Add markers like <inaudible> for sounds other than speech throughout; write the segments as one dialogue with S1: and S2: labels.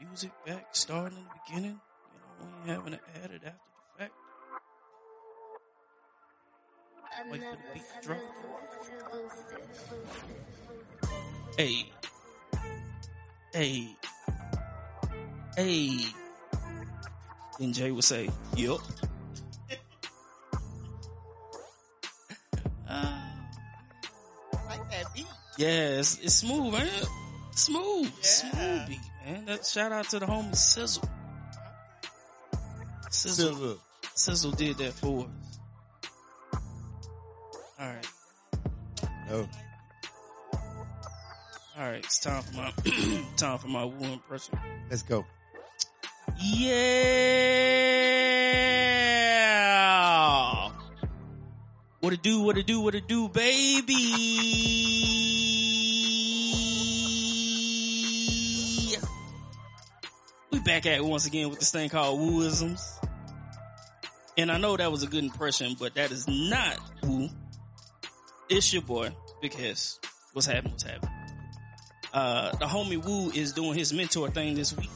S1: music back, starting in the beginning. You know, we ain't having to add it after the fact. Like the beat drop. Hey. Hey. Hey. Then Jay would say, Yup. <laughs> Ah.
S2: like that beat.
S1: Yeah, it's, it's smooth, man. Smooth,
S2: Yeah.
S1: smooth beat, man. That shout out to the homie Sizzle. Sizzle,
S3: Silver.
S1: Sizzle did that for us. All right,
S3: Oh,
S1: all right. It's time for my <clears throat> time for my woo impression.
S3: let's go.
S1: Yeah. What it do? What it do? What it do, baby? We back at it once again with this thing called wooisms. And I know that was a good impression, but that is not woo. It's your boy, Big Hess. What's happening? What's happening? Uh, the homie Woo is doing his mentor thing this week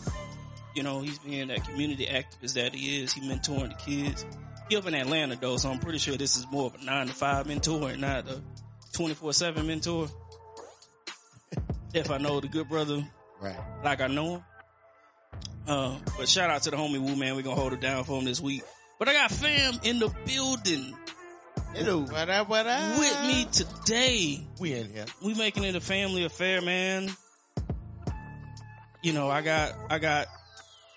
S1: you know, he's being that community activist that he is. He mentoring the kids. He up in Atlanta though, so I'm pretty sure this is more of a nine to five mentor and not a twenty four seven mentor. <laughs> if I know the good brother
S3: Right.
S1: like I know him. Uh, but shout out to the homie Woo man, we gonna hold it down for him this week. But I got fam in the building
S3: Hello.
S2: What up, what up?
S1: with
S4: Uh-huh.
S1: me today.
S3: We in here.
S1: we making it a family affair, man. You know, I got I got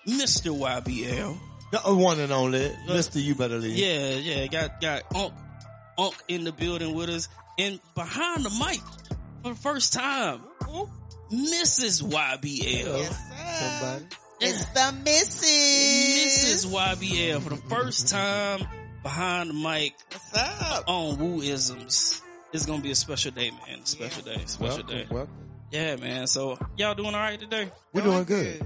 S1: Mr. YBL.
S3: The one and only, Mister. You better leave.
S1: Yeah, yeah, got got Unk Unk in the building with us, and behind the mic for the first time, Mrs. YBL,
S2: Yes, sir.
S3: Somebody.
S2: It's the missus.
S1: Mrs. YBL for the first time behind the mic
S2: What's up?
S1: on Wooisms. It's gonna be a special day, man. Special day, special
S3: Welcome.
S1: day.
S3: welcome.
S1: Yeah, man. So y'all doing all right today?
S3: We're doing good.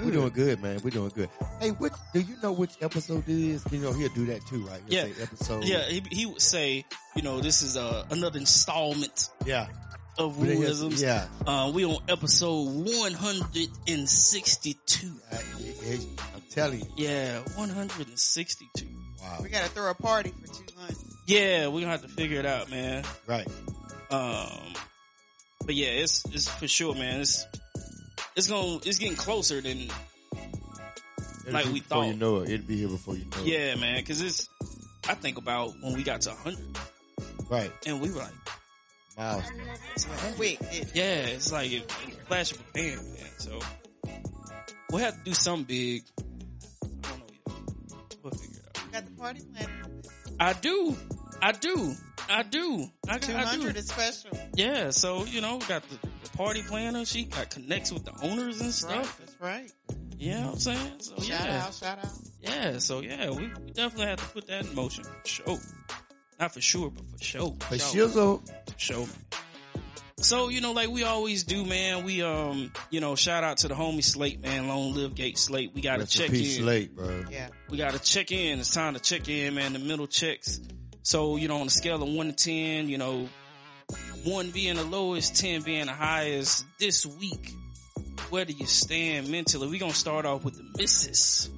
S3: We're doing good, man. We're doing good. Hey, what do you know which episode it is? You know he'll do that too, right? He'll
S1: Yeah.
S3: say episode.
S1: Yeah, he, he would say, you know, this is uh, another installment
S3: Yeah.
S1: of
S3: But then he'll-
S1: Wooisms.
S3: Yeah.
S1: Uh, we on episode 162.
S3: I, it- I'm telling you.
S1: Yeah, 162.
S3: Wow.
S2: We gotta throw a party for 200.
S1: Yeah, we gonna have to figure it out, man.
S3: Right.
S1: Um, but yeah, it's, it's for sure, man. It's, it's gonna, it's getting closer than,
S3: It'll
S1: Like
S3: be
S1: we
S3: before
S1: thought.
S3: you know it, it'll be here before you know it.
S1: yeah, man. Cause it's, I think about when we got to 100
S3: Right.
S1: and we were like,
S3: Miles.
S2: Quick. It,
S1: yeah, it's like a flash of a pan, man. So we'll have to do something big. I don't know yet. We'll figure it out.
S2: we got the party planner.
S1: I do. I do. I do. I, got- I do.
S2: 200 is special.
S1: Yeah, so you know, got the, the party planner. She got connects with the owners and
S2: That's right.
S1: stuff.
S2: That's right.
S1: You know what I'm saying? So
S2: Shout
S1: yeah,
S2: out, shout out.
S1: yeah. So yeah, we, we definitely have to put that in motion. For sure, not for sure, but for sure.
S3: But
S1: Sure.
S3: Shizzle,
S1: Show me. So, you know, like we always do, man, we, um, you know, shout out to the homie Slate, man, Long Live Gate Slate. We gotta
S3: rest in
S1: check in.
S3: peace late, bro.
S2: Yeah.
S1: We gotta check in. It's time to check in, man, the middle checks. So, you know, on a scale of one to 10, you know, one being the lowest, 10 being the highest this week, where do you stand mentally? We gonna start off with the misses.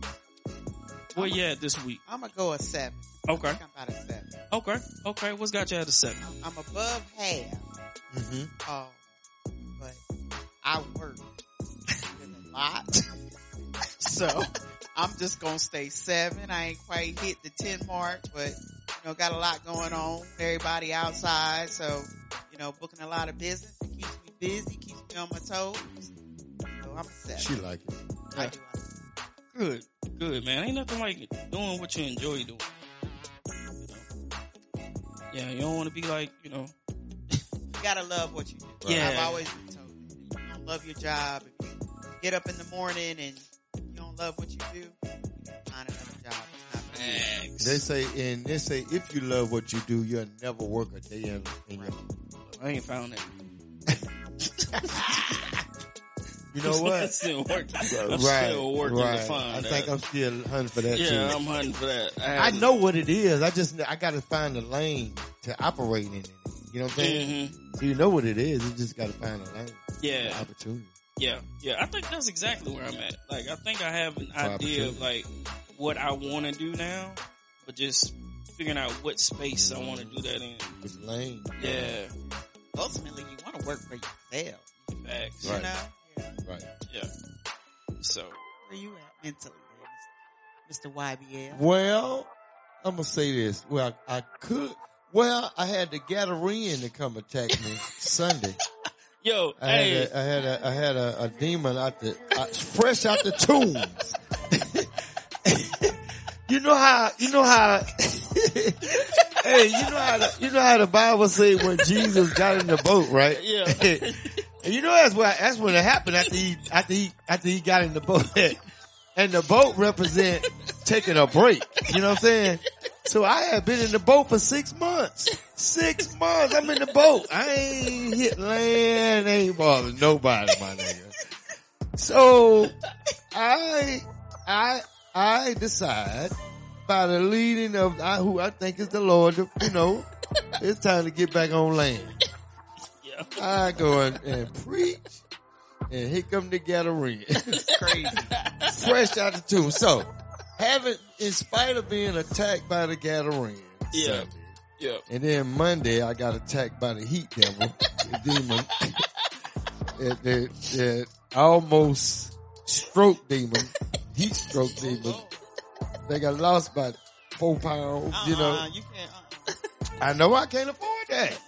S1: Where you at this week?
S2: I'm gonna go a seven. I
S1: Okay.
S2: think I'm about a seven.
S1: Okay. Okay. What's got you at a seven?
S2: I'm, I'm above half.
S3: Mm-hmm.
S2: Oh, but I work a lot. <laughs> so I'm just gonna stay seven. I ain't quite hit the ten mark, but you know, got a lot going on. Everybody outside, so you know, booking a lot of business. It keeps me busy, keeps me on my toes. So I'm a seven.
S3: She like it.
S2: I do.
S1: Good, good, man. Ain't nothing like doing what you enjoy doing. You know? Yeah, you don't want to be like, you know.
S2: You gotta love what you do.
S1: Yeah.
S2: I've always been told that. If you don't love your job, if you get up in the morning and you don't love what you do, you can find another job. It's not for you.
S3: They say, and they say, if you love what you do, you'll never work a day in, in your life.
S1: I ain't found that.
S3: You know
S1: I'm
S3: what?
S1: still working. <laughs> I'm
S3: right.
S1: still working
S3: right.
S1: to find
S3: I
S1: that.
S3: think I'm still hunting for that too.
S1: yeah, I'm hunting for that.
S3: I know what it is. I just I got to find a lane to operate in. It. You know what I'm saying?
S1: hmm
S3: So you know what it is. You just got to find a lane,
S1: Yeah,
S3: an opportunity.
S1: Yeah, yeah. I think that's exactly where I'm at. Like, I think I have an
S4: Five
S1: idea
S4: percent.
S1: of like what I want to do now, but just figuring out what space I want to do that in.
S4: It's lame.
S1: Yeah,
S2: Ultimately, you want to work for yourself.
S1: facts.
S4: Right.
S2: You know? Yeah.
S4: Right.
S1: So
S2: Where you at mentally, Mr. YBL?
S4: Well, I'm gonna say this. Well, I could. Well, I had the Gadarene to come
S1: <laughs>
S4: attack me Sunday.
S1: yo,
S4: I
S1: hey,
S4: had a, I had a, I had a, a demon out the uh, fresh out the tombs. <laughs> you know how you know how. hey, you know how the, you know how the Bible say when Jesus got in the boat, right?
S1: yeah,
S4: <laughs> And you know that's what that's when it happened after he after he after he got in the boat. <laughs> and the boat represent taking a break. You know what I'm saying? So I had been in the boat for six months. Six months I'm in the boat. I ain't hit land, ain't bothering nobody, my nigga. So I I I decide by the leading of I, who I think is the Lord, you
S1: <laughs>
S4: know, it's time to get back on land.
S1: yeah.
S4: I go and, and preach, and here come the gathering,
S2: It's crazy.
S4: <laughs> fresh out the tomb. So, having, in spite of being attacked by the gathering,
S1: Yeah.
S4: Sunday,
S1: Yeah.
S4: and then Monday I got attacked by the heat devil, the
S1: <laughs>
S4: demon, that, that, that almost stroke demon, heat
S1: Oh,
S4: stroke demon. They got lost by four pounds, you know.
S2: Uh-uh, you can't. Uh-uh.
S4: I know I can't afford that.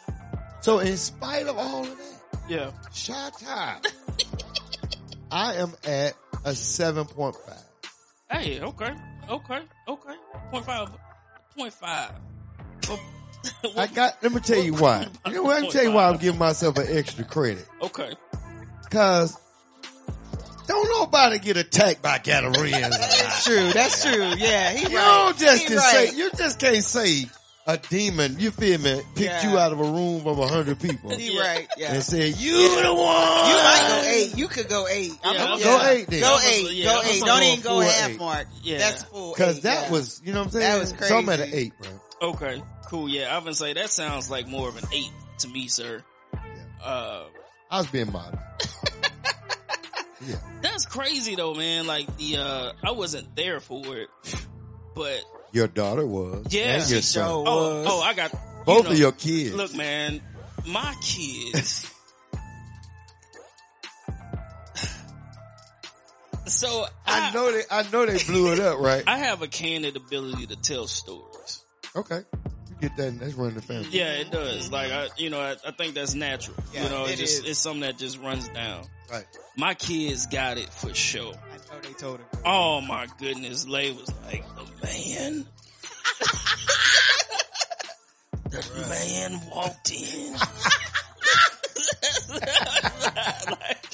S4: So, in spite of all of that.
S1: Yeah.
S4: Shot
S2: <laughs>
S4: time. I am at a 7.5.
S1: Hey, okay. Okay. Okay. Point five. Point five. Oh, <laughs> Well,
S4: I got, let me tell you
S2: <laughs>
S4: why. You know, what? let me tell you why I'm giving myself an extra credit.
S1: okay.
S4: Cause don't nobody get attacked by Gadareans.
S2: That's <laughs> true. That's true. Yeah. He
S4: You
S2: right.
S4: don't just
S2: He
S4: can
S2: right.
S4: say, you just can't say a demon, you feel me, picked
S2: Yeah.
S4: you out of a room of a hundred people
S2: He
S1: Yeah.
S2: right. <laughs> Yeah.
S4: and said, you the one. You
S2: You might go eight. You could go eight.
S1: Yeah,
S2: I'm-
S1: I'm-
S4: go eight then.
S2: Go
S1: I'm-
S2: eight.
S1: yeah,
S2: go
S1: I'm
S2: eight.
S1: gonna
S2: Don't
S4: go
S2: even go
S4: full
S2: half
S4: eight.
S2: mark.
S1: Yeah.
S2: That's full.
S4: Cause
S2: eight,
S4: that
S2: yeah.
S4: was, you know what I'm saying?
S2: That was
S4: So I'm at an
S2: crazy.
S4: eight, bro.
S1: Okay. Cool. Yeah. I would say that sounds like more of an eight to me, sir. Uh,
S4: I was being modest. yeah.
S1: that's crazy though, man. Like the, uh, I wasn't there for it, but
S4: Your daughter was.
S1: Yeah.
S4: And your
S2: She
S4: son.
S2: sure
S1: oh,
S2: was.
S1: oh, I got
S4: Both
S1: you know,
S4: of your kids.
S1: Look, man, my
S4: <laughs>
S1: kids. so
S4: I know they, I know they blew it up,
S1: <laughs>
S4: right?
S1: I have a candid ability to tell stories.
S4: okay. You get that and that's running the family.
S1: Yeah, it does. Like I, you know, I, I think that's natural.
S2: Yeah,
S1: you know,
S2: it
S1: it just
S2: is.
S1: it's something that just runs down.
S4: Right.
S1: My kids got it for sure.
S2: I know they told him.
S1: Oh my goodness, Lay was like the man. the man walked
S2: <laughs>
S1: in. like,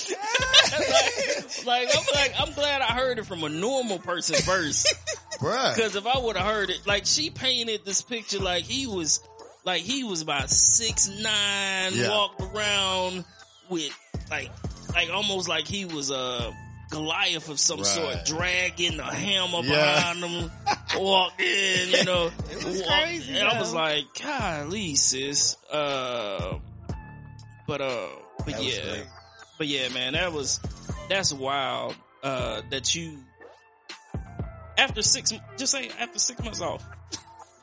S1: like, I'm like, I'm glad I heard it from a normal person first. <laughs>
S4: Bruh.
S1: Because if I would have heard it, like she painted this picture, like he was, like he was about six nine,
S4: Yeah.
S1: walked around with like, like almost like he was a Goliath of some
S4: Right.
S1: sort, dragging a hammer
S4: Yeah.
S1: behind him, walked in, you know.
S4: <laughs>
S2: It was
S1: walked-
S2: crazy,
S1: And I was
S2: though.
S1: like, golly, sis. Uh, but uh, but
S4: That was
S1: yeah,
S4: great.
S1: but yeah, man, that was that's wild. Uh, that you after six, just say after six months off.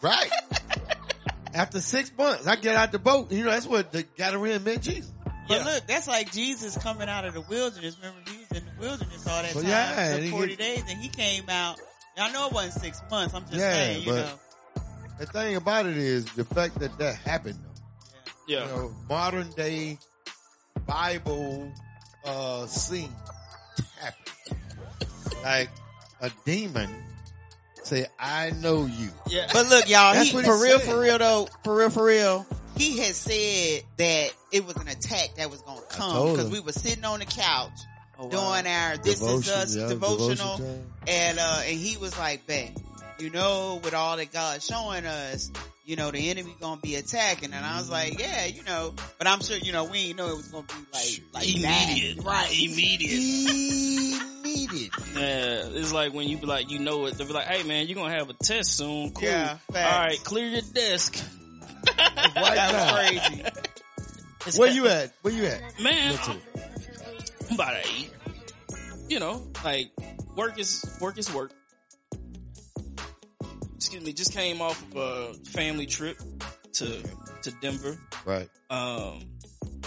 S4: Right. After six months, I get out the boat. You know, that's what the Gadarene meant Jesus.
S2: But
S1: Yeah.
S2: look, that's like Jesus coming out of the wilderness. Remember, he was in the wilderness all that
S4: Well,
S2: time
S4: yeah, and
S2: for
S4: he
S2: 40
S4: get-
S2: days, and he came out. I know it wasn't six months. I'm just
S4: Yeah,
S2: saying, you
S4: but- <laughs>
S2: know.
S4: The thing about it is the fact that that happened though.
S1: Yeah,
S4: You know, modern day Bible, uh, scene happened. Like a demon say, I know you.
S1: yeah,
S2: But look, y'all,
S4: That's
S2: he,
S4: what
S2: for
S4: he
S2: real,
S4: said.
S2: for real though, for real, for real, he had said that it was an attack that was going to come
S4: told
S2: because
S4: him.
S2: we were sitting on the couch
S1: Oh, wow.
S2: doing our this is us
S4: yeah,
S2: devotional,
S4: time.
S2: and uh, and he was like, "Babe, you know, with all that God's showing us, you know, the enemy gonna be attacking." And I was like, "Yeah, you know," but I'm sure you know we didn't know it was gonna be like like
S1: immediate,
S2: that, right?
S1: Immediate.
S4: immediate.
S1: Yeah, it's like when you be like, you know it. They be like, hey man, you're gonna have a test soon. Cool.
S2: Yeah,
S1: All
S2: facts. <laughs>
S1: right, clear your desk.
S4: Right
S2: That
S4: now.
S2: was crazy.
S1: It's
S4: Where you at? Where you at?
S1: man?
S4: Listen.
S1: I'm about to eat. You know, like work is work is work. Excuse me, just came off of a family trip to to Denver.
S4: Right.
S1: Um,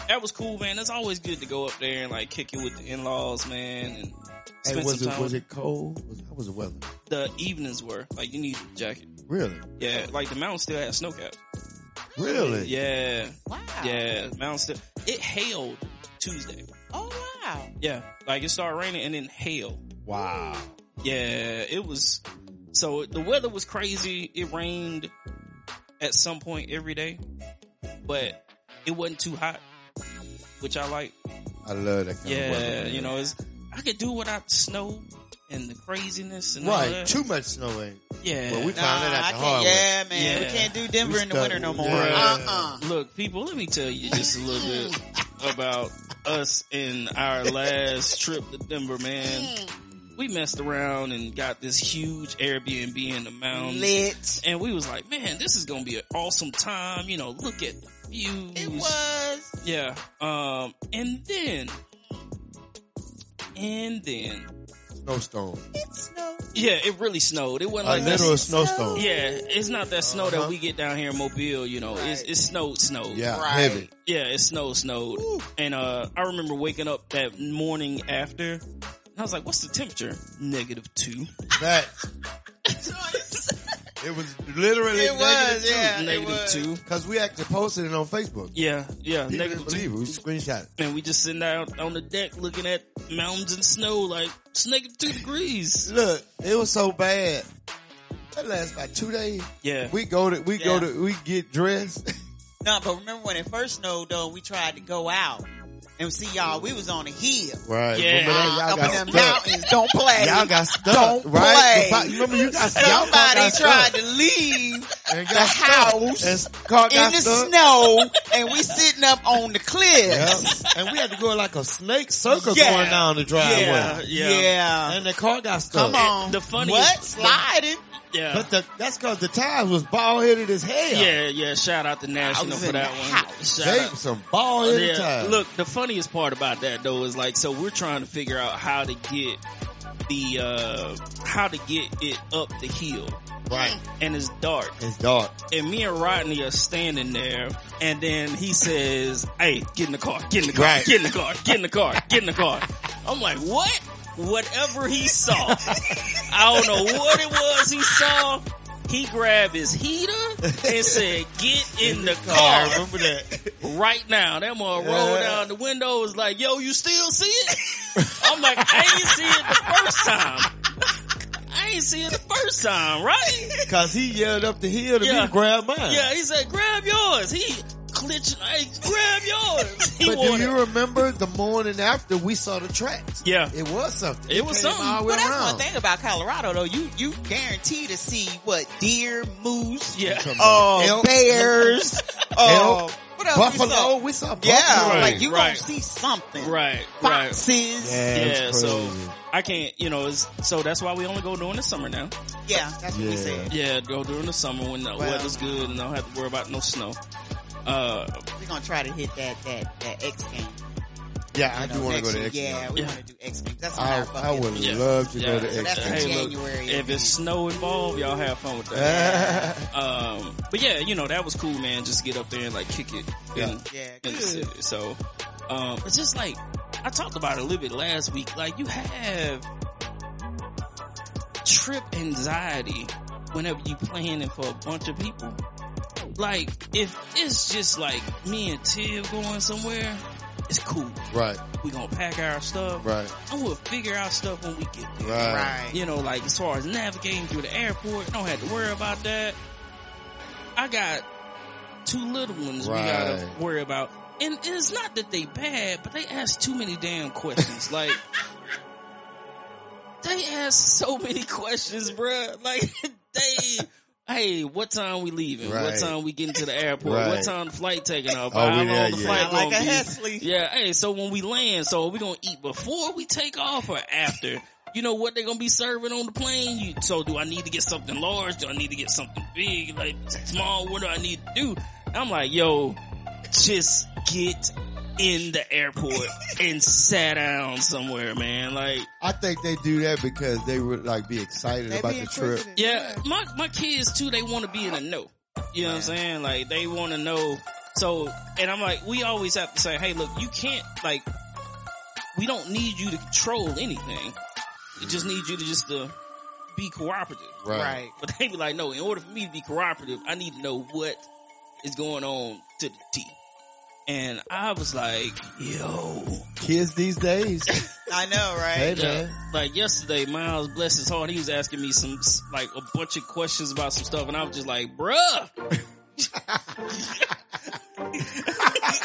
S1: that was cool, man. It's always good to go up there and like kick it with the in laws, man, and spend
S4: Hey, was
S1: some
S4: it
S1: time.
S4: was it cold? Was, how was the weather?
S1: the evenings were like you need a jacket.
S4: Really?
S1: Yeah, like the mountain still had snow caps.
S4: Really?
S1: Yeah,
S2: Wow.
S1: yeah, mountain still. It hailed Tuesday.
S2: Oh wow.
S1: Yeah, like it started raining and then hail.
S4: Wow.
S1: Yeah, it was. So the weather was crazy. It rained at some point every day, but it wasn't too hot, which I like.
S4: I love that kind
S1: Yeah,
S4: of weather. man.
S1: you know, Oh, it's I could do without the snow and the craziness and all
S4: Right.
S1: that.
S4: Too much snow ain't.
S1: Yeah.
S4: Well, we found it
S2: Nah,
S4: out
S2: I
S4: the
S2: can't-
S4: hard way.
S2: Yeah, man.
S1: Yeah.
S2: We can't do Denver
S4: We
S2: in the
S4: stuck-
S2: winter no more.
S4: yeah.
S2: Uh-uh.
S1: Look, people, let me tell you just a little
S4: <laughs>
S1: bit about us in our last trip to Denver, man.
S2: Mm.
S1: We messed around and got this huge Airbnb in the mountains.
S2: Lit.
S1: And we was like, man, this is gonna be an awesome time. You know, look at the views.
S2: It was.
S1: Yeah. Um, and then, and then,
S4: Snowstorm.
S2: It snowed.
S1: yeah, it really snowed. It wasn't
S4: A
S1: like that.
S4: literal
S2: this-
S4: snowstorm.
S1: Yeah, it's not that snow
S4: Uh-huh.
S1: that we get down here in Mobile. You know, it's
S2: Right.
S1: it snowed, snowed.
S4: Yeah.
S2: Right.
S4: Heavy.
S1: Yeah, it snowed, snowed.
S2: Ooh.
S1: And uh I remember waking up that morning after and I was like, What's the temperature? Negative two.
S4: That
S2: <laughs>
S4: it was literally
S2: It was, yeah. it
S1: Negative
S2: was.
S1: two.
S4: Because we actually posted it on Facebook.
S1: Yeah, yeah,
S4: People didn't
S1: negative two.
S4: believe it. We screenshot it.
S1: And we just sitting out on the deck looking at mountains and snow like it's negative two
S2: <laughs>
S1: degrees.
S4: Look, it was so bad. That lasted about two days.
S1: Yeah.
S4: We go to we go
S2: Yeah.
S4: to we get dressed.
S2: No, but remember when it first snowed though, we tried to go out. And see y'all, we was on a hill.
S4: Right.
S1: Yeah.
S4: Remember that?
S2: up
S4: Y'all
S2: in
S4: got
S2: the
S4: stuck.
S2: mountains. Don't play.
S4: Y'all got stuck.
S2: Don't
S4: right?
S2: play.
S4: The po- Remember you got y'all car
S2: Somebody
S4: got
S2: tried
S4: stuck
S2: to leave
S4: and
S2: the
S4: got stuck.
S2: house
S4: And s- car
S2: in
S4: got
S2: the
S4: stuck.
S2: snow and we sitting up on the cliff.
S4: Yeah. And we had to go like a snake circle
S2: Yeah.
S4: going down the driveway.
S1: Yeah.
S2: Yeah.
S4: And the car got stuck.
S2: Come on.
S1: The funniest-
S2: What? Sliding?
S1: Yeah.
S4: But the, that's because the tires was bald headed as hell.
S1: yeah, yeah. Shout out to National
S2: was
S1: for
S2: in
S1: that
S2: the
S1: one.
S2: house.
S1: Shout
S4: They
S1: out.
S4: some bald headed
S1: Yeah.
S4: tires.
S1: Look, the funniest part about that though is like, so we're trying to figure out how to get the, uh, how to get it up the hill
S4: right.
S1: and it's dark
S4: It's dark.
S1: and me and Rodney are standing there and then he says, Hey, get in the car, get in the car,
S4: Right.
S1: get in the car, get in the car, get in the car. I'm like, what? Whatever he saw. I don't know what it was he saw. He grabbed his heater and said, get in the
S2: Oh,
S4: I
S1: car
S4: remember that.
S1: right now. That mother
S4: Yeah.
S1: rolled down the window was like, yo, you still see it? <laughs> I'm like, I ain't see it the first time. I ain't see it the first time,
S4: <laughs>
S1: right?
S4: Cause he yelled up the hill to me
S1: Yeah.
S4: to grab mine.
S1: Yeah, he said, grab yours. He glitching, hey, grab yours. <laughs> He
S4: But do
S1: wanted-
S4: you remember the morning after we saw the tracks?
S1: Yeah.
S4: It was something.
S1: It was
S4: came
S1: something.
S4: All the way
S2: Well, that's
S4: around.
S2: one thing about Colorado though. You you guarantee to see what deer, moose,
S1: Yeah. <laughs>
S4: Come
S2: oh
S4: on. Elk.
S2: bears, oh
S4: Elk.
S2: what else? you
S4: Buffalo.
S2: saw?
S4: We saw buffalo.
S2: Yeah,
S1: Right,
S2: like you
S1: right.
S2: gonna see something,
S1: Right, right.
S2: Foxes,
S4: Yeah,
S1: Yeah,
S4: it was crazy.
S1: so I can't, you know, it's, so that's why we only go during the summer now.
S2: yeah, that's what
S4: Yeah.
S2: we said.
S1: Yeah, go during the summer when the
S2: Well.
S1: weather's good and I don't have to worry about no snow. Uh,
S2: We're gonna try to hit that that that X game.
S4: yeah, I
S2: you
S4: do
S2: know,
S4: want to
S2: next
S4: go to
S2: year.
S4: X.
S2: Yeah, we
S1: Yeah.
S2: want to do X games. That's on
S4: I,
S2: our
S4: I
S2: bucket
S4: would
S2: list.
S1: Yeah.
S4: love to
S1: Yeah.
S4: go to
S1: So
S4: X.
S2: That's
S1: Hey,
S2: in
S1: look,
S2: January.
S1: if it's snow involved, y'all have fun with
S4: <laughs>
S1: that. um, but yeah, you know, that was cool, man. Just get up there and like kick it
S4: Yeah.
S1: in,
S2: yeah,
S1: in the
S2: good.
S1: city. So, um, it's just like, I talked about it a little bit last week. Like you have trip anxiety whenever you planning for a bunch of people. Like if it's just like me and Tib going somewhere, it's cool.
S4: right,
S1: We gonna pack our stuff.
S4: right,
S1: And we'll figure out stuff when we get there.
S4: right.
S2: Right.
S1: You know, like as far as navigating through the airport, don't have to worry about that. I got two little ones we gotta
S4: Right.
S1: worry about. And it's not that they bad, but they ask too many damn questions.
S4: <laughs>
S1: like they ask so many questions, bruh. Like <laughs> they Hey, what time we leaving? What
S4: Right.
S1: time we getting to the airport?
S4: Right.
S1: What time the flight taking off?
S4: Oh,
S1: How
S4: we
S1: long
S4: there
S1: the
S4: yet.
S1: flight
S2: I like a
S1: gonna be?
S2: Hesley.
S1: Yeah, hey, so when we land, so are we gonna eat before we take off or after? You know what they're gonna be serving on the plane? You, so do I need to get something large? Do I need to get something big? Like small? What do I need to do? I'm like, yo, just get in the airport and sat down somewhere, man. Like,
S4: I think they do that because they would like be excited
S2: They
S4: about
S2: be
S4: the trip.
S2: inquisitive.
S1: yeah, my, my kids too, they want to be in the know. You know what I'm saying? Like, they want to know. So, and I'm like, we always have to say, hey, look, you can't, like, we don't need you to control anything. We just need you to just to be cooperative.
S2: Right.
S1: But they be like, no, in order for me to be cooperative, I need to know what is going on to the T. And I was like, yo,
S4: Kids these days. <laughs>
S2: I know,
S4: hey
S2: right?
S4: man.
S1: like yesterday, Miles, bless his heart, he was asking me some, like a bunch of questions about some stuff and I was just like, bruh. <laughs>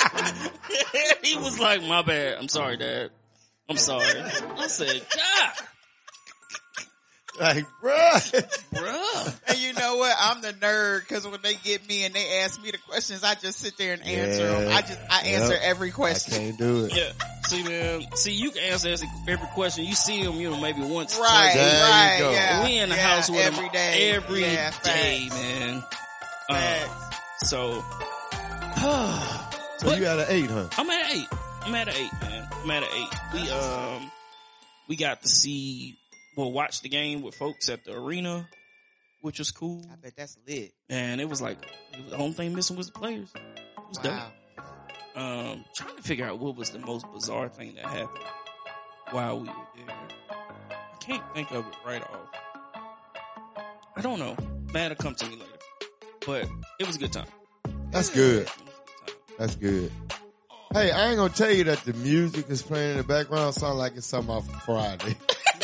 S1: he was like, my bad. I'm sorry, dad. I'm sorry. I said, God,
S2: <laughs>
S4: Like, bruh.
S1: bruh.
S2: And you know what? I'm the nerd because when they get me and they ask me the questions, I just sit there and answer them.
S4: Yeah.
S2: I just I answer
S4: Yep.
S2: every
S4: I
S2: question.
S4: can't do it.
S1: Yeah. See, man, see, you can answer every question. You see him, you know, maybe once,
S2: Right,
S4: There you
S2: right,
S4: go.
S2: yeah.
S1: we in the
S2: yeah,
S1: house with
S2: every
S1: him
S2: day.
S1: every
S2: yeah,
S1: day,
S2: facts,
S1: man. Uh,
S2: facts.
S1: so <sighs>
S4: So you had an eight, huh?
S1: I'm at an eight. I'm at an eight, man. I'm at an eight. We um we got to see well watch the game with folks at the arena, which was cool.
S2: I bet that's lit.
S1: And it was like it was- the only thing missing was the players. It was dope.
S2: Wow.
S1: Um, trying to figure out what was the most bizarre thing that happened while we were there. I can't think of it right off. I don't know. That'll come to me later. But it was a good time.
S4: That's good.
S1: It was a good time.
S4: That's good. Hey, I ain't gonna tell you that the music is playing in the background sound like it's something off of Friday.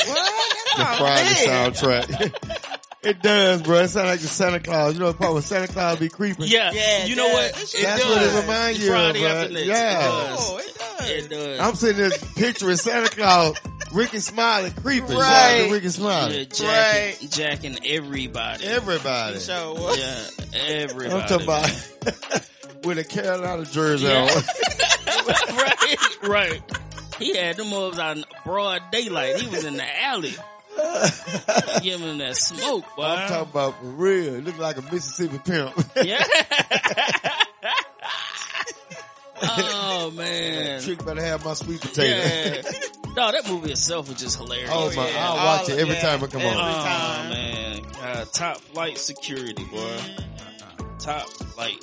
S4: <laughs>
S2: What? That's
S4: The
S1: Oh,
S2: what I'm
S4: Friday
S2: saying.
S4: soundtrack. <laughs> it does, bro. It sound like the Santa Claus. You know the part where Santa Claus be creeping?
S1: Yeah,
S2: Yeah,
S1: you
S2: it
S1: know
S2: does.
S1: what?
S2: It
S1: It
S4: That's
S1: does.
S4: what it reminds you of,
S1: Friday
S4: bro.
S1: after next.
S4: Yeah.
S2: Oh,
S1: It
S2: it does.
S1: does. It does.
S4: I'm sitting there picturing Santa Claus, Ricky Smiley creeping.
S2: Right.
S4: Right. Ricky
S1: You're
S4: Smiley.
S1: jacking, jacking everybody.
S4: Everybody.
S2: So what?
S1: yeah, everybody.
S4: I'm talking about <laughs> with a Carolina jersey
S1: Yeah. <laughs>
S4: on.
S1: right, right. He had them mobs out in broad daylight. He was in the alley. <laughs> Give him that smoke, boy.
S4: I'm talking about for real. It looked like a Mississippi pimp. <laughs>
S1: yeah. oh man.
S4: Trick better have my sweet potato.
S1: Yeah. No, that movie itself was just hilarious.
S4: <laughs> Oh, my!
S2: yeah.
S4: I'll watch
S2: All-
S4: it every
S2: yeah.
S4: time it come
S1: Oh
S4: on.
S2: Every time.
S1: man, God, top flight security, boy, top flight.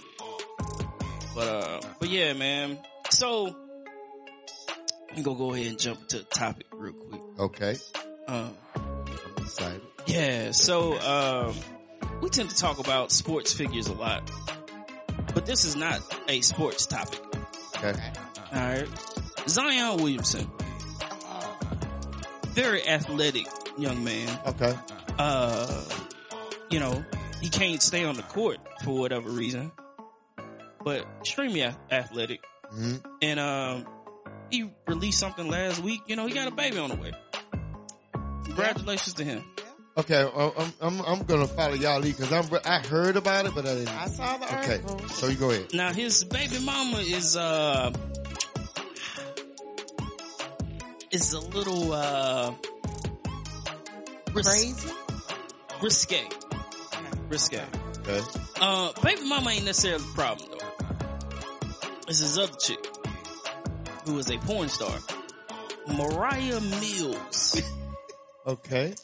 S1: But uh, but yeah, man. So I'm gonna go ahead and jump to the topic real quick.
S4: Okay,
S1: Um,
S4: I'm excited.
S1: yeah. So um, we tend to talk about sports figures a lot, but this is not a sports topic.
S4: Okay.
S1: All right, Zion Williamson, very athletic young man.
S4: Okay.
S1: uh, you know, he can't stay on the court for whatever reason, but extremely ath- athletic.
S4: hmm
S1: And, um, he released something last week. You know, he got a baby on the way. Congratulations to him.
S4: Okay. I'm I'm- I'm I'm gonna follow y'all lead because I'm I heard about it, but I
S2: I
S4: didn't.
S2: saw the
S4: Okay.
S2: article.
S4: So you go ahead.
S1: Now his baby mama is, uh, is a little, uh, ris-
S2: Crazy.
S1: risque. Risque.
S4: Okay.
S1: Uh, baby mama ain't necessarily the problem though. It's this other chick who is a porn star, Mariah Mills.
S4: Okay.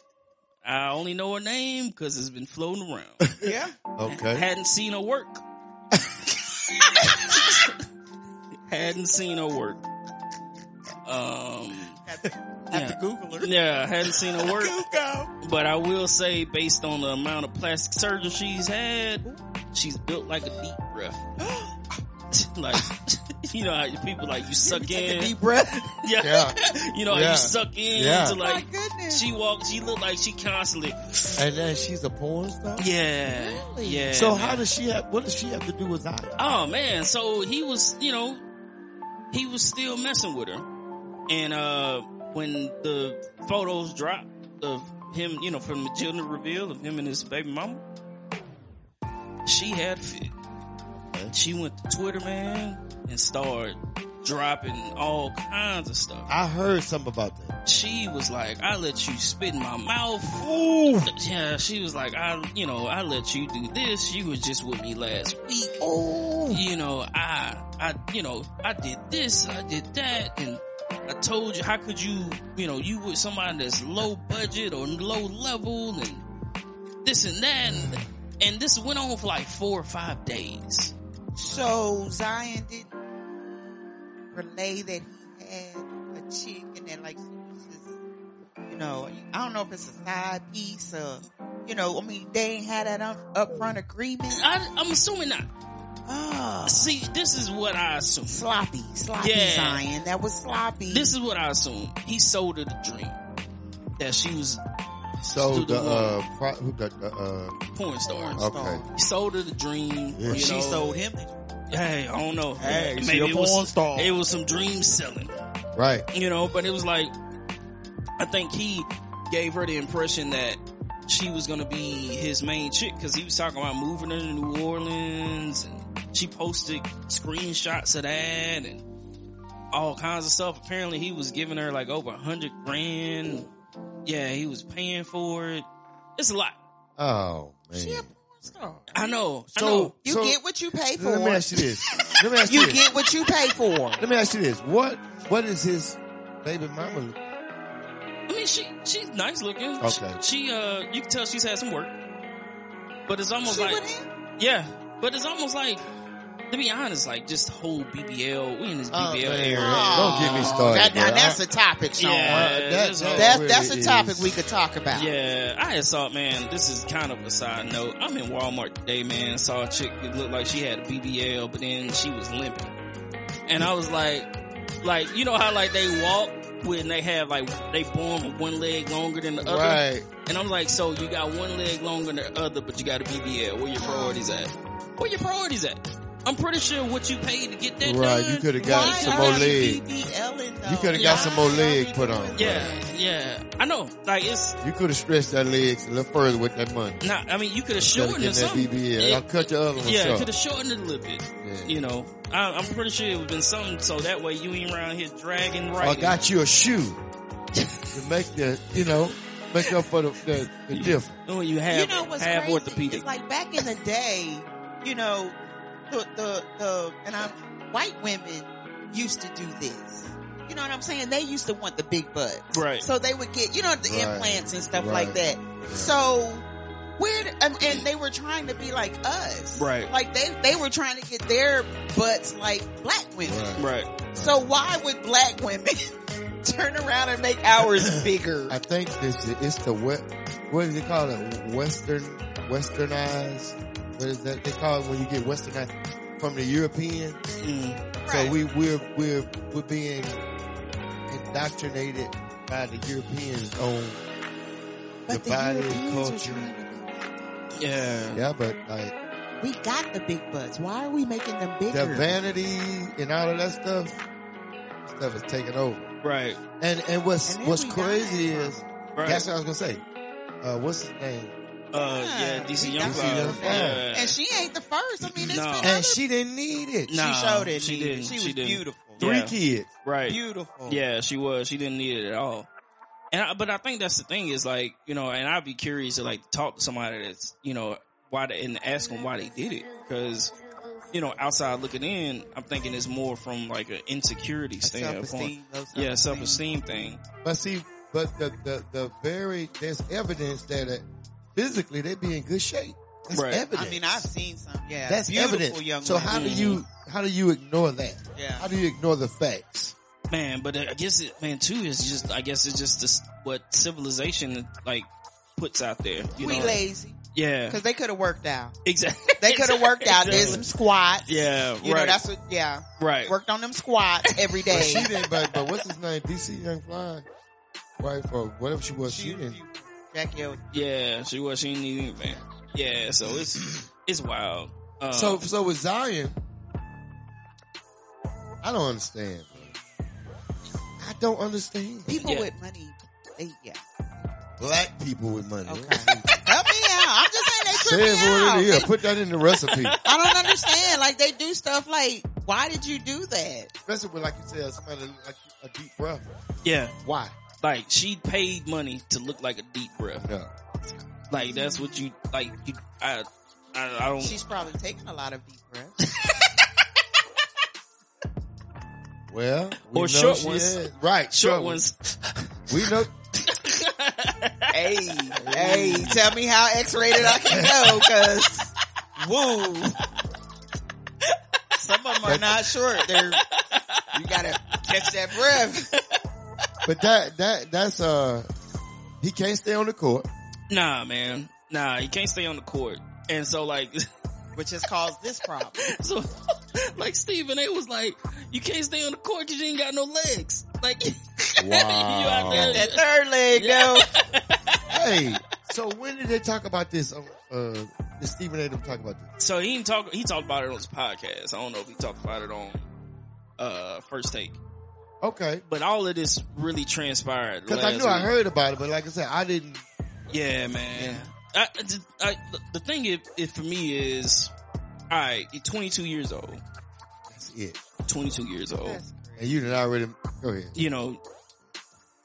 S1: I only know her name because it's been floating around.
S2: Yeah.
S1: <laughs>
S4: Okay.
S1: Hadn't seen her work. hadn't seen her work. Um,
S2: Have to, have
S1: Yeah.
S2: to Google her.
S1: yeah, hadn't seen her work.
S2: Google.
S1: But I will say, based on the amount of plastic surgery she's had, she's built like a deep breath. <laughs> like, you know, how people like you suck
S2: Take a
S1: in.
S2: deep breath.
S1: Yeah.
S4: Yeah.
S1: <laughs> You know, how
S4: Yeah.
S1: you suck in
S4: Yeah.
S1: to
S2: My
S1: like,
S2: goodness.
S1: she walks, she look like she constantly,
S4: And then she's a porn star.
S1: yeah,
S2: Really?
S1: yeah.
S4: So
S1: man.
S4: how does she have? What does she have to do with that?
S1: Oh man, so he was, you know, he was still messing with her. And uh when the photos dropped of him, you know, from the gender reveal of him and his baby mama, she had a fit. She went to Twitter, man, and started dropping all kinds of stuff.
S4: I heard something about that.
S1: She was like, I let you spit in my mouth.
S4: Ooh.
S1: Yeah, she was like, I, you know, I let you do this. You was just with me last week
S4: Ooh.
S1: you know, I I, you know, I did this, I did that, and I told you, how could you, you know, you with somebody that's low budget or low level and this and that. And, and this went on for like four or five days.
S2: So Zion didn't relay that he had a chick and that like she was just, you know, I don't know if it's a side piece or, you know, I mean, they ain't had that up, upfront agreement.
S1: I, I'm assuming not.
S2: Oh,
S1: Ah. See, this is what I assume.
S2: sloppy, sloppy
S1: Yeah.
S2: Zion. That was sloppy.
S1: This is what I assume. He sold her the dream that she was
S4: So
S1: Stood
S4: the
S1: alone.
S4: uh, pro- who got the uh,
S1: porn star.
S2: Porn
S4: okay.
S2: star.
S1: He sold her the dream.
S4: Yeah.
S1: you
S5: she
S1: know.
S5: sold him.
S1: Hey, I don't know.
S5: Hey, she
S1: maybe
S5: a
S1: it
S5: porn
S1: was
S5: star.
S1: it was some dream selling,
S4: right?
S1: you know. But it was like, I think he gave her the impression that she was gonna be his main chick because he was talking about moving her to New Orleans, and she posted screenshots of that and all kinds of stuff. Apparently, he was giving her like over a hundred grand. Yeah, he was paying for it. It's a lot.
S4: Oh man.
S2: She a porn star.
S1: I know. I know.
S3: So
S2: You
S3: so,
S2: get what you pay for.
S3: Let me ask you this. Let me ask you,
S2: You
S3: this.
S2: get what you pay
S1: <laughs>
S2: for.
S3: Let me ask you this. What what is his baby mama?
S1: I mean, she she's nice looking.
S4: Okay.
S1: She, she, uh, you can tell she's had some work, but it's almost
S2: She
S1: like
S2: with him?
S1: yeah, but it's almost like to be honest, like just the whole BBL. We in this BBL era.
S4: Oh, Don't get me started,
S2: Oh. That, now
S4: bro.
S2: that's a topic, Sean.
S1: Yeah,
S4: that-
S1: this
S4: that-
S1: whole-
S2: That's
S4: Really
S2: that's a
S4: is.
S2: topic we could talk about.
S1: yeah, I had saw man. This is kind of a side note. I'm in Walmart today, man. Saw a chick that looked like she had a BBL, but then she was limping, and I was like, like you know how like they walk when they have like they born with one leg longer than the other.
S4: Right.
S1: And I'm like, so you got one leg longer than the other, but you got a BBL. Where your priorities at? Where your priorities at? I'm pretty sure what you paid to get that
S4: Right,
S1: done.
S4: you could have
S2: Why
S4: got some
S2: are
S4: more
S2: you
S4: leg.
S2: BBLing though?
S4: You coulda got
S2: Why
S4: some more
S2: are
S4: leg
S2: we
S4: put
S2: doing
S4: on.
S2: that?
S1: Yeah, yeah. I know. Like it's
S4: You could have stretched that legs a little further with that money.
S1: not. I mean, you could have
S4: Instead of
S1: shortened
S4: getting
S1: it
S4: that
S1: something.
S4: BBL, I'll
S1: It-
S4: cut your other one
S1: yeah,
S4: short.
S1: could have shortened it a little bit.
S4: Yeah.
S1: You know, I, I'm pretty sure it would have been something. So that way, you ain't around here dragging
S4: I
S1: right.
S4: got you a shoe to make the you know make up for the the, the difference.
S1: When you have
S2: you know what's
S1: have
S2: crazy?
S1: orthopedic.
S2: It's like back in the day, you know, the the the and I'm white women used to do this. You know what I'm saying? They used to want the big butt,
S1: Right.
S2: So they would get you know the
S4: Right.
S2: implants and stuff
S4: Right.
S2: like that. So where did- and, and they were trying to be like us,
S1: Right.
S2: Like they they were trying to get their butts like black women.
S4: Right.
S1: right.
S2: So why would black women <laughs> turn around and make
S4: <coughs>
S2: ours bigger?
S4: I think this is- it's the what what is it called? A Western westernized. What is that they call it when you get westernized from the European?
S1: Mm,
S4: So we we're we're we're being indoctrinated by the Europeans on
S2: but
S4: the
S2: the
S4: body
S2: Europeans were
S4: culture.
S2: trying to do that.
S1: yeah.
S4: yeah, but like
S2: We got the big butts. Why are we making them
S4: the
S2: bigger?
S4: vanity and all of that stuff stuff is taking over.
S1: Right.
S4: And and what's
S2: And then
S4: what's
S2: we
S4: crazy
S2: die.
S4: is
S1: Right.
S4: that's what I was gonna say. Uh, what's his name?
S1: uh, yeah. DC
S2: Yeah.
S1: Young.
S4: DC Young Fly.
S1: Yeah.
S2: and she ain't the first. I mean, it's
S1: No.
S2: been
S4: And
S2: other-
S4: she didn't need it.
S1: No,
S2: she showed it.
S1: she
S2: neither.
S1: didn't.
S2: She
S1: She
S2: was
S1: didn't.
S2: beautiful.
S4: Three
S1: Yeah.
S4: kids.
S1: Right.
S2: Beautiful.
S1: Yeah, she was. She didn't need it at all. And I, but I think that's the thing is like you know, and I'd be curious to like talk to somebody that's you know why they, and ask them why they did it because you know outside looking in, I'm thinking it's more from like an insecurity standpoint.
S2: Self-esteem, low self-esteem.
S1: Yeah, self esteem thing.
S4: But see, but the, the, the very, there's evidence that it, physically they be in good shape. That's
S1: Right.
S4: evidence.
S2: I mean, I've seen some. Yeah,
S4: That's
S2: beautiful
S4: evidence.
S2: young
S4: so how do
S2: women.
S4: you, how do you ignore that?
S2: Yeah.
S4: How do you ignore the facts?
S1: Man, but I guess it, man, too is just I guess it's just this, what civilization like puts out there. You
S2: we
S1: know?
S2: lazy
S1: yeah, <laughs>
S2: because they could have worked out.
S1: exactly.
S2: They could have worked out. Did some squats.
S1: Yeah,
S2: You know,
S1: right.
S2: that's what. Yeah,
S1: right.
S2: worked on them squats every
S4: But
S2: day.
S4: she didn't, but, but what's his name? DC Young Fly, wife or whatever she was, she,
S2: She-
S4: didn't.
S2: Jackie O.
S1: Yeah, she was. She didn't need anything. Yeah, so it's it's wild. Uh,
S4: so, so with Zion, I don't understand. I don't understand.
S2: People
S1: Yeah.
S2: with money. They, yeah.
S4: Black people with money.
S2: Okay. Help me out. I'm just saying they
S4: Say it
S2: trip me out.
S4: for it
S2: They
S4: is. Put that in the recipe.
S2: I don't understand. Like they do stuff like, why did you do that?
S4: Especially with, like you said, somebody that look like a deep breath.
S1: yeah,
S4: Why?
S1: like she paid money to look like a deep breath.
S4: No.
S1: Like that's what you like. You, I, I I don't.
S2: She's probably taking a lot of deep breaths.
S4: Well, we
S1: Or
S4: know
S1: short
S4: she
S1: ones.
S4: had- right?
S1: Short ones.
S4: We know.
S2: Hey, hey, tell me how X-rated I can go, cause woo. Some of them are not short. They're you gotta catch that breath.
S4: But that that that's uh, he can't stay on the court.
S1: Nah, man. Nah, you can't stay on the court. And so like, <laughs>
S2: Which has caused this problem.
S1: so <laughs> like Stephen A was like, you can't stay on the court because you ain't got no legs. Like, <laughs> <laughs> you out
S4: Wow.
S2: That
S1: there.
S2: third leg though.
S4: Hey, so when did they talk about this? Uh, uh did Stephen A. them talk about this?
S1: So he didn't talk. He talked about it on his podcast. I don't know if he talked about it on uh first take.
S4: Okay,
S1: But all of this really transpired.
S4: because I
S1: last
S4: knew I
S1: week.
S4: heard about it, but like I said, I didn't.
S1: Yeah, man. I, I just- I- the thing it, it for me is, all right, you're 22 years old,
S4: That's it.
S1: 22 years old.
S2: Oh.
S4: And you did already go ahead.
S1: You know,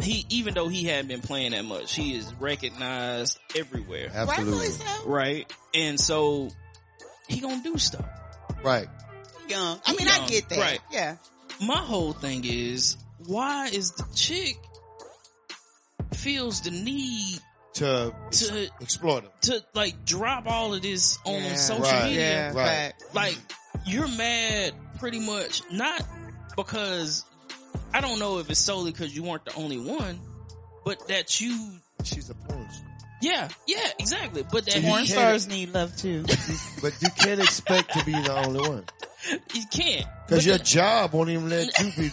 S1: he even though he hadn't been playing that much, he is recognized everywhere,
S4: Absolutely
S2: Rightfully so.
S1: right? And so he gonna do stuff.
S4: right.
S2: Young. I mean, I
S1: Young,
S2: get that.
S1: right.
S2: Yeah.
S1: My whole thing is, why is the chick feels the need
S4: To
S1: to
S4: explore them.
S1: to like drop all of this on
S2: Yeah.
S1: social
S4: Right.
S1: media?
S2: Yeah.
S4: Right.
S2: Right.
S1: like you're mad pretty much not because I don't know if it's solely because you weren't the only one, but that you
S4: She's a porn star.
S1: yeah yeah exactly. But that
S4: Porn
S1: you can't,
S4: stars
S2: need love too.
S4: But you can't expect to be the only one.
S1: you can't But
S4: Because your
S1: the-
S4: job won't even let you
S1: <laughs>
S4: be.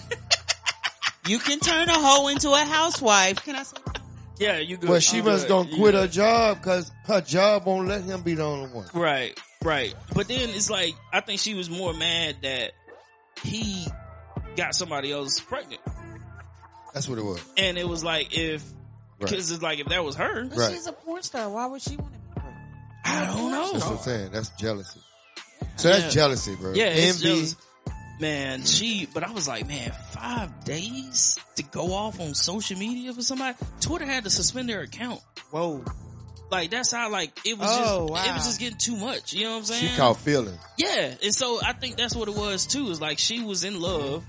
S2: You can turn a hoe into a housewife. Can I say?
S1: yeah you good.
S4: Well, she
S1: you
S4: must
S1: good,
S4: gonna
S1: you
S4: quit
S1: good.
S4: her job because her job won't let him be the only one.
S1: Right, right. But then it's like I think she was more mad that he got somebody else pregnant,
S4: That's what it was.
S1: and it was like if
S4: Right.
S1: because it's like if that was her,
S4: But Right. she's
S2: a porn star. Why would she want to be pregnant?
S1: I don't
S4: That's what
S1: know.
S4: I'm saying. That's jealousy. So that's
S1: Yeah.
S4: jealousy, bro.
S1: Yeah,
S4: envy.
S1: it's jealous. man, she, but I was like, man, five days to go off on social media for somebody. Twitter had to suspend their account.
S2: Whoa.
S1: Like that's how like it was
S2: Oh,
S1: just
S2: wow.
S1: it was just getting too much. You know what I'm
S4: She
S1: saying?
S4: called feelings.
S1: yeah, and so I think that's what it was too. Is like she was in love.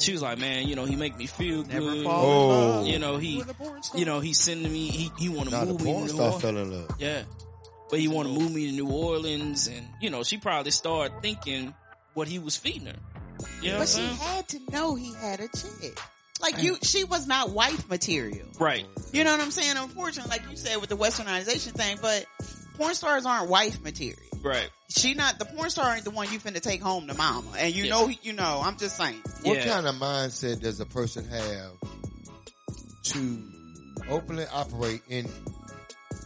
S1: She was like, man, you know, he make me feel
S2: Never
S1: good.
S2: fall
S4: Oh.
S2: in love.
S1: You know he,
S2: with a porn star.
S1: you know he sending me. He he want to
S4: Now the
S1: move me.
S4: porn
S1: to New
S4: star
S1: Orleans.
S4: fell in love.
S1: Yeah. But he want to move me to New Orleans and, you know, she probably started thinking what he was feeding her. You know what I'm
S2: But she <laughs>
S1: saying?
S2: had to know he had a chick. Like you, she was not wife material.
S1: Right.
S2: You know what I'm saying? Unfortunately, like you said with the westernization thing, but porn stars aren't wife material.
S1: Right.
S2: She not the porn star ain't the one you finna take home to mama. And you
S1: Yeah.
S2: know, you know. I'm just saying.
S4: What
S1: yeah.
S4: kind of mindset does a person have to openly operate in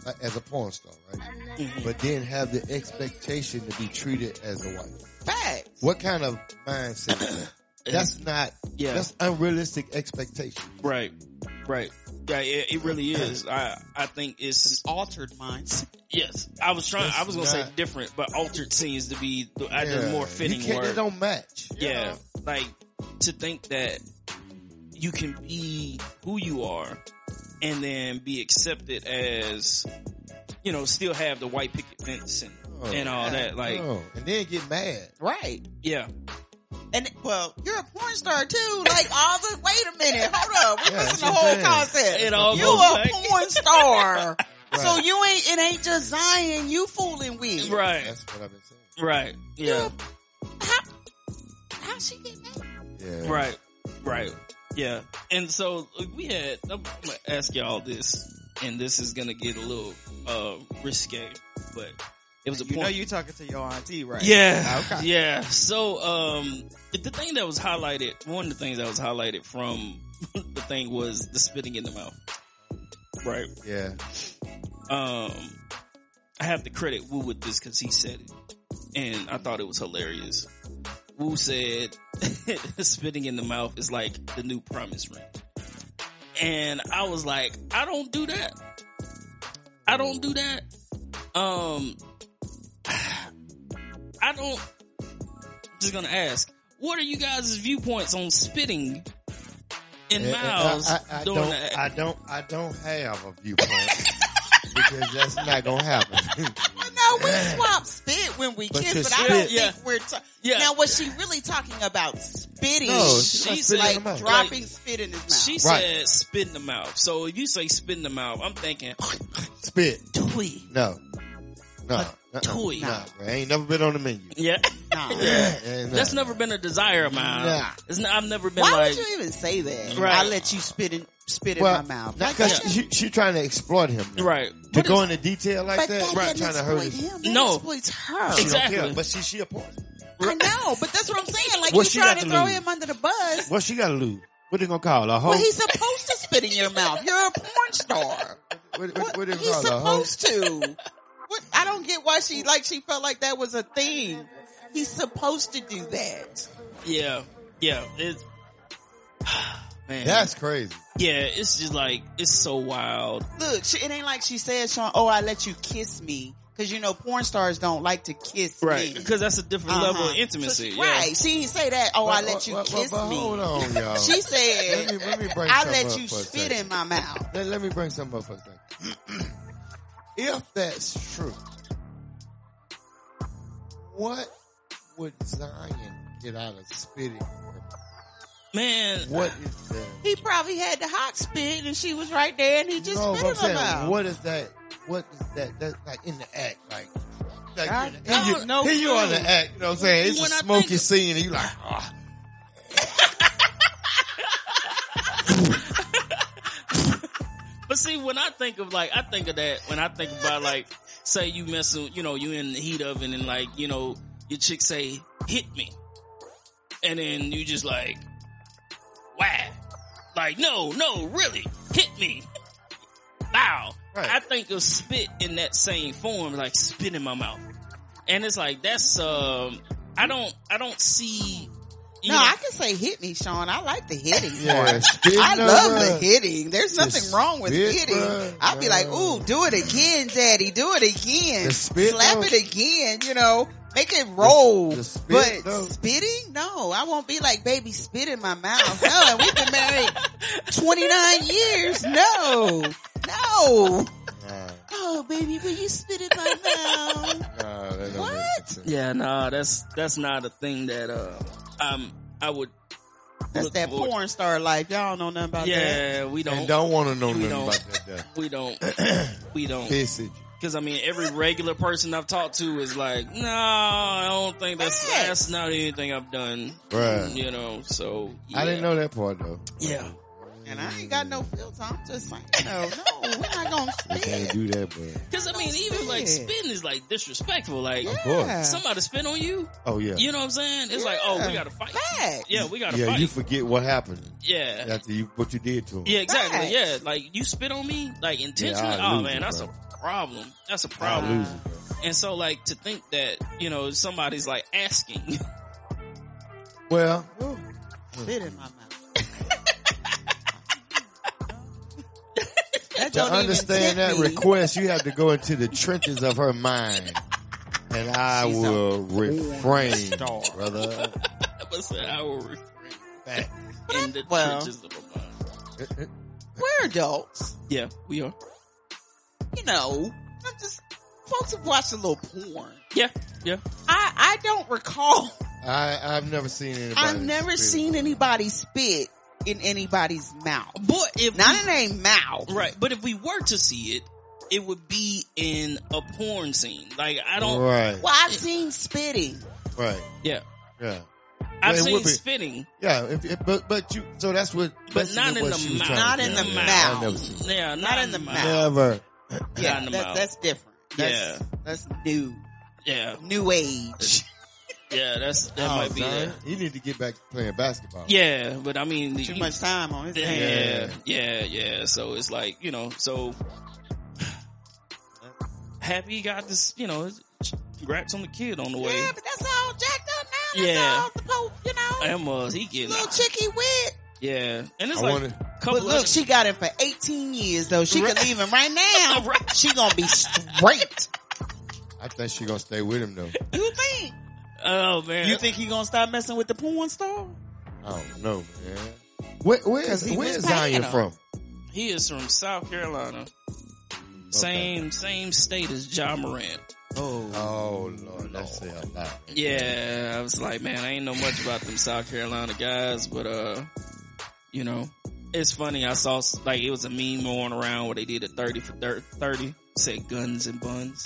S4: uh, as a porn star, right?
S1: Mhm.
S4: But then have the expectation to be treated as a wife.
S2: Fact.
S4: What kind of mindset? is that? That's not.
S1: Yeah.
S4: That's unrealistic expectation.
S1: <laughs> right. Right. Yeah, it, it really is. I I think it's
S2: Altered minds.
S1: yes. I was trying. I
S4: It's
S1: was gonna say
S4: not-
S1: different, but altered seems to be the I
S4: Yeah.
S1: the more fitting
S4: you can't,
S1: word.
S4: They don't match.
S1: yeah. Like to think that you can be who you are and then be accepted as you know, still have the white picket fence and,
S4: Oh,
S1: and all
S4: God,
S1: that. Like
S4: no. and then get mad.
S2: <laughs> Right.
S1: yeah.
S2: And well, you're a porn star too. Like all the wait a minute, hold up, we
S4: Yeah,
S2: missing
S4: that's
S2: the
S4: what
S2: whole
S4: I'm saying.
S2: concept.
S1: It all
S2: you
S1: goes
S2: a
S1: back. <laughs>
S2: porn star, so
S4: Right.
S2: you ain't. It ain't just Zion you fooling with.
S1: Right.
S4: That's what I've been saying.
S1: Right. Yeah.
S2: How she get mad?
S4: Yeah.
S1: Right. Right. Yeah. And so uh, we had, I'm, I'm gonna ask y'all this, and this is gonna get a little, uh, risque, but it was a point.
S2: talking to your auntie, right?
S1: yeah.
S2: Okay.
S1: Yeah. So, um, the thing that was highlighted, one of the things that was highlighted from <laughs> the thing was the spitting in the mouth. Right.
S4: Yeah.
S1: Um, I have to credit Wu with this because he said it, and I thought it was hilarious. Wu said, <laughs> "Spitting in the mouth is like the new promise ring," and I was like, "I don't do that. I don't do that. Um, <sighs> I don't." Just gonna ask, what are you guys' viewpoints on spitting in
S4: And- and
S1: mouths
S4: I, I, I
S1: during
S4: don't,
S1: the <laughs>
S4: I don't, I don't have a viewpoint because that's not gonna happen.
S2: I know
S4: <laughs>
S2: No, we swap spit when we
S4: But
S2: kiss,
S4: to
S2: but I don't
S1: spit. Yeah.
S2: think we're. Ta-
S1: Yeah.
S2: Now, was she really talking about spitting?
S4: No,
S2: she's
S4: she's
S1: spitting
S2: like
S4: him out.
S2: dropping spit in his mouth.
S1: She
S4: Right.
S1: said spit in the mouth. So if you say spit in the mouth, I'm thinking <laughs>
S4: Spit.
S2: Toy.
S4: No. No. Uh-uh.
S1: toy.
S4: Nah, bro. Ain't never been on the menu. uh,
S1: Yeah.
S2: <laughs> Nah.
S1: <clears throat>
S4: Ain't
S1: That's
S4: nothing.
S1: never been a desire of mine.
S4: Nah.
S1: It's not, I've never been
S2: Why
S1: like,
S2: would you even say that?
S1: Right.
S2: I let you spit in spit
S4: well,
S2: in my mouth.
S4: Not because she, she trying to exploit him.
S1: <sighs>
S4: now.
S1: right.
S4: To go into detail like
S2: but
S4: that,
S2: that
S4: right,
S2: doesn't
S4: trying to hurt
S2: exploit
S4: his
S2: him. That
S1: No.
S2: exploits her.
S4: She don't
S1: Exactly.
S4: care, but she she a porn.
S2: I know, but that's what I'm saying. Like
S4: What she
S2: you trying
S4: got
S2: to
S4: to
S2: throw
S4: lose?
S2: him under the bus.
S4: What she got to lose? What they gonna call her? a hoe?
S2: Well, he's supposed to spit in your mouth. You're a porn star.
S4: What,
S2: What,
S4: what, what they
S2: he's
S4: call her? a hoe?
S2: supposed to. What, I don't get why she like she felt like that was a thing. He's supposed to do that.
S1: Yeah. Yeah. It, <sighs> man.
S4: That's crazy.
S1: yeah. It's just like, it's so wild.
S2: Look, she, it ain't like she said, "Sean, oh, I let you kiss me," because you know porn stars don't like to kiss.
S1: Right.
S2: men.
S1: Because that's a different
S2: Uh-huh.
S1: level of
S2: So
S1: intimacy.
S2: she-
S1: yeah.
S2: Right. She didn't say that. Oh, I
S4: But-
S2: let you
S4: but- but-
S2: kiss
S4: but Hold
S2: me.
S4: on,
S2: <laughs>
S4: y'all.
S2: She
S4: let me,
S2: said,
S4: let me bring
S2: I
S4: something
S2: let
S4: up
S2: you
S4: for a
S2: spit
S4: second.
S2: in my mouth.
S4: Let, let me bring something up for a second. <clears throat> if that's true, what would Zion get out of spitting?
S1: Man.
S4: What is that?
S2: He probably had the hot spit and she was right there and he just
S4: no, but
S2: spit in
S4: I'm
S2: her
S4: saying,
S2: mouth.
S4: what is that? What is that? That's like in the act, like. Like,
S2: I
S4: here
S2: don't
S4: you,
S2: know
S4: here you
S2: clue.
S4: are in the act, you know what I'm saying? It's
S1: When
S4: a
S1: I
S4: smoky
S1: think-
S4: scene, and you like, ah,
S1: But see, when I think of like, I think of that when I think about like, say you messing, you know, you in the heat of it and like, you know, your chick say, hit me. And then you just like, wow. Like, no, no, really, hit me. Wow.
S4: Right.
S1: I think of spit in that same form, like spit in my mouth. And it's like, that's, um, I don't, I don't see, you
S2: no,
S1: know,
S2: I can say hit me, Sean. I like the hitting.
S4: yeah,
S2: part.
S4: spitting
S2: I love the
S4: over.
S2: hitting. There's nothing wrong with
S4: spit,
S2: hitting.
S4: bruh.
S2: I'll be like,
S4: No.
S2: ooh, do it again, daddy. Do it again.
S4: The spit,
S2: Slap
S4: though.
S2: it again, you know. Make it roll.
S4: the spit,
S2: but
S4: though.
S2: spitting? No, I won't be like, baby, spit in my mouth. No, and we've been
S4: <laughs>
S2: married 29 years. No, no.
S4: Nah,
S2: Oh, baby, will you spit in <laughs> my mouth?
S4: nah, that don't make
S2: What?
S4: sense.
S1: yeah, nah, that's, that's not a thing that, uh, um, I would,
S2: That's
S1: look
S2: that
S1: forward-
S2: porn star life. Y'all don't know nothing about that.
S1: Yeah, we don't.
S4: And don't want to know
S1: We
S4: nothing
S1: don't.
S4: about that. that
S1: We
S4: <clears throat>
S1: don't. We don't.
S4: Pissage.
S1: Because I mean, every regular person I've talked to is like, no, I don't think that's
S2: Facts.
S1: that's not anything I've done.
S4: Right.
S1: You know. So
S4: I didn't
S1: yeah.
S4: know that part though.
S1: Yeah.
S2: And I ain't got no filter. I'm just saying, no, no, we're not gonna
S4: You can't
S2: spit.
S4: do that, but
S1: Because I mean, even like
S2: Spit.
S1: spitting is like disrespectful. Like
S4: of course.
S2: Yeah.
S1: somebody spit on you.
S4: Oh yeah,
S1: You know what I'm saying? It's like, oh, we gotta fight.
S2: Facts.
S1: Yeah, we gotta
S4: yeah.
S1: fight.
S4: You forget what happened
S1: yeah. yeah.
S4: after you what you did to him.
S1: exactly.
S2: Facts.
S1: Yeah, like you spit on me, like intentionally.
S4: I'll
S1: oh
S4: lose
S1: man,
S4: it,
S1: that's
S4: bro.
S1: a problem. That's a
S4: I'll
S1: problem.
S4: lose it. bro.
S1: And so, like, to think that you know somebody's like asking,
S4: Well,
S2: Spit in my <laughs> mouth.
S4: to understand that
S2: request.
S4: request, you have to go into the trenches of her mind, and I
S2: She's a
S4: will refrain,
S2: star.
S4: brother.
S1: but said, I will refrain.
S4: Back.
S1: <laughs> in the
S2: Well.
S1: trenches of a mind.
S2: We're adults,
S1: Yeah, we are.
S2: you know. I'm just folks have watched a little porn.
S1: Yeah, yeah.
S2: I I don't recall.
S4: I I've never seen anybody.
S2: I've never
S4: spit.
S2: seen anybody spit in anybody's mouth.
S1: But if
S2: Not in a mouth.
S1: right, but if we were to see it, it would be in a porn scene. Like I don't.
S4: Right,
S2: Well, I've seen spitting.
S4: right,
S1: Yeah,
S4: yeah,
S1: I've
S4: it
S1: seen
S4: would be.
S1: spitting,
S4: yeah. If, if, but but you so that's what.
S1: but
S4: that's
S1: not in
S4: what
S1: the
S4: she was
S1: mouth.
S4: trying to
S2: Not
S4: get
S2: in
S4: at.
S2: the
S4: Yeah,
S2: mouth.
S4: I've never seen. it.
S1: Yeah, not,
S2: in the mouth.
S4: Never.
S1: in
S2: Yeah,
S1: the
S2: that,
S1: mouth.
S2: that's different. That's,
S1: Yeah.
S2: that's new,
S1: Yeah,
S2: new age.
S1: yeah. That's that
S4: Oh,
S1: might be.
S4: Zion,
S1: it.
S4: You need to get back to playing basketball.
S1: Yeah, but I mean,
S2: Too
S1: you-
S2: much time on his hands.
S1: Yeah, yeah, yeah. So it's like you know, so <sighs> happy he got this. You know, congrats on the kid on the way.
S2: Yeah, but that's all jacked up now. That's
S1: Yeah.
S2: all the Pope, you know.
S1: And uh, he getting
S2: Little
S1: out.
S2: chickie wet.
S1: Yeah, and it's
S4: I
S1: like
S4: wanted-
S1: a couple.
S2: But look,
S1: other-
S2: she got him for 18 years though. She could leave him <laughs> right now.
S1: Right.
S2: She gonna be straight.
S4: I think she gonna stay with
S1: <laughs>
S4: him though.
S2: You think?
S1: oh man,
S2: You think he gonna stop messing with the porn star?
S4: I don't know, man. Where, where's
S2: 'Cause he
S4: where's
S2: was paying
S4: Zion
S2: her.
S4: from?
S1: he is from South Carolina? Same same state as John Moran.
S3: Oh.
S2: um,
S4: Oh Lord, that say a lot.
S1: Yeah, I was like, man, I ain't know much about them South Carolina guys, but uh, you know, it's funny. I saw like it was a meme going around where they did a thirty for thir- thirty, said guns and buns.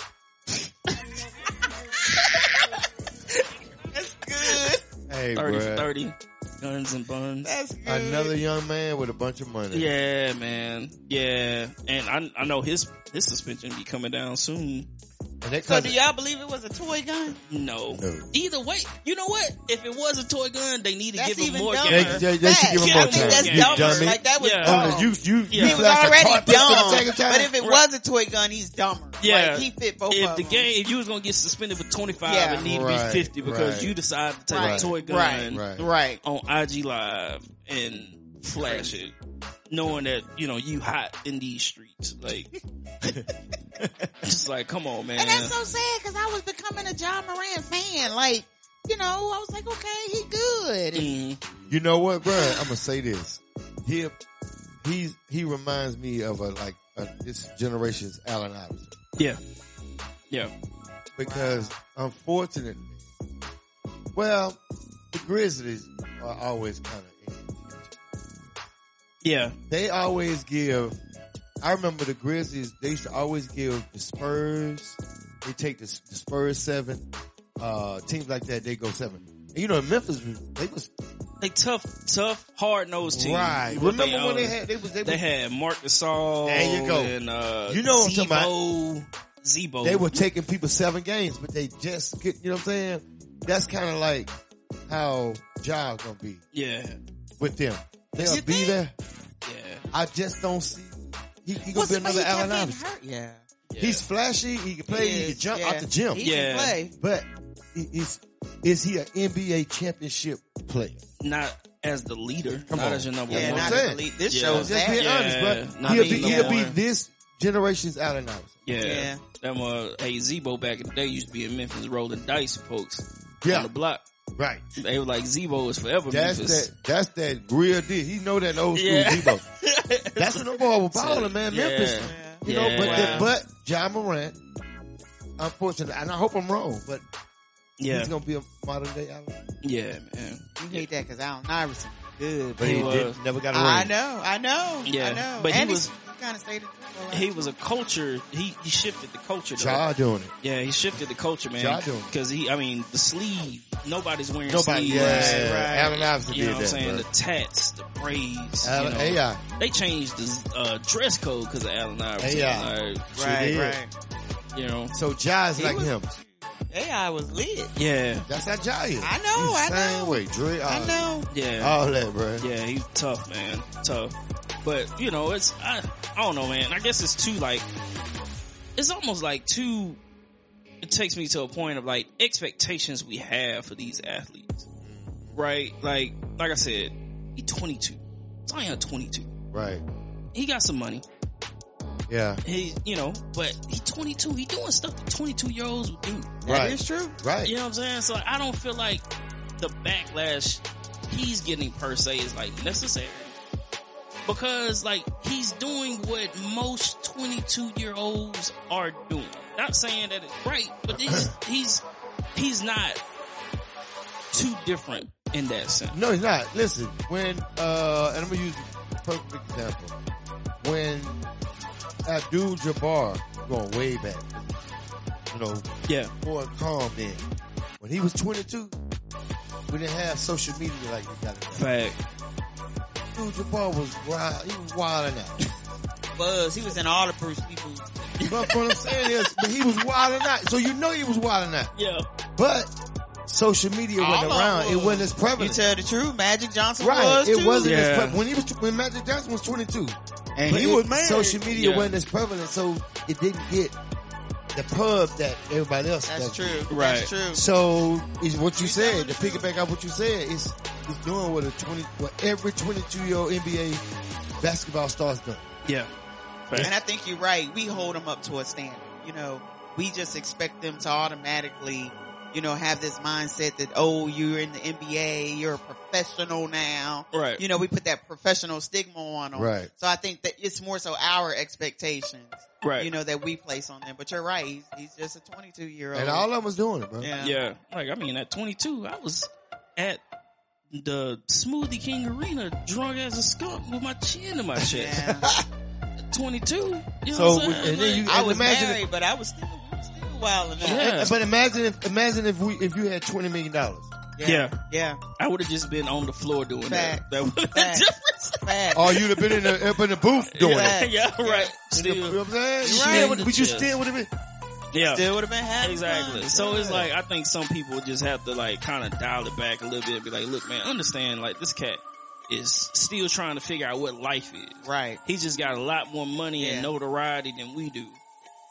S2: That's good.
S4: Hey,
S1: Thirty for
S4: bruh.
S1: thirty, guns and buns.
S2: That's good.
S4: Another young man with a bunch of money.
S1: Yeah, man. Yeah, and I I know his his suspension be coming down soon.
S4: And that Oh,
S2: So do
S4: cousin,
S2: y'all believe it was a toy gun?
S1: No.
S4: No.
S1: Either way, you know what? If it was a toy gun, they need to
S2: That's
S1: give him
S2: even
S1: more.
S2: dumber.
S4: they,
S1: gun.
S4: they, they should give him
S1: Yeah,
S4: more
S2: I
S4: time.
S2: think that's
S1: Yeah.
S4: you
S2: dumb.
S4: dummy.
S2: Like that was
S1: Yeah.
S2: dumb.
S4: Oh, you, you,
S1: Yeah.
S4: you
S2: he was
S4: flashed a
S2: already
S4: carpet for the
S2: dumb.
S4: second time?
S2: But if it
S1: Right.
S2: was a toy gun, he's dumber.
S1: Yeah.
S2: Like, he fit both
S1: If
S2: of
S1: the
S2: them.
S1: game, if you was gonna get suspended for twenty five,
S2: Yeah.
S1: it need to
S4: Right,
S1: be fifty because
S4: right.
S1: you decided to take
S2: Right,
S1: a toy gun
S2: right,
S4: Right.
S2: Right.
S1: on IG Live and flash it, knowing that you know you hot in these streets.
S2: <laughs>
S1: Like, just like, come on, man.
S2: And that's so sad because I was becoming a John Moran fan. Like, you know, I was like, okay, he good. And
S1: Mm,
S4: You know what, bro? I'm gonna say this. He, he, he reminds me of a like a, this generation's Allen Iverson
S1: yeah, yeah,
S4: because unfortunately, well, the Grizzlies are always kind of.
S1: yeah,
S4: They always give. I remember the Grizzlies. They used to always give the Spurs. They take the, the Spurs seven. Uh, teams like that, they go seven. And you know, in Memphis, they was
S1: they tough, tough, hard nosed team.
S4: right.
S1: What
S4: Remember when they
S2: uh,
S1: own.
S4: had? They was. They,
S1: They
S4: was,
S1: had Mark Gasol.
S4: There you go.
S1: And, uh,
S4: You know what I'm talking about.
S1: Zebo. Zebo.
S4: they were taking people seven games, but they just get. You know what I'm saying? That's kind of like how Ja gonna be
S1: Yeah,
S4: with them. They'll
S2: You
S4: be
S2: think?
S4: there.
S1: yeah.
S4: I just don't see. He, he gonna
S2: What's
S4: be
S2: the way
S4: another
S2: he kept
S4: Allen
S2: getting
S4: Iverson.
S2: hurt? Yeah.
S1: yeah.
S4: He's flashy. He can play. He,
S2: is,
S4: can jump
S2: yeah.
S4: out the gym.
S2: He
S1: Yeah.
S2: can play.
S4: But i- is is he an NBA championship player?
S1: not as the leader,
S4: Come
S1: not
S4: on.
S1: as your number
S4: That's
S2: Yeah,
S4: what
S1: one.
S2: not
S4: I'm saying.
S2: elite. This
S1: Yeah.
S2: shows
S4: Just
S2: that.
S4: being
S1: Yeah,
S4: honest, bro.
S1: not
S4: He'll
S1: being
S4: be
S1: number
S4: he'll be
S1: one.
S4: this generation's Allen Iverson.
S1: Yeah.
S2: Yeah.
S1: That one, hey, Zebo back in the day used to be in Memphis rolling dice, folks. On
S4: Yeah,
S1: the block.
S4: right.
S1: They were like, Zebo is forever
S4: That's
S1: Memphis.
S4: that. That's that real deal. He know that old school
S1: Yeah.
S4: Debo. That's what the boy was balling, man.
S1: Yeah.
S4: Memphis,
S2: Yeah.
S4: you know. But
S1: Yeah.
S4: the, but John Morant, unfortunately, and I hope I'm wrong, but
S1: <laughs> Yeah.
S4: he's gonna be a modern day Allen. Iverson.
S1: Yeah, man.
S2: You hate that because Allen Iverson was good.
S1: But he was-
S4: didn't- never got
S2: I know, I know, I
S1: Yeah,
S2: know.
S1: but he
S2: and
S1: was-
S2: kind of stayed. in the league.
S1: He was a culture. He, he shifted the culture. Though.
S4: Ja doing it.
S1: Yeah, he shifted the culture,
S4: Ja
S1: man.
S4: doing it.
S1: Because he, I mean, the sleeve. Nobody's wearing
S4: Nobody.
S1: sleeves.
S4: Yeah,
S2: Right.
S4: Allen Iverson
S1: You know
S4: did
S1: what I'm
S4: that.
S1: saying?
S4: bro.
S1: The tats, the braids. you
S4: Allen-
S1: know.
S4: AI.
S1: They changed the uh, dress code because of Allen Iverson.
S4: AI.
S1: Like,
S2: right,
S4: did.
S2: right.
S1: you know.
S4: So Ja's
S2: He
S4: like
S2: was-
S4: him.
S2: AI was lit.
S1: Yeah,
S4: That's how Ja is.
S2: I know, I
S4: He's the Same
S2: know,
S4: way, Dre.
S2: I
S4: all-
S2: know.
S1: yeah.
S4: All that, bro.
S1: Yeah, he's tough, man. Tough. But, you know, it's, I, I don't know, man. I guess it's too, like, it's almost like too, it takes me to a point of like expectations we have for these athletes. Right? Like, like I said, he 22. Zion 22.
S4: Right.
S1: He got some money.
S4: Yeah.
S1: He, you know, but he 22. He doing stuff that 22 year olds would do.
S2: That
S4: Right.
S2: is true.
S4: Right.
S1: You know what I'm saying? So I don't feel like the backlash he's getting per se is like necessary. Because like he's doing what most 22 year olds are doing. Not saying that it's right, but <clears throat> he's, he's, he's not too different in that sense.
S4: No, he's not. Listen, when uh, and I'm gonna use a perfect example. When Abdul Jabbar going way back, you know,
S1: Yeah.
S4: more calm then. When he was 22, we didn't have social media like we got it. now.
S1: Fact.
S4: Abdul Jabbar was wild. He was wilding out.
S2: Buzz, he was in all the Bruce people.
S4: But what I'm saying is, but he was wilding out. So you know he was wilding out.
S1: Yeah.
S4: But social media
S2: All
S4: wasn't
S2: of
S4: around.
S2: them
S4: It
S2: was.
S4: wasn't as
S2: You
S4: prevalent.
S2: tell the truth, Magic Johnson
S4: Right.
S2: was
S4: it
S2: too.
S4: wasn't
S1: Yeah.
S4: as prevalent. When he was, when Magic Johnson was 22.
S2: and
S4: But
S2: he
S4: it-
S2: was mad.
S4: Social media
S1: Yeah.
S4: wasn't as prevalent, so it didn't get the pub that everybody else
S2: That's
S4: does.
S2: true.
S1: Right.
S2: That's true.
S4: So it's what you
S2: You telling
S4: said.
S2: the
S4: To pick it
S2: truth.
S4: back up, what you said is is doing what a twenty, what every twenty-two year old NBA basketball star's done.
S1: Yeah.
S2: And I think you're right. We hold them up to a standard. You know, we just expect them to automatically you know, have this mindset that, oh, you're in the NBA, you're a professional now.
S1: Right.
S2: You know, we put that professional stigma on them.
S4: Right.
S2: So I think that it's more so our expectations,
S1: right.
S2: you know, that we place on them. But you're right. He's, he's just a 22 year old.
S4: And all of them was doing it, bro.
S2: yeah.
S1: yeah. Like I mean, at 22, I was at the Smoothie King Arena, drunk as a skunk, with my chin in my <laughs> chest.
S2: Yeah.
S1: 22. You know
S3: So,
S1: what I'm saying?
S3: and then you-
S1: Like,
S2: I
S3: And
S2: was
S3: imagine
S2: married, but I was still, I was still wild enough.
S1: Yeah.
S3: But imagine if imagine if we if you had twenty million dollars.
S1: Yeah.
S2: Yeah.
S1: I would have just been on the floor doing that.
S2: Fact.
S1: That would have been <laughs>
S2: Fact.
S1: different.
S2: Fact.
S4: Or Oh, you'd have been in the, up in the booth doing
S2: Yeah.
S4: it.
S1: yeah, right.
S4: In the- you know
S1: Still,
S4: what I'm saying?
S1: You're
S4: You
S1: right.
S4: still would- But you
S1: Yeah.
S4: still would have been.
S1: yeah.
S2: Still would have been happy.
S1: Exactly. So it's like I think some people just have to like kind of dial it back a little bit and be like, look, man, understand like this cat is still trying to figure out what life is.
S2: right.
S1: He just got a lot more money
S2: Yeah.
S1: and notoriety than we do.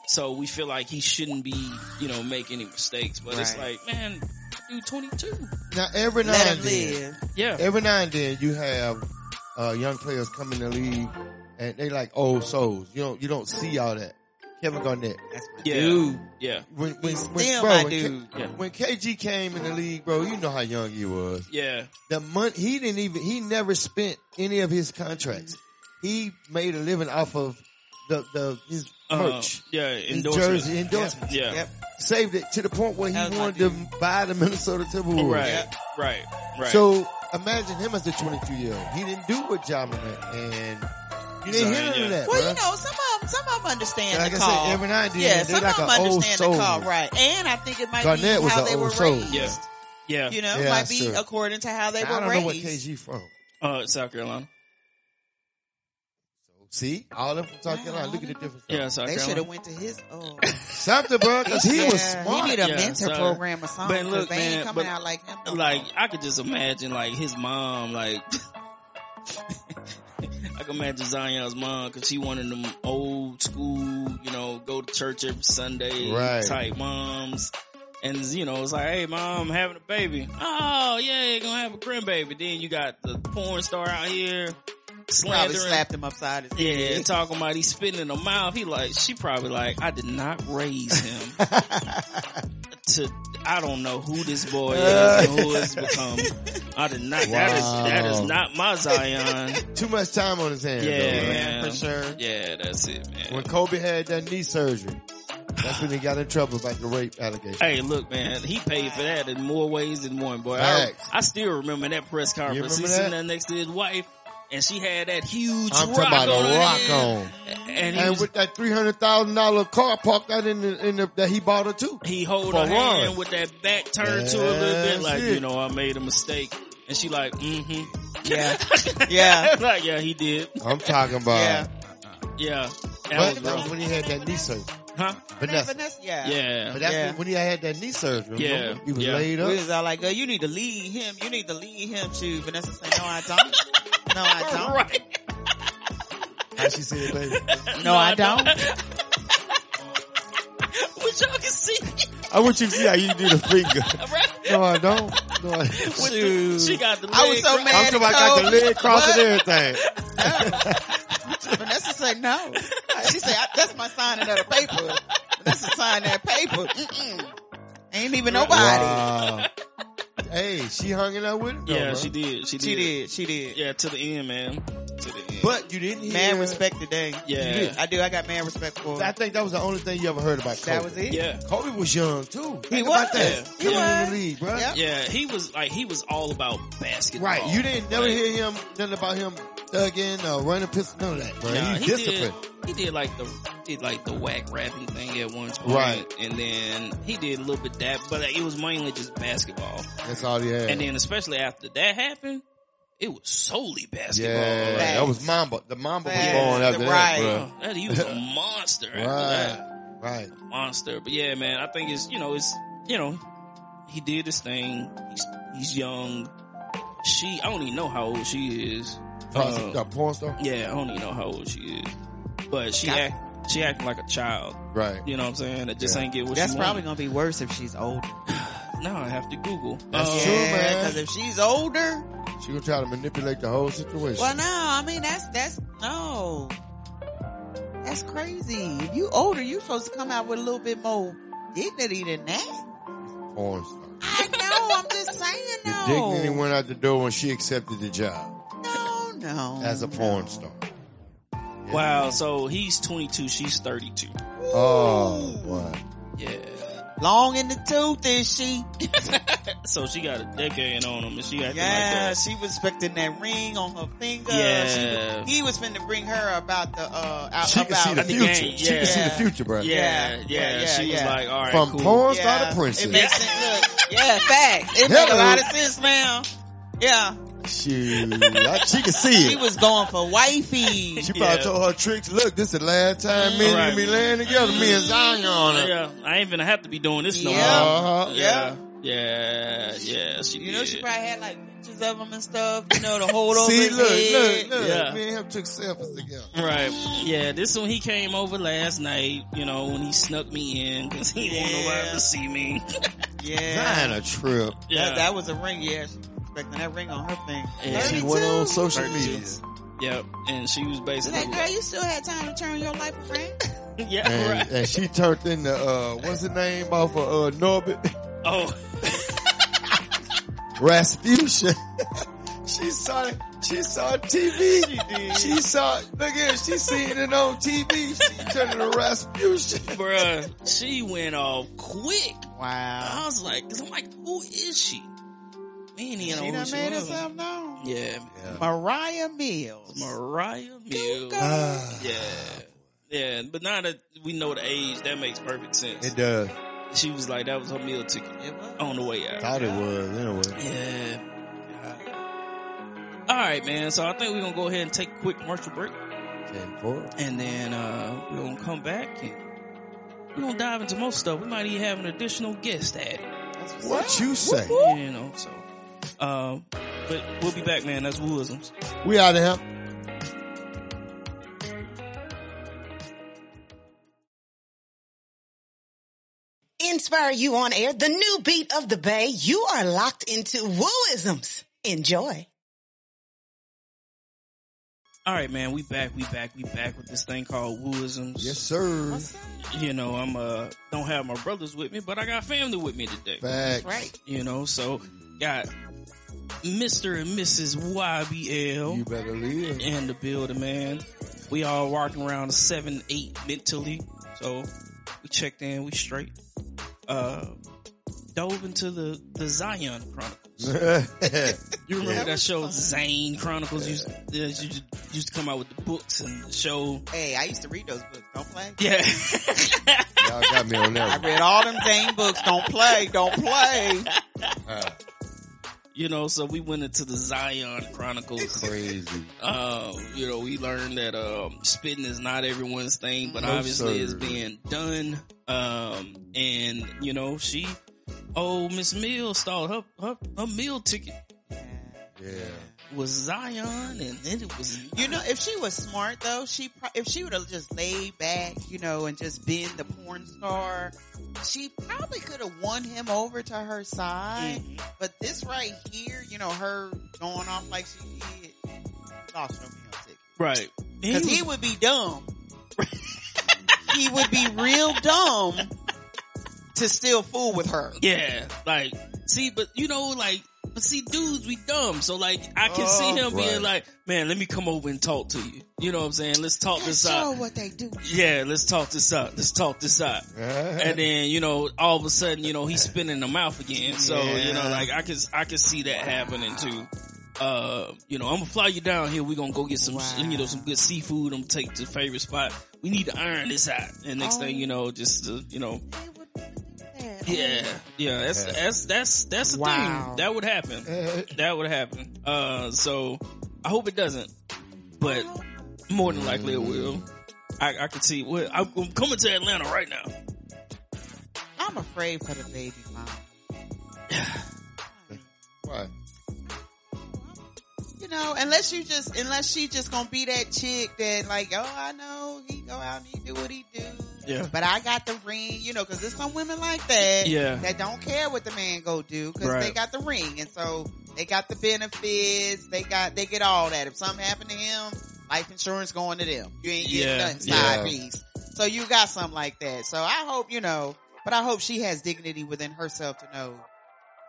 S1: So we feel like he shouldn't be, you know, make any mistakes. But it's
S2: Right.
S1: like, man, dude, 22.
S4: Now every now
S2: Let
S4: and
S2: him
S4: then,
S2: live.
S1: Yeah.
S4: every now and then you have uh, young players come in the league and they like old souls. You don't you don't see all that. Kevin Garnett.
S2: That's my
S1: Yeah.
S2: dude.
S1: Yeah.
S4: When, when,
S2: Still
S4: bro,
S2: my
S4: when K-
S2: dude.
S1: Yeah.
S4: when KG came in the league, bro, you know how young he was.
S1: Yeah.
S4: The month he didn't even he never spent any of his contracts. He made a living off of the the his
S1: Uh,
S4: merch,
S1: yeah.
S4: his
S1: Endorsement.
S4: jersey endorsements.
S1: Yeah.
S2: Yep.
S4: Saved it to the point where he
S2: That was my
S4: wanted to buy the Minnesota Timberwolves.
S1: Right.
S2: Yeah.
S1: Right. Right.
S4: So imagine him as a 22 year old. He didn't do what Ja Morant and you didn't hear
S1: Sorry,
S4: none
S1: yeah.
S4: of that.
S2: Well,
S4: bruh.
S2: you know, some of 'em- some of them understand
S4: like
S2: the
S4: I
S2: call.
S4: said, every now and then,
S2: yeah,
S4: they
S2: some
S4: like
S2: of them
S4: an old
S2: understand
S4: soul.
S2: the call, right? And I think it might
S4: Garnett
S2: be
S4: was
S2: how
S4: an
S2: they
S4: old
S2: were
S4: soul.
S2: raised.
S1: Yeah. yeah.
S2: You know,
S4: Yeah,
S2: might be
S4: sure.
S2: according to how they
S4: I
S2: were
S4: don't know what
S2: raised.
S4: KG from.
S1: uh, South Carolina.
S4: See, all of them from South
S2: Yeah,
S4: Carolina.
S2: I
S4: Look at the
S2: don't know.
S4: difference.
S1: Yeah. South
S2: They should
S1: Carolina.
S2: have went to his.
S4: <laughs>
S2: Oh,
S4: Something, bro, because he was
S2: Yeah,
S4: smart.
S2: He need a
S1: Yeah,
S2: mentor
S1: so-
S2: program or something.
S1: But look,
S2: 'cause they
S1: man,
S2: ain't coming
S1: but-
S2: out like him. no
S1: like
S2: more.
S1: I could just imagine like his mom like <laughs> I can imagine Zion's mom because she one of them old school, you know, go to church every Sunday
S4: Right.
S1: type moms. And you know, it's like, hey mom, I'm having a baby. Oh yeah, you're gonna have a grandbaby. Then you got the porn star out here
S2: probably
S1: slandering.
S2: slapped him upside his
S1: Yeah,
S4: <laughs>
S2: head.
S1: and talking about he's spitting in her mouth. He like, she probably like, I did not raise him
S4: <laughs>
S1: to I don't know who this boy
S4: Uh,
S1: is and who it's become. I did not. That
S4: Wow.
S1: is that is not my Zion.
S4: Too much time on his hands.
S1: Yeah,
S4: though, man.
S1: man. <laughs>
S2: for sure.
S1: Yeah, that's it, man.
S4: When Kobe had that knee surgery, that's when he got in trouble about the rape allegation.
S1: Hey, look, man, he paid for that in more ways than one, boy. I,
S4: Facts.
S1: I still remember that press conference. He
S4: remember
S1: sitting
S4: that?
S1: there next to his wife, and she had that huge
S4: I'm
S1: rock
S4: talking about
S1: on
S4: a
S1: her
S4: rock
S1: head.
S4: on.
S1: and he,
S4: And
S1: was-
S4: with that three hundred thousand dollar car parked out in the, in the that he bought her too.
S1: he hold
S4: For
S1: her hand
S4: Ron.
S1: with that back turned to her a little bit,
S4: That's
S1: like
S4: it.
S1: you know, I made a mistake, and she like, mm-hmm,
S4: <laughs>
S2: Yeah. Yeah.
S1: <laughs> like yeah, he did,
S4: I'm talking about.
S2: Yeah.
S1: yeah, that
S4: But
S1: was
S4: that
S1: rough,
S4: was when he had that knee surgery.
S1: huh?
S4: Vanessa.
S2: Yeah.
S1: Yeah,
S4: But that's
S2: Yeah.
S4: when- when he had that knee surgery.
S1: Yeah.
S4: remember? He was
S1: Yeah.
S4: laid
S2: We
S4: up.
S2: was all like, girl, you need to lead him. You need to lead him to Vanessa said, no, I don't. No, <laughs> I
S1: <laughs>
S2: don't.
S1: right.
S4: How she said, baby.
S2: No, I don't.
S1: Which y'all can see, <laughs>
S4: I want you to see how you do the finger.
S1: right?
S4: <laughs> No, I don't. No, I
S1: With the, she got the leg.
S2: I was so mad.
S4: I'm talking about got the leg crossed and everything.
S2: Vanessa said no. She said, I- that's my signing of the paper. Vanessa signed that paper. Mm-mm. Ain't even nobody.
S4: Wow. Hey, she hung it out with him. though,
S1: Yeah,
S4: bro.
S1: she did. She did.
S2: She did. She did.
S1: Yeah, to the end, man. To the end.
S4: But you didn't hear.
S2: Man respect today.
S1: Yeah.
S2: I do. I got man respect for
S4: I
S2: her.
S4: think that was the only thing you ever heard about. Kobe.
S2: That was it.
S1: yeah,
S4: Kobe was young too.
S2: He
S4: Think
S2: was.
S4: About that.
S1: Yeah.
S2: He
S4: was in
S2: was.
S4: the league, bro.
S2: Yep.
S1: yeah, he was like he was all about basketball.
S4: Right. You didn't never
S1: Like,
S4: hear him nothing about him thugging or running pistol. None of that, bro.
S1: nah,
S4: He's
S1: he
S4: disciplined.
S1: Did, he did like the did like the whack rapping thing at one point,
S4: Right.
S1: And then he did a little bit that, but like, it was mainly just basketball.
S4: That's all he had.
S1: And then especially after that happened, it was solely basketball.
S4: Yeah,
S1: Like, uh,
S4: that was Mamba. The Mamba was
S2: Facts.
S4: born after
S2: The
S4: that,
S2: right.
S4: bro.
S1: that he was
S4: <laughs>
S1: a monster. after that.
S4: Right, right.
S1: monster. But yeah, man, I think it's you know it's you know he did this thing. He's, he's young. She I don't even know how old she is.
S4: Prostitute,
S1: Uh,
S4: uh, porn star.
S1: yeah, I don't even know how old she is. But she
S2: Got-
S1: act, she acting like a child.
S4: Right.
S1: You know what I'm saying? That just
S4: Yeah.
S1: ain't get what
S2: That's
S1: she
S2: probably
S1: wanted.
S2: gonna be worse if she's older.
S1: No, I have to Google.
S4: That's
S1: Uh,
S4: true, man.
S2: Because if she's older,
S4: She gonna try to manipulate the whole situation.
S2: well, no. I mean, that's that's no. That's crazy. If you older, you supposed to come out with a little bit more dignity than that.
S4: Porn porn star.
S2: I know. I'm just saying
S4: The
S2: no.
S4: dignity went out the door when she accepted the job
S2: no, no.
S4: as a
S2: no.
S4: porn star.
S1: Wow. So he's 22. She's 32.
S4: Oh, boy.
S1: Yeah.
S2: Long in the tooth is she?
S1: So she got a decade on him, and she acting
S2: Yeah,
S1: like that.
S2: she was expecting that ring on her finger.
S1: Yeah.
S2: She, he was finna bring her about the uh out,
S4: She can
S2: about
S4: see
S1: the
S4: the future.
S1: game,
S4: She can see the
S2: yeah.
S4: future, bro.
S1: Yeah, yeah,
S2: Yeah, yeah,
S1: She was
S2: yeah.
S1: like, all right,
S4: From
S1: cool.
S4: porn
S2: yeah,
S4: star to
S2: It
S4: princess.
S2: makes sense look. Yeah, facts. It makes a
S4: Hello.
S2: lot of sense now. Yeah.
S4: Shoot. I- She can see
S2: <laughs> She
S4: it.
S2: was going
S4: <laughs>
S2: for wifey.
S4: She
S1: Yeah.
S4: probably told her tricks, look, this is the last time me and you
S1: Right.
S4: gonna be laying together, me and Zion on it.
S1: Oh, Yeah, I ain't gonna have to be doing this no
S2: Yeah.
S1: more.
S4: Uh-huh.
S1: Yeah, yeah, yeah. She
S2: You know, she
S1: did.
S2: probably had like pictures of him and stuff,
S4: <laughs>
S2: you know, to hold over
S4: See,
S2: his
S4: look,
S2: head.
S4: look, look.
S1: Yeah.
S4: Me and him took selfies together.
S1: Right. Yeah, this one he came over last night, you know, when he snuck me in because he didn't want nobody
S2: Yeah.
S1: to see me.
S2: Yeah.
S4: Zion a trip.
S1: Yeah.
S2: That, that was a ring, yeah. She was expecting that ring on her finger.
S1: Yeah.
S4: She
S2: 32?
S4: went on social
S2: <laughs>
S1: 32.
S4: media.
S1: Yep. And she was
S2: She's
S1: basically
S2: like, girl,
S1: like,
S2: you still had time to turn your life
S4: <laughs>
S1: <laughs>
S2: around.
S1: yeah,
S4: And,
S1: right.
S4: and she turned into, uh, what's the name off of, uh, Norbit? <laughs>
S1: Oh,
S2: <laughs>
S4: Rasputia. <laughs> she saw it. She saw TV. She,
S2: did.
S4: saw. Look at. She seen it on TV. She turned to Rasputia.
S1: bruh, she went off quick.
S2: Wow.
S1: I was like, i I'm like, who is she? Me and
S2: She
S1: you know, who
S2: done
S1: she
S2: made
S1: was.
S2: herself known.
S1: Yeah,
S2: Mariah Mills.
S1: Mariah Mills.
S2: go.
S4: Ah.
S1: Yeah, yeah. But now that we know the age, that makes perfect sense.
S4: it does.
S1: She was like, that was her meal ticket
S2: It was.
S4: Oh,
S1: on the way out.
S4: Thought it was anyway.
S1: Yeah. All right, man. So I think we're gonna go ahead and take a quick commercial break,
S4: Ten four.
S1: and then uh, we're gonna come back and we're gonna dive into most stuff. We might even have an additional guest added.
S2: That's
S4: What
S2: what's up.
S4: you say?
S1: You know, so. Um, but we'll be back, man. That's Woodisms.
S4: We out of here.
S5: Inspire You on Air, the new beat of the Bay. You are locked into wooisms. Enjoy.
S1: All right, man. We back. We back. We back with this thing called Woodisms.
S4: Yes, sir.
S1: You know, I'm uh don't have my brothers with me, but I got family with me today.
S4: Facts.
S5: Right.
S1: You know, so got Mr. and Mrs. YBL.
S4: You better live.
S1: in the building, man. We all walking around seven, eight mentally. So we checked in, we straight. Uh dove into the, the Zion
S4: <laughs>
S1: Chronicles. You remember
S4: Yeah.
S1: that show Zane Chronicles used, uh, used, to- used to come out with the books and the show. <laughs>
S2: Hey, I used to read those books. Don't play.
S1: Yeah.
S4: Y'all got me on
S2: I
S4: that.
S2: read all them Zane books. Don't play. Don't play.
S4: <laughs> one. Uh,
S1: you know, so we went into the Zion Chronicles.
S4: crazy.
S1: Um, you know, we learned that um, spitting is not everyone's thing, but
S4: No,
S1: obviously
S4: sir.
S1: it's being done. Um, and you know, she, oh, Miss Mills stalled her, her her meal ticket
S4: Yeah.
S1: was Zion, and then it was
S2: You know, if she was smart though, she pro- if she would have just laid back, you know, and just been the porn star, she probably could have won him over to her side.
S1: Mm.
S2: But this right here, you know, her going off like she did, lost her meal ticket
S1: right. And he
S2: because he
S1: was-
S2: would be dumb. <laughs> he would be real dumb to still fool with her.
S1: yeah, like see, but you know, like. But see, dudes, we dumb. So like, I can see him being
S4: Oh, Right.
S1: like, "Man, let me come over and talk to you." You know what I'm saying? Let's talk this uh,
S2: Show
S1: out.
S2: what they do.
S1: Yeah, let's talk this out. Let's talk this out. and then you know all of a sudden you know he's spinning the mouth again so you know
S4: Yeah.
S1: like i can i can see that happening too uh you know i'm gonna fly you down here we're gonna go get some
S2: Wow.
S1: you know some good seafood i'm gonna take to favorite spot we need to iron this out and next
S2: Oh.
S1: thing you know just uh, you know
S2: They would really do that.
S1: yeah yeah that's
S4: Yeah.
S1: that's that's that's the
S2: Wow.
S1: thing that would happen
S4: <laughs> Uh,
S1: that would happen uh so i hope it doesn't
S2: Oh,
S1: but more than likely it will i i could see well i'm I'm coming to atlanta right now
S2: I'm afraid for the baby mom.
S4: why?
S2: You know, unless you just unless she just gonna be that chick that like, oh, I know he go out and he do what he do.
S1: Yeah.
S2: But I got the ring, you know, because there's some women like that
S1: Yeah.
S2: that don't care what the man go do because they
S1: Right.
S2: got the ring, and so they got the benefits, they got they get all that. If something happened to him, life insurance going to them. You ain't getting
S1: Yeah.
S2: nothing side
S4: Yeah.
S2: piece. So you got something like that. So I hope you know But I hope she has dignity within herself to know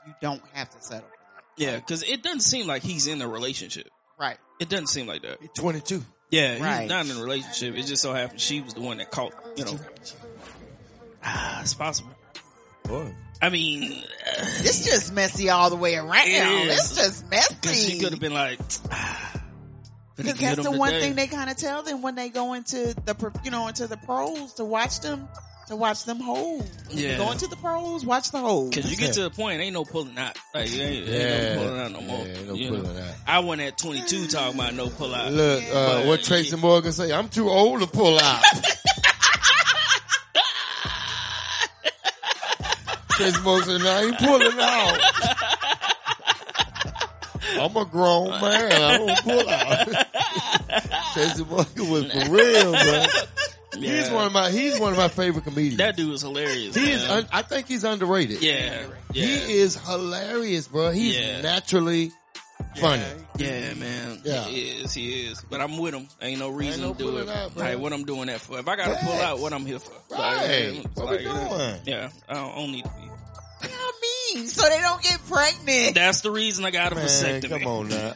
S2: you don't have to settle for
S1: Yeah, because it doesn't seem like he's in a relationship.
S2: that. Right.
S1: It doesn't seem like that.
S4: He 22.
S1: Yeah,
S2: Right.
S1: he's not in a relationship. It just so happened she was the one that caught. You know, ah, it's possible.
S4: Boy.
S1: I mean,
S2: It's just messy all the way around.
S1: It is.
S2: It's just
S1: because
S2: messy.
S1: she could have been like, "Ah,
S2: Because that's the one thing they kind of tell them when they go into the pro- you know into the pros to watch them to watch them hold. When you
S1: Yeah.
S2: go into the pros, watch the hold.
S1: Because you get to the point, ain't no pulling out. Like, it ain't, ain't no pulling out no more.
S4: Yeah, ain't no
S1: you know?
S4: pulling out.
S1: I went at 22 talking about no pull out.
S4: Look, uh, what Tracy Morgan say? I'm too old to
S1: <laughs>
S4: pull out. Tracy Morgan said, "Nah, I ain't pulling out. I'm a grown man. I don't pull out." <laughs> Tracy Morgan was for real, man. He's
S1: Yeah.
S4: one of my he's one of my favorite comedians.
S1: That dude is hilarious.
S4: he is.
S1: man.
S4: Un, I think he's underrated.
S1: yeah. Yeah.
S4: He is hilarious, bro. He's
S1: Yeah.
S4: naturally funny.
S1: Yeah, man.
S4: Yeah.
S1: He is, he is. But I'm with him. Ain't no reason
S4: no
S1: to do
S4: pulling
S1: it.
S4: out, bro.
S1: like, what I'm doing that for. If I gotta pull
S4: Facts.
S1: out, what I'm here for.
S4: Right.
S1: Like,
S4: What we
S1: like,
S4: doing?
S1: Yeah. I don't, I don't need to be.
S2: I mean, so they don't get pregnant.
S1: That's the reason I got a
S4: Man,
S1: vasectomy.
S4: come on now.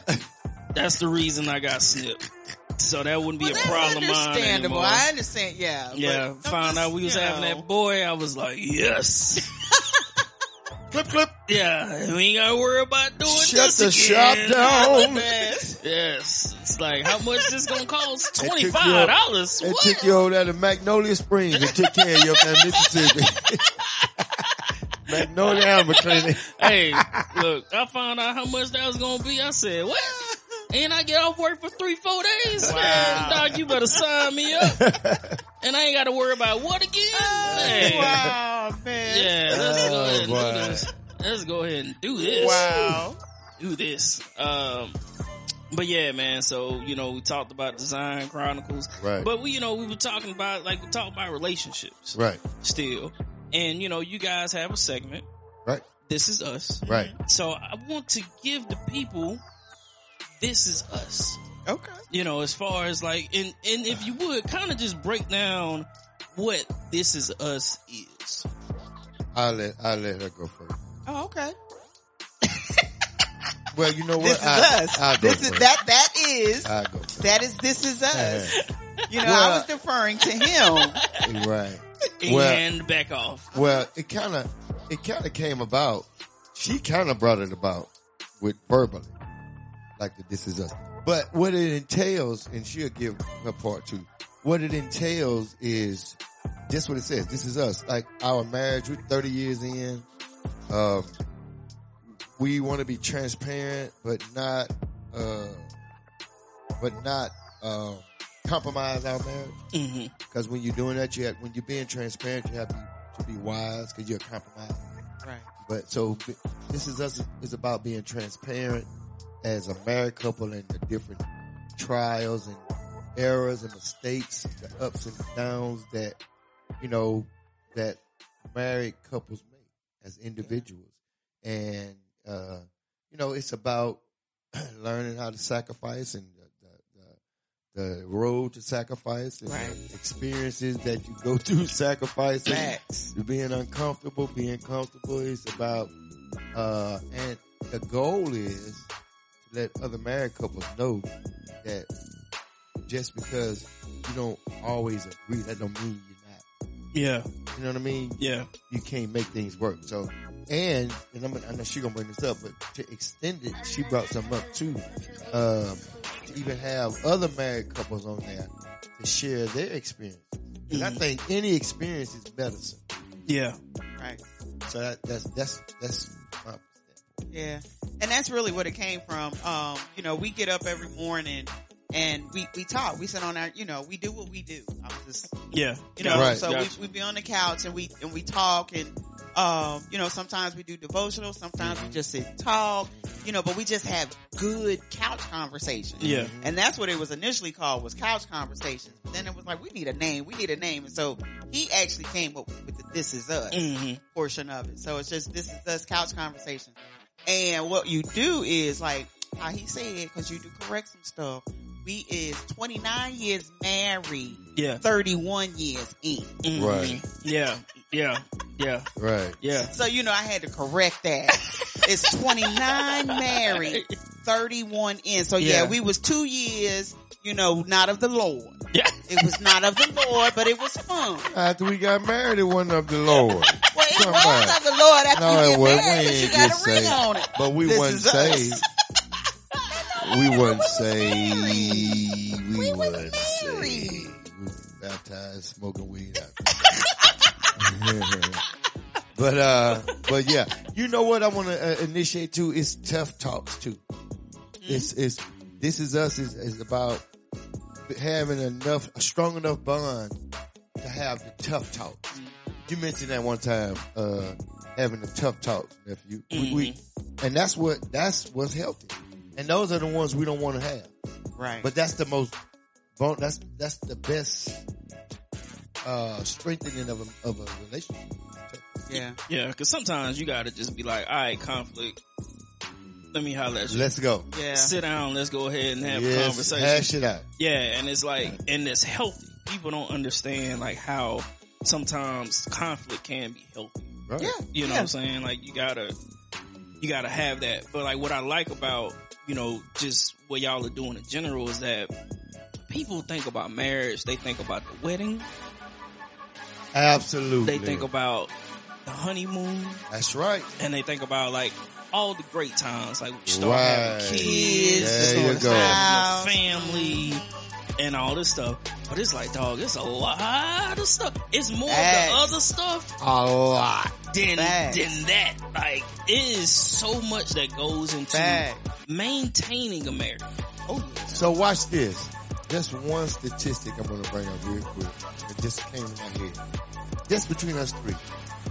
S1: That's the reason I got snipped. So that wouldn't be
S2: Well,
S1: a
S2: that's
S1: problem of mine
S2: understandable.
S1: anymore.
S2: I understand. Yeah. but
S1: yeah,
S2: I'm
S1: found
S2: just,
S1: out we was
S2: you
S1: having
S2: know,
S1: that boy. I was like, yes,
S4: clip, clip.
S1: yeah, we ain't gotta worry about doing
S4: Shut
S1: this
S4: the shop
S1: again.
S4: down.
S2: Yes.
S1: <laughs> Yes, it's like how much this gonna cost?
S4: It took
S1: Twenty
S4: you-
S1: five dollars.
S4: It
S1: What?
S4: took you over there to Magnolia Springs and took care <laughs> of your family, Mississippi. Magnolia Animal Clinic.
S1: hey, look, I found out how much that was gonna be. I said, what? And I get off work for three, four days. Man, dog, you better sign me up.
S4: <laughs>
S1: and I ain't gotta worry about what again. Man.
S2: Wow, man.
S1: Yeah, let's go
S4: Oh,
S1: ahead and
S4: boy.
S1: do this. Let's go ahead and do this.
S2: Wow.
S1: do this. Um, but yeah, man. So you know, we talked about design chronicles,
S4: Right.
S1: But we, you know, we were talking about like we talked about relationships
S4: Right,
S1: still, and you know, you guys have a segment.
S4: right,
S1: This is us.
S4: right.
S1: So I want to give the people. This is us.
S2: Okay.
S1: You know, as far as like, and and if you would kind of just break down what this is us is.
S4: I'll let, I'll let her go first.
S2: Oh, okay.
S4: Well, you know what?
S2: This is
S4: I,
S2: us.
S4: I'll go
S2: this is
S4: first.
S2: that. That is.
S4: I'll go first.
S2: that is. This is us. You know,
S4: Well-
S2: I was deferring to him.
S4: <laughs> right. Well-
S1: And back off.
S4: Well, it kind of, it kind of came about. She kind of brought it about with verbally, like the "This Is Us." But what it entails, and she'll give her part too. What it entails is just what it says. This is us. Like our marriage, we're thirty years in. Um, we want to be transparent, but not, uh, but not uh, compromise our marriage.
S1: hmm
S4: Because when you're doing that, you have, when you're being transparent, you have to, to be wise because you're compromised.
S2: Right.
S4: But so b- this is us is about being transparent as a married couple and the different trials and errors and mistakes, the ups and downs that you know that married couples make as individuals, and uh, you know it's about <clears throat> learning how to sacrifice and the, the, the, the road to sacrifice and
S2: Right.
S4: experiences that you go <laughs> through sacrifices
S2: Facts.
S4: being uncomfortable, being comfortable is about, uh, and the goal is to let other married couples know that just because you don't always agree, that don't mean you're
S1: Yeah,
S4: not. You know what I mean?
S1: yeah,
S4: You can't make things work. So, and, and I'm, I know she gonna bring this up, but to extend it, she brought something up too, um, to even have other married couples on there to share their experience. And I
S1: Mhm.
S4: think any experience is medicine.
S1: yeah.
S2: Right.
S4: So that, that's that's that's my
S2: Yeah. And that's really what it came from. Um, you know, we get up every morning and we, we talk. We sit on our, you know, we do what we do. I'm just,
S1: Yeah.
S2: you know,
S4: Right.
S2: so
S1: Gotcha.
S2: we, we be on the couch and we, and we talk and, um, you know, sometimes we do devotional. Sometimes we just sit and talk, you know, but we just have good couch conversations.
S1: Yeah.
S2: And that's what it was initially called was couch conversations. But then it was like, we need a name. We need a name. And so he actually came up with the, this is us
S1: hmm
S2: portion of it. So it's just this is us couch conversation. And what you do is like how he said, because you do correct some stuff. We is 29 years married,
S1: Yeah.
S2: 31 years in.
S1: Mhm.
S4: Right.
S1: Yeah. Yeah. Yeah,
S4: Right.
S1: yeah.
S2: So you know, I had to
S4: <laughs>
S2: correct that. it's 29 married, 31 in. So yeah.
S4: Yeah.
S2: we was two years, you know, not of the Lord.
S1: Yeah.
S2: It was not of the Lord, but it was fun.
S4: After we got married, it wasn't of the Lord.
S2: Well, it
S4: Come
S2: was
S4: on.
S2: of the Lord after
S4: No,
S2: you
S4: it
S2: get
S4: wasn't.
S2: married,
S4: We
S2: but you
S4: ain't
S2: got
S4: get
S2: a ring
S4: saved.
S2: on it.
S4: But we
S2: This
S4: wasn't
S2: is us.
S4: saved. We wasn't saved. We, wasn't saved. We was baptized, smoking weed out. <laughs> but uh, but yeah, you know what I want to uh, initiate too is tough talks too. It's it's this is us is, is about having enough a strong enough bond to have the tough talk. You mentioned that one time, uh, having the tough talk, nephew. We, we,
S1: Mm-hmm.
S4: and that's what, that's what's healthy. And those are the ones we don't want to have.
S2: Right.
S4: But that's the most, vul- that's, that's the best, uh, strengthening of a, of a relationship.
S2: yeah.
S1: Yeah, because sometimes you gotta just be like, all right, conflict. Let me holler at you.
S4: Let's go.
S2: Yeah.
S1: Sit down. Let's go ahead and have a
S4: Yes,
S1: conversation.
S4: hash it out.
S1: Yeah, and it's like, and it's healthy. People don't understand like how sometimes conflict can be healthy.
S4: Right.
S2: Yeah.
S1: You know what I'm saying? Like you gotta, you gotta have that. But like what I like about, you know, just what y'all are doing in general is that people think about marriage, they think about the wedding,
S4: Absolutely.
S1: they think about the honeymoon,
S4: That's right.
S1: and they think about like all the great times, like when you start
S4: Right.
S1: having kids,
S4: There
S1: start
S4: you go.
S1: having a family, and all this stuff. But it's like, dog, it's a lot of stuff. It's more
S2: Facts.
S1: of the other stuff
S4: A lot.
S1: than
S2: Facts.
S1: than that. Like it is so much that goes into
S2: Facts.
S1: maintaining a marriage.
S4: So watch this. Just one statistic I'm going to bring up real quick. It just came to my head. Just between us three.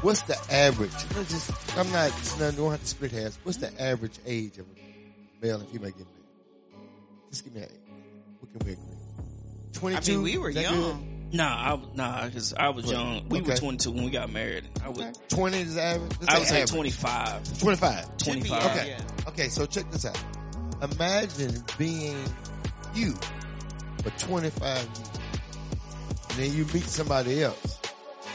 S4: What's the average? Let's just, I'm not, it's not, don't have to split hairs. What's the average age of a male and female getting married? Just give me an What can we agree? 22?
S2: I mean, we were
S4: Is that
S2: young.
S1: Nah, I, nah, because I was
S4: Right.
S1: young. We were
S4: Okay.
S1: 22 when we got married. I would,
S4: good? 20 is the average? Let's
S1: I would say
S4: average.
S1: 25,
S4: 25.
S1: 25.
S4: Okay. Okay, so check this out. Imagine being you for 25 years. And then you meet somebody else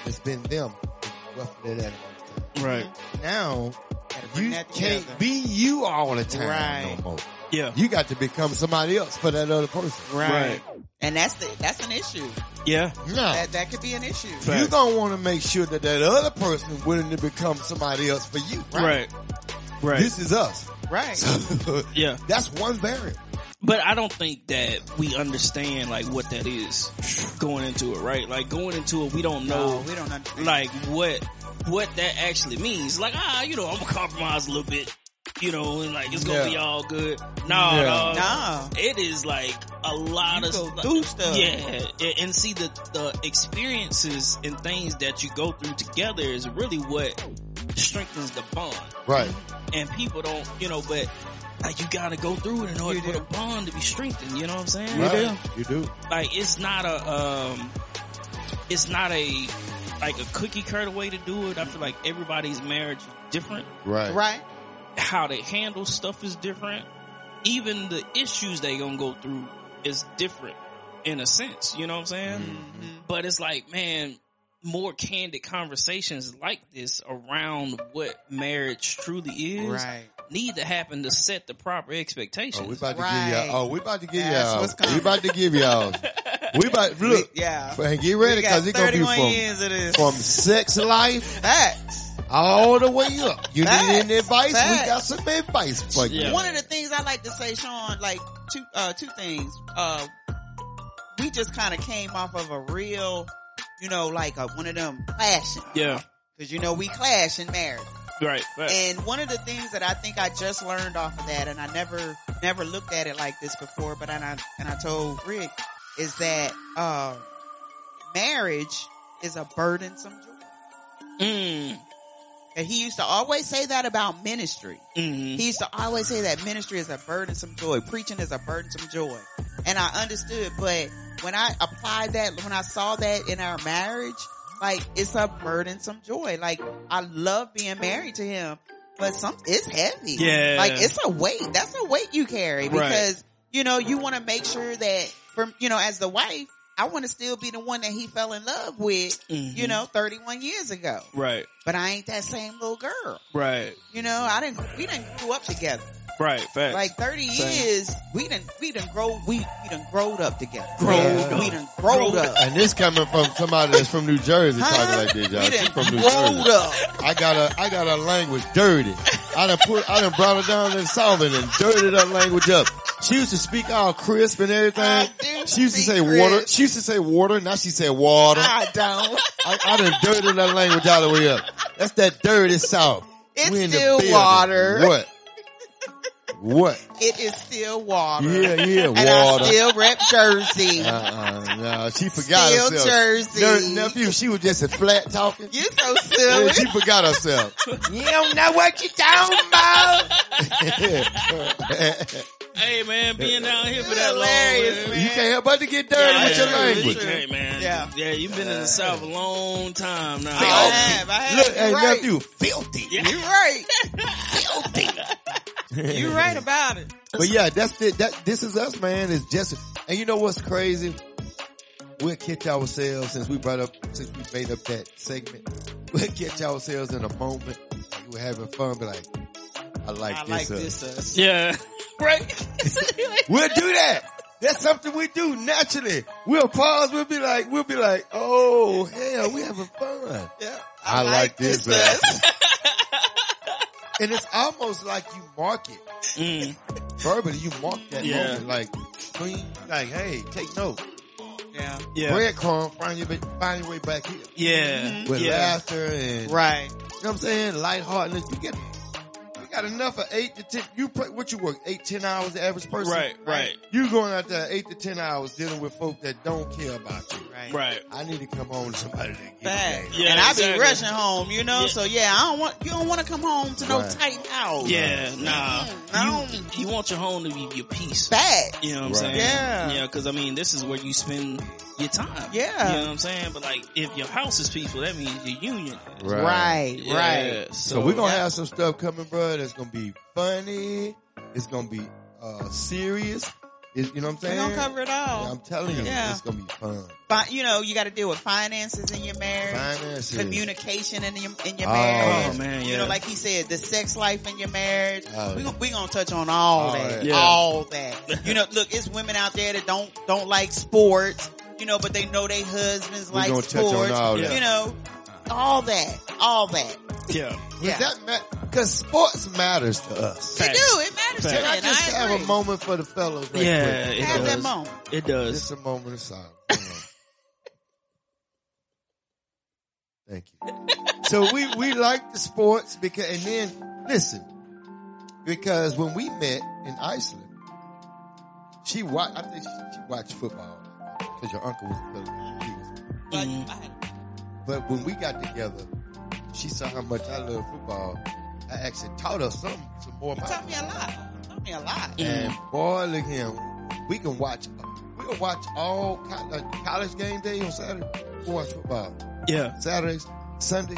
S4: that's been them for roughly that amount of
S1: right?
S4: time. Now,
S2: Gotta bring
S4: you
S2: that together.
S4: can't be you all the time
S2: Right.
S4: no more.
S1: Yeah,
S4: You got to become somebody else for that other person.
S2: Right. And that's the, that's an issue.
S1: yeah,
S4: Now,
S2: That, that could be an issue.
S4: you're going to want to make sure that that other person is willing to become somebody else for you.
S1: right, right.
S4: This is us. <laughs>
S2: Right.
S4: So,
S1: yeah,
S4: that's one barrier.
S1: but I don't think that we understand like what that is going into it, right? Like going into it, we don't
S2: No,
S1: know
S2: we don't understand.
S1: like what what that actually means. Like ah, you know, I'm gonna compromise a little bit, you know, and like it's gonna
S4: Yeah.
S1: be all good. No,
S4: Yeah.
S1: no,
S2: Nah.
S1: It is like a lot
S2: You
S1: of
S2: go
S1: stuff.
S2: through stuff.
S1: Yeah, and- and see the the experiences and things that you go through together is really what strengthens the bond
S4: Right.
S1: and people don't, you know, but like you gotta go through it in order
S2: You
S1: for
S2: do.
S1: the bond to be strengthened. You know what I'm saying?
S4: right. You do.
S1: Like it's not a, um, it's not a like a cookie cutter way to do it. I feel like everybody's marriage is different.
S4: Right.
S2: right.
S1: How they handle stuff is different. Even the issues they gonna go through is different in a sense. You know what I'm saying?
S2: Mm-hmm.
S1: But it's like, man, more candid conversations like this around what marriage truly is
S2: Right.
S1: need to happen to set the proper expectations.
S4: Oh, we about to give
S2: Right.
S4: y'all. Oh, we about to give
S2: That's
S4: y'all.
S2: what's coming.
S4: We about to give y'all. We about
S2: <laughs>
S4: look.
S2: Yeah.
S4: And get ready
S2: We got
S4: because it's gonna be
S2: 31
S4: from
S2: years of this.
S4: from sex life
S2: Facts.
S4: all the way up. You need
S2: Facts.
S4: any advice? We got
S2: Facts.
S4: some advice for you.
S1: Yeah.
S2: One of the things I like to say, Sean, like two uh two things. Uh we just kind of came off of a real, you know, like a, one of them clashing.
S1: yeah,
S2: Cause you know, we clash in marriage.
S1: right. right.
S2: And one of the things that I think I just learned off of that, and I never, never looked at it like this before, but and I, and I told Rick is that, uh, marriage is a burdensome joy.
S1: Mm,
S2: And he used to always say that about ministry.
S1: mm,
S2: He used to always say that ministry is a burdensome joy. Preaching is a burdensome joy. And I understood, but when I applied that, when I saw that in our marriage, like it's a burdensome joy. Like I love being married to him, but some, it's heavy.
S1: Yeah.
S2: Like it's a weight. That's a weight you carry
S1: Right.
S2: because, you know, you want to make sure that from, you know, as the wife, I want to still be the one that he fell in love with,
S1: mm. Mm-hmm.
S2: you know, 31 years ago.
S1: Right.
S2: But I ain't that same little girl.
S1: Right.
S2: You know, I didn't, we didn't grew up together.
S1: Right. Fact.
S2: Like 30
S1: Same.
S2: years, we didn't, we didn't grow, we, we done growed up together.
S1: Growed
S2: We done growed up.
S4: And this coming from somebody that's from New Jersey talking like this, y'all.
S2: We
S4: She's
S2: done
S4: from New
S2: growed
S4: Jersey.
S2: up.
S4: I got a, I got a language dirty. I done put, I done brought her down to Solomon and dirtied her language up. She used to speak all crisp and
S2: I
S4: everything. <laughs>
S2: do
S4: She used to
S2: speak
S4: say
S2: crisp.
S4: water. She used to say water. Now she said water. I,
S2: I don't.
S4: I done dirtied that language all the way up. That's that dirty South.
S2: It's
S4: We in the
S2: still
S4: building.
S2: water.
S4: What? What?
S2: It is still water.
S4: Yeah, yeah,
S2: And
S4: water.
S2: I still rep
S4: <laughs>
S2: Jersey.
S4: uh-uh, no, she forgot
S2: still
S4: herself.
S2: Jersey.
S4: Nep- nephew, she was just a flat talking.
S2: you so
S4: Yeah, <laughs>
S2: silly.
S4: she forgot
S2: <laughs>
S4: herself.
S3: You don't know what you're talking
S4: oh,
S3: about.
S1: hey man, being down here for that
S2: Hilarious,
S1: long.
S2: man.
S4: You can't help but to get dirty
S2: Yeah,
S4: with your
S2: yeah,
S4: language.
S2: yeah.
S1: Hey man.
S2: Yeah.
S1: Yeah. Yeah. You've been in the South a long time now.
S2: I have. I have.
S4: Look,
S2: You're
S4: hey,
S2: right.
S4: nephew, filthy.
S1: Yeah.
S2: You're right.
S1: <laughs>
S2: You're right about it.
S4: But yeah, that's it. That this is us, man. It's just, and you know what's crazy? We'll catch ourselves since we brought up, since we made up that segment. <laughs> We'll catch ourselves in a moment. We're having fun, but like, I like
S2: I
S4: this.
S2: like
S4: uh,
S2: this. us.
S1: Yeah.
S2: <laughs> Right.
S4: We'll do that. That's something we do naturally. We'll pause. We'll be like, we'll be like, oh hell, we having fun.
S2: Yeah.
S4: I like this, uh,
S2: us.
S4: <laughs> And it's almost like you mark it
S1: Mm.
S4: verbally. You mark that
S1: Yeah.
S4: moment, like clean, like hey, take note,
S2: Yeah.
S1: Yeah.
S4: breadcrumb, find your find your way back here
S1: Yeah.
S4: with
S1: Yeah.
S4: laughter and you
S2: Right.
S4: know what I'm saying, lightheartedness. You get, you got enough of eight to ten. You pray, what you work eight ten hours, the average person.
S1: Right. Right.
S4: You going out there eight to ten hours dealing with folk that don't care about you.
S2: Right.
S1: Right.
S4: I need to come home to somebody that gives
S2: Bad.
S4: a damn.
S1: Yeah,
S2: and I be
S1: exactly.
S2: rushing home, you know.
S1: Yeah.
S2: So yeah, I don't want you don't want to come home to no
S4: Right.
S2: tight house.
S1: Yeah.
S2: Mm-hmm.
S1: Nah.
S2: No.
S1: You, you want your home to be your peace.
S2: Bad.
S1: You know what I'm
S4: Right.
S1: saying?
S2: Mm-hmm. Yeah.
S1: Yeah, because I mean, this is where you spend your time.
S2: Yeah.
S1: You know what I'm saying? But like, if your house is peaceful, that means your union. is.
S4: Right.
S2: Right.
S1: Yeah,
S4: So, we're gonna have some stuff coming, bro. That's gonna be funny. It's gonna be uh serious. It's, you know what I'm
S2: We're
S4: saying?
S2: gonna cover it all.
S4: Yeah, I'm telling you,
S2: Yeah.
S4: it's gonna be fun.
S2: Fi- you know, you got to deal with finances in your marriage,
S4: Finances.
S2: communication in your in your
S4: Oh,
S2: marriage.
S1: Oh man, yeah.
S2: You know, like he said, the sex life in your marriage.
S4: Oh,
S2: we
S4: yeah.
S2: gon- we gonna touch on all
S4: Oh,
S2: that,
S1: yeah. Yeah.
S2: all that. You know, look, it's women out there that don't don't like sports. You know, but they know their husbands
S4: We
S2: like
S4: gonna touch on
S2: sports.
S4: all
S1: that.
S2: You know, all that, all that.
S1: yeah,
S2: Yeah,
S4: Because sports matters to us.
S2: they do. It matters to
S1: Fact.
S2: men.
S4: Can I just
S2: I
S4: have
S2: agree.
S4: a moment for the fellas? Right
S1: Yeah,
S4: quick?
S1: it
S2: Have that
S1: does.
S2: moment.
S1: it does.
S4: Just a moment of silence. Hold on. Thank you. So we, we like the sports because, and then listen, because when we met in Iceland, she watched, I think she, she watched football because your uncle was a Philadelphia Eagles.
S2: But
S1: Mm.
S2: I had
S4: But when we got together, she saw how much I love football. I actually taught her some, some more
S2: You
S4: about
S2: taught me a lot. You Taught me a lot.
S4: and boy, look at him. We can watch. We can watch all co- uh, college game day on Saturday. We can watch football
S1: Yeah,
S4: Saturdays, Sunday.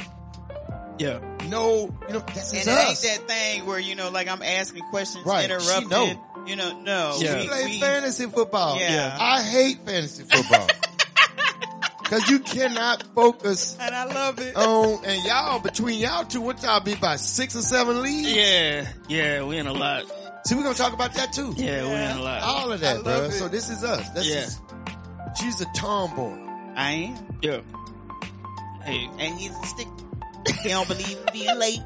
S1: yeah,
S4: No, you know that's
S2: And
S4: it's
S2: it ain't
S4: us.
S2: that thing where you know, like I'm asking questions,
S4: Right. She
S2: interrupting.
S4: know.
S2: You know, no.
S1: She
S4: We
S2: we,
S4: play
S2: we-
S4: fantasy football.
S2: Yeah.
S4: I hate fantasy
S2: <laughs>
S4: football because you cannot focus
S2: and I love it.
S4: on. And y'all between y'all two, what y'all be by six or seven leagues?
S1: yeah, yeah. We in a lot.
S4: See, we're gonna talk about that too.
S1: Yeah, we in a lot.
S4: All of that,
S2: love
S4: bro.
S2: it.
S4: So this is us. That's
S1: Yeah.
S4: just, she's a tomboy.
S2: I am,
S1: Yeah. Hey.
S2: and he's a stick. He don't believe in being late.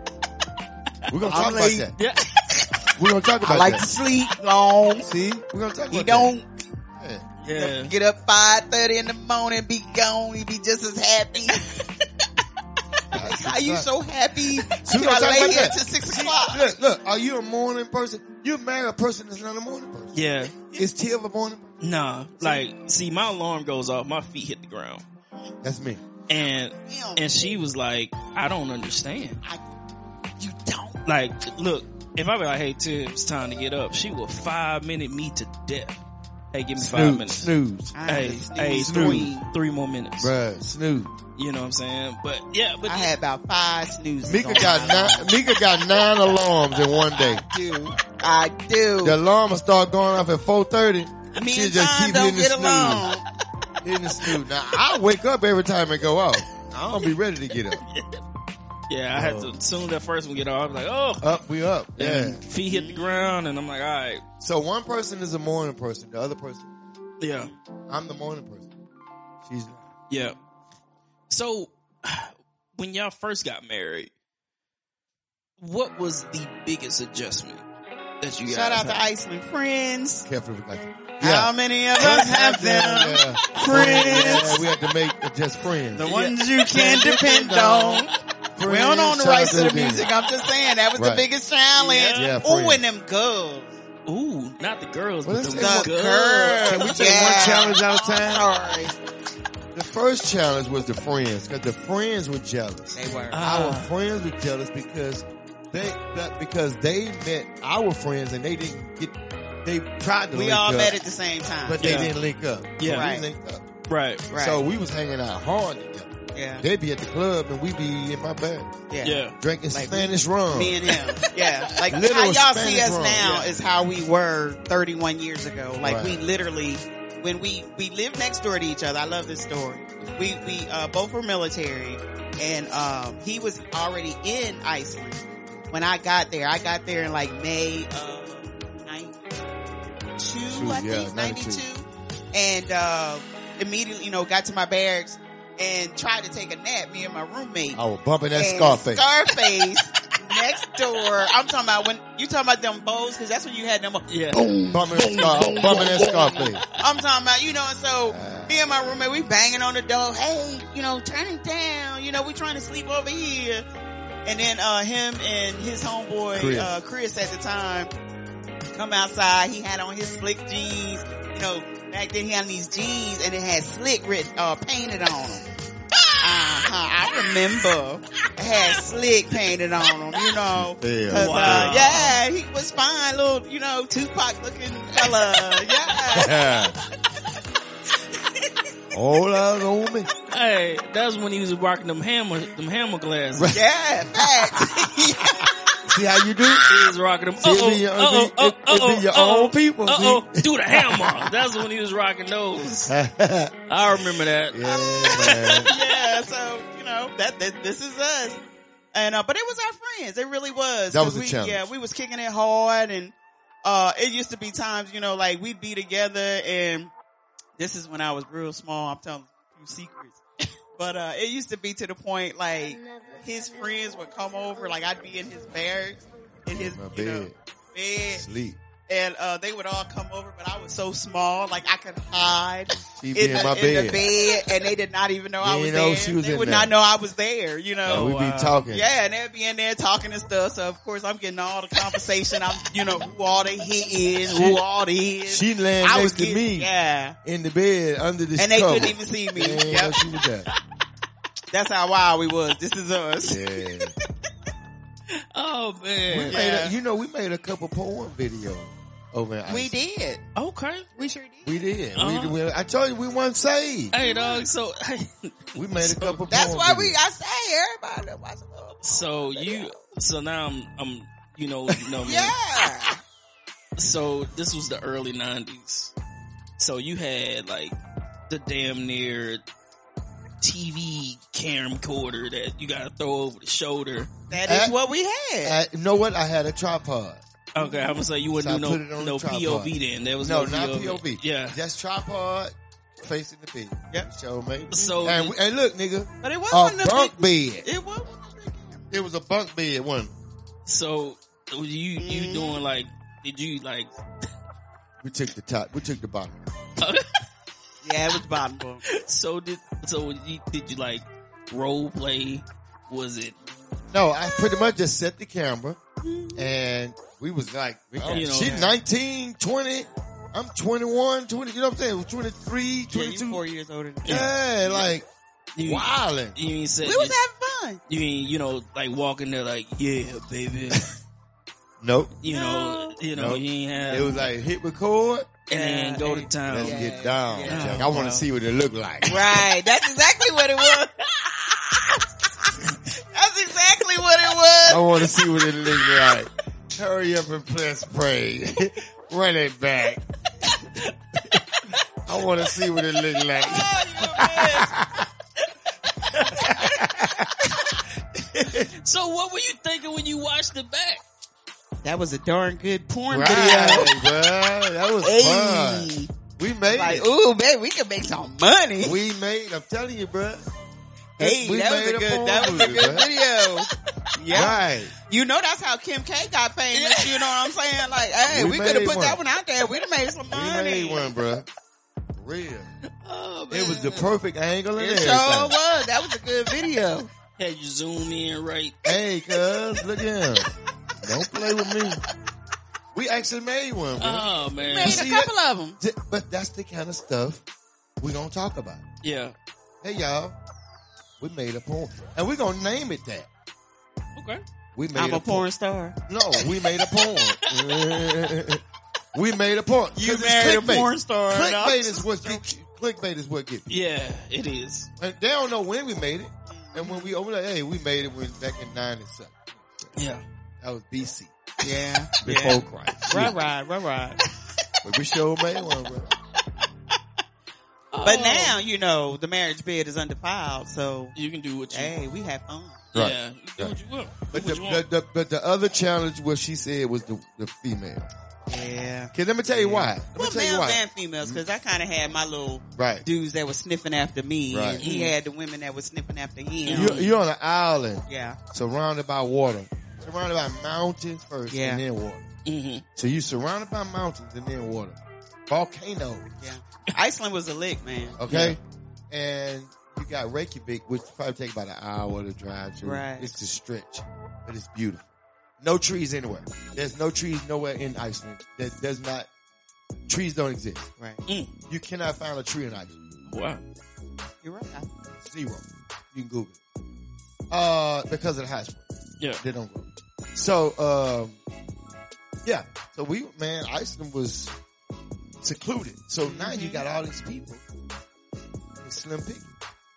S4: We're gonna
S2: I'm
S4: talk
S2: late.
S4: about that.
S1: Yeah.
S4: We're gonna talk about
S2: I like to
S4: that.
S2: sleep long.
S4: See, we're gonna talk about
S2: He
S4: that.
S2: don't
S4: Yeah.
S1: Yeah.
S2: get up five thirty in the morning, be gone. He be just
S4: <laughs>
S2: as happy. How you so happy?
S4: So we
S2: Till
S4: gonna
S2: I
S4: talk about
S2: lay here
S4: that.
S2: till six o'clock.
S4: Look, look, are you a morning person? You're a married person that's not a morning person.
S1: Yeah.
S4: Is Tia a morning person?
S1: Nah. Like, see, my alarm goes off. My feet hit the ground,
S4: That's me.
S1: and
S2: Damn,
S1: and she was like, "I don't understand."
S2: you don't.
S1: Like, look, if I be like, "Hey, Tim, it's time to get up," she will five minute me to death. Hey, give me five minutes.
S4: Snooze.
S1: Hey, hey, three, three more minutes.
S4: Bruh, snooze.
S1: You know what I'm saying? But yeah, but
S2: I had about five snoozes.
S4: Mika
S2: on
S4: got
S2: my
S4: <laughs> nine, Mika got nine alarms in one day.
S2: I do. I do.
S4: The alarm will start going off at 4.30.
S2: Me
S4: She'll
S2: and
S4: just
S2: Tom
S4: keep
S2: don't
S4: hitting the
S2: get
S4: snooze.
S2: along.
S4: in the stew. Now I wake up every time it go off. I don't be ready to get up.
S1: Yeah, I had to. Soon that first one get off, I was like, oh,
S4: Up, we
S2: <laughs>
S4: up. Yeah.
S1: and feet hit the ground, and I'm like, all right,
S4: So one person is a morning person. The other person,
S1: yeah,
S4: I'm the morning person. She's not.
S1: yeah. So, <sighs> when y'all first got married, what was the biggest adjustment that you guys?
S2: Shout out to
S1: had?
S2: Iceland friends.
S4: careful. Like,
S2: How many of
S4: <laughs>
S2: us have them?
S4: Yeah, yeah.
S2: Friends.
S4: Yeah, we have to make just friends.
S2: The ones you
S4: <laughs>
S2: can depend on.
S4: friends.
S2: We don't own the
S4: Shout out
S2: rights to the
S4: them.
S2: music. I'm just saying that was the
S4: Right.
S2: biggest challenge.
S4: Yeah,
S2: Ooh,
S4: friends.
S2: and them girls.
S1: Ooh, not the girls,
S4: Well,
S1: but the
S4: let's
S1: girls.
S4: take
S2: The girls.
S4: Can we take
S2: Yeah.
S4: one challenge at a time?
S2: Sorry.
S4: The first challenge was the friends because the friends were jealous.
S2: They were. Uh,
S4: Our
S1: Ah,
S4: friends were jealous because they that- because they met our friends and they didn't get they tried to
S2: we
S4: link
S2: all
S4: up,
S2: met at the same time.
S4: but
S1: Yeah.
S4: they didn't link up.
S1: Yeah.
S4: so
S2: Right.
S4: we linked up.
S1: right.
S2: right.
S4: So we was hanging out hard together.
S2: yeah.
S4: They'd be at the club and we'd be in my bed
S2: Yeah.
S1: Yeah,
S4: drinking
S2: Like,
S4: Spanish rum.
S2: Me and him. Yeah.
S4: <laughs>
S2: Like
S4: Literal
S2: how y'all
S4: Spanish
S2: see us
S4: rum,
S2: now
S4: yeah.
S2: is how we were 31 years ago. Like
S4: Right.
S2: we literally, when we, we lived next door to each other. I love this story. We, we, uh, both were military and, um, he was already in Iceland when I got there. I got there in like May of 92, I
S4: Shoot, yeah,
S2: think, 92.
S4: 92.
S2: And, uh, immediately, you know, got to my barracks and tried to take a nap, me and my roommate
S4: I was bumping that
S2: and
S4: Scarface.
S2: Scarface next door. I'm talking about when you talking about them bows because that's when you had them.
S1: yeah.
S4: bumping that Scar, bumping that
S2: <laughs>
S4: Scarface.
S2: I'm talking about you know. And so me and my roommate we banging on the door. Hey, you know, turn it down. You know, we trying to sleep over here. And then uh him and his homeboy
S4: Chris.
S2: Uh, Chris at the time come outside. He had on his slick jeans. You know, back then he had these jeans and it had slick written uh, painted on them. Uh-huh. I remember it had slick painted on them, you know.
S4: Yeah.
S2: 'Cause, uh,
S1: Wow.
S2: yeah, he was fine, little, you know, Tupac looking color. Yeah.
S4: All eyes on me.
S1: Hey, that's when he was rocking them hammer, them hammer glasses.
S2: Yeah, facts.
S4: See how you do?
S1: He was rocking them. Uh
S4: See, it be your- it
S1: oh,
S4: be-
S1: uh
S4: it-
S1: oh,
S4: it be your own people, see?
S1: Uh
S4: <laughs>
S1: oh, do the hammer. That's when he was rocking those.
S4: yeah,
S1: I remember that.
S4: man.
S2: yeah, so you know that, that this is us, and uh, but it was our friends. It really was.
S4: That was
S2: 'Cause
S4: the
S2: we,
S4: challenge.
S2: Yeah, we was kicking it hard, and uh, it used to be times you know like we'd be together, and this is when I was real small. I'm telling you secrets, <laughs> but uh, it used to be to the point like his friends would come over, like I'd be in his barracks, in his
S4: My
S2: you know,
S4: bed.
S2: bed,
S4: Sleep.
S2: and uh, they would all come over, but I was so small, like I could hide
S4: She be
S2: in,
S4: in,
S2: the,
S4: my
S2: in
S4: bed.
S2: the bed, and they did not even know
S4: They
S2: I was
S4: didn't know
S2: there.
S4: she was
S2: they
S4: in
S2: would
S4: there.
S2: not know I was there, you
S4: And
S2: know.
S4: we
S1: wow.
S4: be talking.
S2: yeah, and they'd be in there talking and stuff. So of course I'm getting all the conversation. I'm, you know, who all they hit is, who all they is.
S4: She laying
S2: I
S4: next
S2: was
S4: to
S2: getting,
S4: me
S2: yeah,
S4: in the bed under this
S2: and they
S4: cover.
S2: couldn't even see me.
S4: Yeah,
S2: Yep,
S4: she was there.
S2: that's how wild we was. This is us.
S4: Yeah.
S1: Oh
S4: We
S1: man.
S4: made
S2: Yeah.
S4: a, you know, we made a couple porn videos over in
S2: We
S4: Iceland.
S2: did.
S1: Okay.
S2: We sure did.
S4: We did.
S1: Uh-huh.
S4: We, we, I told you we weren't saved.
S1: Hey dog. So,
S4: We made a couple
S2: That's
S4: porn
S2: why we.
S4: videos.
S2: I say everybody that watch. the
S1: <laughs>
S2: little-
S1: so you. So now I'm. I'm. You know. You know me.
S2: Yeah.
S1: So this was the early nineties. So you had like the damn near TV camcorder that you gotta throw over the shoulder.
S2: That is
S4: Uh,
S2: what we had.
S4: I, you know what? I had a tripod.
S1: Okay, I'm gonna say you
S4: So I
S1: wouldn't
S4: put
S1: do
S4: it
S1: no
S4: on
S1: no
S4: the
S1: POV then. There was
S4: No,
S1: no,
S4: not POV.
S1: Yeah.
S4: Just tripod facing the bed.
S2: Yep.
S4: Show me.
S1: So
S4: And, we- and look, nigga,
S2: But it wasn't
S4: a
S2: the big.
S4: bunk bed.
S2: It was one of the big
S4: It was a bunk bed one.
S1: so you you
S2: Mm.
S1: doing like did you like
S4: We took the top. We took the bottom.
S2: Yeah, it was bottom bunk.
S1: so did so you, did you like role play? Was it
S4: No, I pretty much just set the camera, and we was like, oh,
S1: You know,
S4: she
S1: yeah.
S4: 19, 20. I'm 21, 20. You know what I'm saying? 23,
S2: Yeah, you
S4: 22.
S2: four years older than me.
S4: yeah, like
S1: you?
S4: wilding.
S1: You ain't said
S2: We was having fun.
S1: you ain't you know like walking there like yeah
S4: <laughs>
S1: baby
S4: Nope.
S1: you know you know
S4: Nope.
S1: you ain't have
S4: It was like hit record.
S1: and then go to town.
S4: Let's
S2: Yeah.
S4: get down.
S1: Yeah.
S4: I want to see what it look like.
S2: Right. That's exactly what it was. That's exactly what it
S4: I
S2: was.
S4: want to see what it looks
S2: <laughs>
S4: like. <laughs> Hurry up and press play. Run it back. I want to see what it look
S2: <laughs>
S4: like.
S1: <laughs> so what were you thinking when you watched it back?
S2: That was a darn good porn
S4: Right,
S2: video.
S4: bruh. That was fun.
S2: Hey.
S4: We made
S2: Like,
S4: it.
S2: ooh, man, we can make some money.
S4: We made. I'm telling you, bruh.
S2: hey,
S4: we
S2: that was
S4: made
S2: a
S4: a
S2: good,
S4: porn
S2: that was a
S4: movie,
S2: good
S4: bruh.
S2: video. yeah.
S4: Right.
S2: You know that's how Kim K got famous. You know what I'm saying? Like, hey,
S4: We
S2: we, could have
S4: made
S2: put
S4: one.
S2: that one out there. We'd have made some
S4: We
S2: money.
S4: made one, bruh. For Real.
S1: Oh, man.
S4: It was the perfect angle and
S2: It
S4: everything.
S2: sure was. That was a good video.
S1: Had you zoom in right.
S4: Hey, cuz, look at him. Don't play with me. We actually made one, bruh.
S1: Oh man.
S2: Made a
S4: see
S2: couple of them.
S4: Th- But that's the kind of stuff we gonna talk about.
S1: <laughs> Yeah.
S4: Hey y'all, we made a porn, and we gonna name it that.
S1: Okay.
S4: We made
S2: I'm a
S4: a porn.
S2: porn star.
S4: No, we made a porn. we made a porn. 'Cause it's clickbait.
S2: star.
S4: Clickbait is what get you. Clickbait is what get you.
S1: Yeah, it is.
S4: And they don't know when we made it, and when we over like, hey, we made it when back in '97.
S1: Yeah.
S4: That was BC
S2: Yeah.
S4: before Christ.
S2: Right, right, right, right.
S4: But we sure made one, bro.
S2: But
S1: Oh.
S2: now, you know, the marriage bed is undefiled, so
S1: you can do what you
S2: hey, we have fun.
S4: Right.
S1: Yeah, you do
S4: Right.
S1: what you will.
S4: But
S1: do
S4: the,
S1: what you want.
S4: the, the, but the other challenge, what she said, was the, the female.
S2: Yeah.
S4: Cause let me tell you why. Let me
S2: Well,
S4: tell you Mm. why.
S2: males and females, because I kind of had my little
S4: Right.
S2: dudes that were sniffing after me,
S4: Right.
S2: and he had the women that were sniffing after him.
S4: You're, you're on an island
S2: yeah,
S4: surrounded by water, surrounded by mountains first
S2: Yeah.
S4: and then water.
S1: Mhm.
S4: So you surrounded by mountains and then water, volcanoes.
S2: yeah. Iceland was a lick, man.
S4: Okay. And you got Reykjavik, which probably take about an hour to drive to.
S2: Right.
S4: It's a stretch, but it's beautiful. No trees anywhere. There's no trees nowhere in Iceland. That does not, trees don't exist.
S2: Right.
S4: You cannot find a tree in Iceland.
S1: Wow.
S2: You're right.
S4: Zero. You can Google it. Uh, because of the hot springs.
S1: Yeah.
S4: They don't grow. So, um, yeah. So we, man, Iceland was secluded. So now you got all these people. It's slim pickings.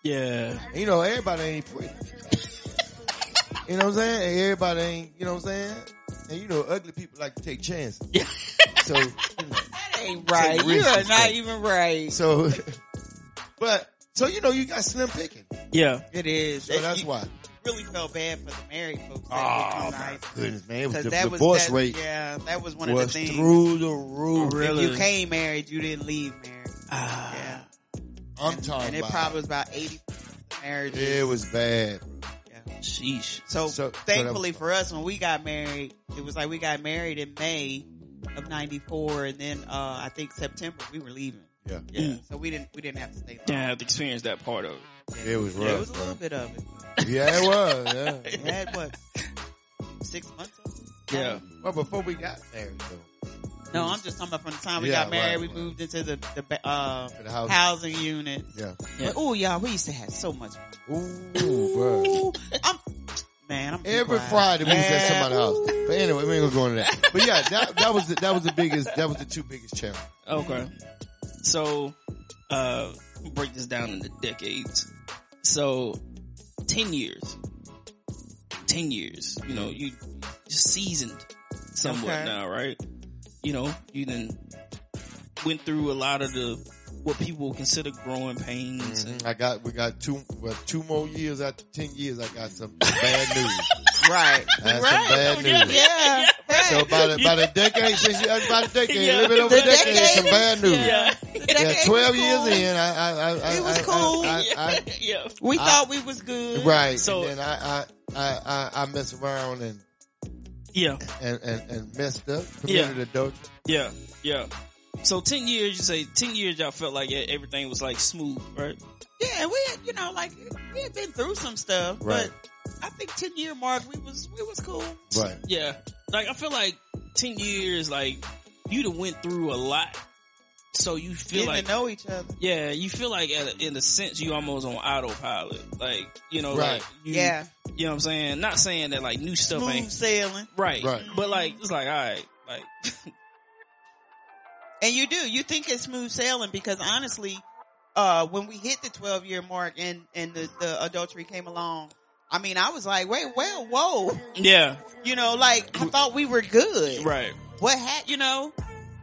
S1: Yeah.
S4: And, You know, everybody ain't pretty. you know what I'm saying? And everybody ain't, you know what I'm saying? And you know, ugly people like to take chances.
S1: Yeah.
S4: so, you know,
S2: That ain't right.
S4: Take
S2: You
S4: risks
S2: are
S4: and
S2: not
S4: stuff.
S2: even right.
S4: so, <laughs> but, so you know, you got slim picking.
S1: Yeah.
S2: It is.
S4: So that's
S2: you
S4: why.
S2: Really felt bad for the married folks. That
S4: Oh,
S2: would come to
S4: my
S2: Iceland.
S4: goodness, man. It was
S2: 'Cause
S4: the
S2: that was
S4: divorce
S2: that-
S4: rate
S2: Yeah, that was one of the
S4: was
S2: things.
S4: through the
S1: Oh,
S4: roof.
S2: If you came married, you didn't leave married.
S4: Ah.
S2: Yeah.
S4: I'm
S2: and,
S4: talking
S2: And it
S4: about.
S2: probably was about 80 marriages.
S4: it was bad.
S1: Ah, Sheesh.
S4: So-
S2: So,
S4: so that
S2: thankfully
S4: was-
S2: for us, when we got married, it was like we got married in May of '94, and then uh, I think September we were leaving.
S4: Yeah.
S2: yeah. So we didn't we didn't have to stay. Long.
S1: Didn't have to experience that part of it.
S4: It was
S2: Yeah, it was
S4: rough.
S2: a little bit of it.
S4: bro. Yeah, it was. Yeah.
S2: We <laughs> had what six months? Of it?
S1: Yeah.
S4: Well, before we got married, though,
S2: No, I'm just talking about from the time we
S4: Yeah,
S2: got married,
S4: right,
S2: we
S4: right.
S2: moved into the the ba- uh,
S4: for the house.
S2: housing units.
S4: Yeah.
S1: Yeah.
S2: Oh y'all, we used to have so much fun.
S4: Ooh, bro.
S2: I'm man. I'm
S4: Every
S2: quiet.
S4: Friday we was at
S2: Yeah.
S4: somebody's house. But anyway, we ain't gonna go into that. But yeah,
S2: <laughs>
S4: that, that was the, that was the biggest that was the two biggest challenges.
S1: Okay. So, uh, break this down into decades. So, 10 years. 10 years. You know, you you're seasoned somewhat
S2: Okay.
S1: now, right? You know, you then went through a lot of the, what people would consider growing pains
S2: Mm-hmm.
S1: and
S4: I got we got two well, two more years after ten years. I got some bad news.
S2: right?
S4: I had
S2: Right. Oh,
S4: some bad news.
S2: Yeah,
S4: So
S2: right.
S4: about a, about a
S2: <laughs>
S4: decade since you, about a decade,
S1: Yeah.
S4: a little bit over a
S2: The
S4: decade,
S2: decade.
S4: some bad news. Yeah,
S1: yeah.
S2: Decade
S4: twelve
S2: was
S4: years
S2: cool.
S4: in, I I I,
S2: It was
S4: I,
S2: cool.
S4: I, I,
S1: yeah.
S2: We
S4: I-
S2: thought we was good. <laughs>
S4: I, right.
S1: So-
S4: So and then I I I I, I mess around and,
S1: <laughs> Yeah.
S4: and and and messed up, committed adultery.
S1: Yeah. Yeah. So 10 years, you say 10 years y'all felt like yeah, everything was like smooth, right?
S2: Yeah, we had, you know, like we had been through some stuff,
S4: Right.
S2: but I think ten year mark we was we was cool.
S4: Right.
S1: Yeah. Like I feel like ten years, like you'd have went through a lot. So you feel
S2: Didn't
S1: like
S2: know each other.
S1: yeah, you feel like at a, in a sense you almost on autopilot. Like, you know,
S4: Right.
S1: like you,
S2: yeah,
S1: you know what I'm saying? Not saying that like new stuff
S2: smooth
S1: ain't
S2: sailing,
S1: right.
S4: Right.
S1: But like it's like all right, like <laughs>
S2: and you do you think it's smooth sailing because honestly, uh, when we hit the twelve year mark and and the, the adultery came along, I mean, I was like, wait, well, whoa,
S1: Yeah.
S2: you know, like I thought we were good.
S1: Right.
S2: What had you know?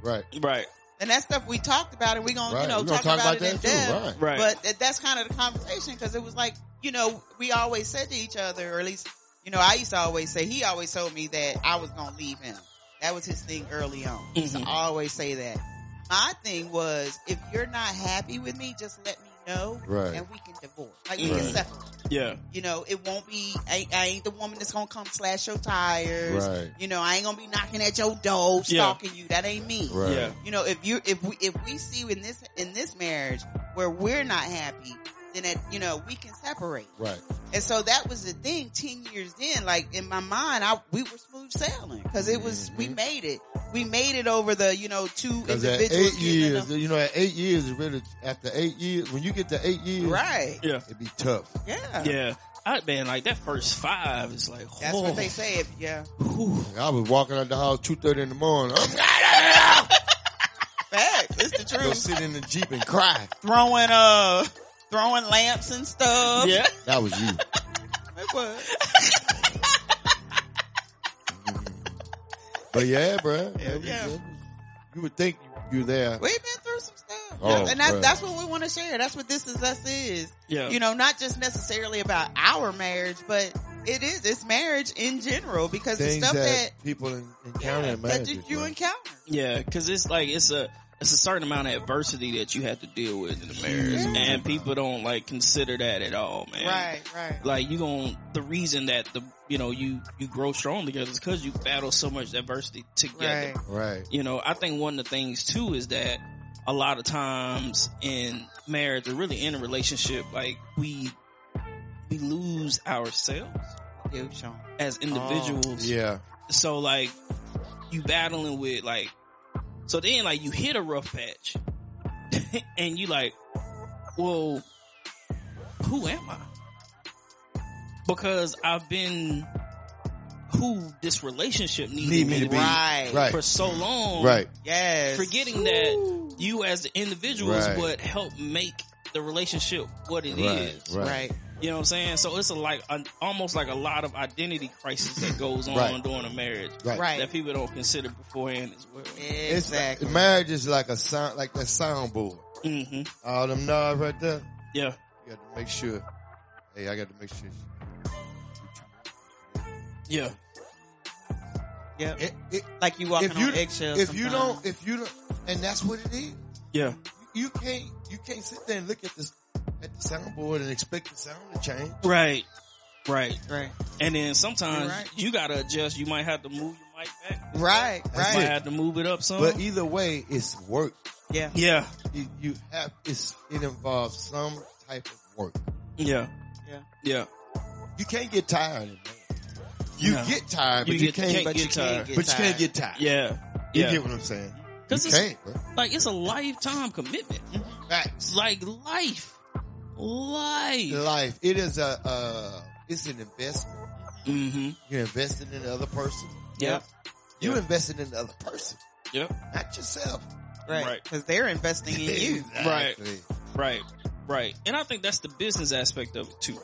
S4: Right.
S1: Right.
S2: And that stuff we talked about, and we're gonna,
S4: Right.
S2: you know,
S4: We gonna
S2: talk, about, it in
S4: too, right.
S2: depth.
S1: Right.
S2: But that, that's kind of the conversation because it was like, you know, we always said to each other, or at least, you know, I used to always say, he always told me that I was going to leave him. That was his thing early on. He used to
S1: Mm-hmm.
S2: always say that. My thing was, if you're not happy with me, just let me know
S4: Right.
S2: and we can divorce. Like we can
S4: Right.
S2: separate.
S1: yeah.
S2: You know, it won't be, I, I ain't the woman that's going to come slash your tires.
S4: Right.
S2: You know, I ain't going to be knocking at your door,
S1: Yeah.
S2: stalking you. That ain't me
S4: Right.
S1: Yeah.
S2: you know if you if we if we see in this in this marriage where we're not happy then it, you know we can separate
S4: Right.
S2: and so that was the thing 10 years in like in my mind i we were smooth sailing because it was we made it we made it over the you know two
S4: Because at
S2: individuals
S4: eight
S2: getting in
S4: years,
S2: the-
S4: you know, at eight years, is really after eight years, when you get to eight years,
S2: right
S1: Yeah.
S4: it'd be tough.
S2: yeah,
S1: Yeah. I man, like that first five is like
S2: that's
S1: whoa.
S2: what they say yeah
S4: Like, I was walking out the house two thirty in the morning. I'm
S2: fact it's the
S4: gonna go
S2: truth
S4: sit in the jeep and cry.
S2: throwing uh throwing lamps and stuff
S1: Yeah.
S4: That was you.
S2: it was
S4: But yeah, bro. That was-
S2: Yeah.
S4: that was- You would think you were there.
S2: We've been through some stuff.
S4: Oh,
S2: and that,
S4: right.
S2: that's what we want to share. That's what this is us is.
S1: Yeah.
S2: You know, not just necessarily about our marriage, but it is, it's marriage in general because
S4: Things
S2: the stuff
S4: that
S2: that,
S4: people en- encounter in
S2: that
S4: marriages,
S2: you, you
S4: bro.
S2: encounter.
S1: Yeah, because it's like it's a it's a certain amount of adversity that you have to deal with in the marriage, and people don't like consider that at all, man.
S2: Right, right.
S1: Like you gon' the reason that the you know you you grow strong together is because you battle so much adversity together.
S2: Right.
S4: Right.
S1: You know, I think one of the things too is that a lot of times in marriage or really in a relationship, like we we lose ourselves
S2: You, Sean.
S1: as individuals
S4: Yeah.
S1: so like you battling with like so then like you hit a rough patch <laughs> and you like well who am i because i've been who this relationship needed
S4: Need me to be.
S2: Right.
S4: Right.
S1: for so long
S4: Right.
S2: Yes.
S1: forgetting that you as the individual is
S4: Right.
S1: what helped make the relationship what it is.
S4: Right.
S2: Right.
S4: Right.
S1: You know what I'm saying? So it's a like an, almost like a lot of identity crisis that goes on
S4: Right.
S1: during a marriage
S4: Right.
S2: Right.
S1: that people don't consider beforehand as well.
S4: It's-
S2: Exactly.
S4: Marriage is like a sound, like that soundboard.
S1: Mm-hmm.
S4: All them knobs right there.
S1: Yeah,
S4: You got to make sure. Hey, I got to make sure.
S1: yeah,
S2: Yep.
S4: It, it,
S2: like you walking
S4: if you-
S2: on eggshells.
S4: if you
S2: sometimes.
S4: don't, if you don't, and that's what it is.
S1: yeah,
S4: You can't, you can't sit there and look at this, at the soundboard and expect the sound to change.
S1: right, right.
S2: Right.
S1: And then sometimes
S2: You're right.
S1: you gotta adjust. You might have to move your mic back.
S2: Right.
S4: That's
S1: You might
S2: Right.
S4: it.
S1: have to move it up some.
S4: But e- either way, it's work.
S2: Yeah.
S1: yeah,
S4: You, you have, it's, it involves some type of work.
S1: yeah,
S2: Yeah.
S1: yeah.
S4: You can't get tired. Man. You
S1: No.
S4: get tired, but
S1: You
S4: you,
S1: get-
S4: can't,
S1: can't
S4: but
S1: get
S4: you
S1: tired.
S4: can't get but you can't get tired.
S1: Yeah,
S4: You
S1: yeah.
S4: get what I'm saying? You
S1: Because it's
S4: can't, bro.
S1: like it's a lifetime commitment.
S4: Facts.
S1: Like life, life.
S4: Life. It is a, uh, it's an investment.
S1: Mm-hmm.
S4: You're investing in the other person.
S1: Yeah.
S4: You invested in the other person,
S1: Yep.
S4: not yourself.
S2: Right.
S1: Right.
S2: Because they're investing
S4: <laughs>
S2: in you.
S4: Exactly.
S1: Right, right. And I think that's the business aspect of it too.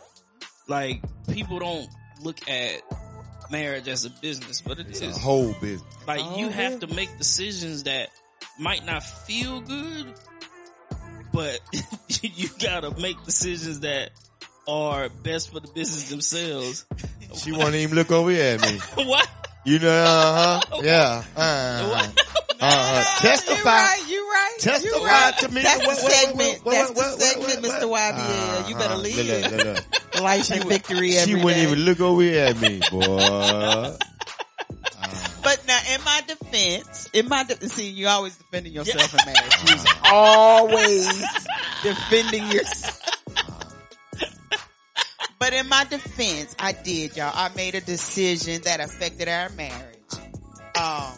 S1: Like people don't look at marriage as a business, but it
S4: It's
S1: is.
S4: a whole business.
S1: Like you
S2: Oh,
S1: have to make decisions that might not feel good, but <laughs> you gotta make decisions that are best for the business themselves. <laughs>
S4: She won't even look over here at me.
S1: what?
S4: You know,
S2: <laughs>
S4: uh huh. Yeah. Uh-huh.
S1: What?
S4: Uh-huh.
S2: You
S4: Testify.
S2: right. You right. you
S4: Testify
S2: right.
S4: to me.
S2: That's the
S4: What- what- what-
S2: segment.
S4: what-
S2: That's
S4: what-
S2: the
S4: what- what-
S2: segment,
S4: what-
S2: Mr. YBL. You better
S4: Uh-huh.
S2: leave.
S4: Look, look, look, look.
S2: life and victory every
S4: She wouldn't
S2: day.
S4: even look over here at me,
S2: <laughs>
S4: boy.
S2: But now, in my defense, in my de- see, you always defending yourself in marriage. You
S4: Uh,
S2: always defending yourself. but in my defense, I did, y'all. I made a decision that affected our marriage. Um,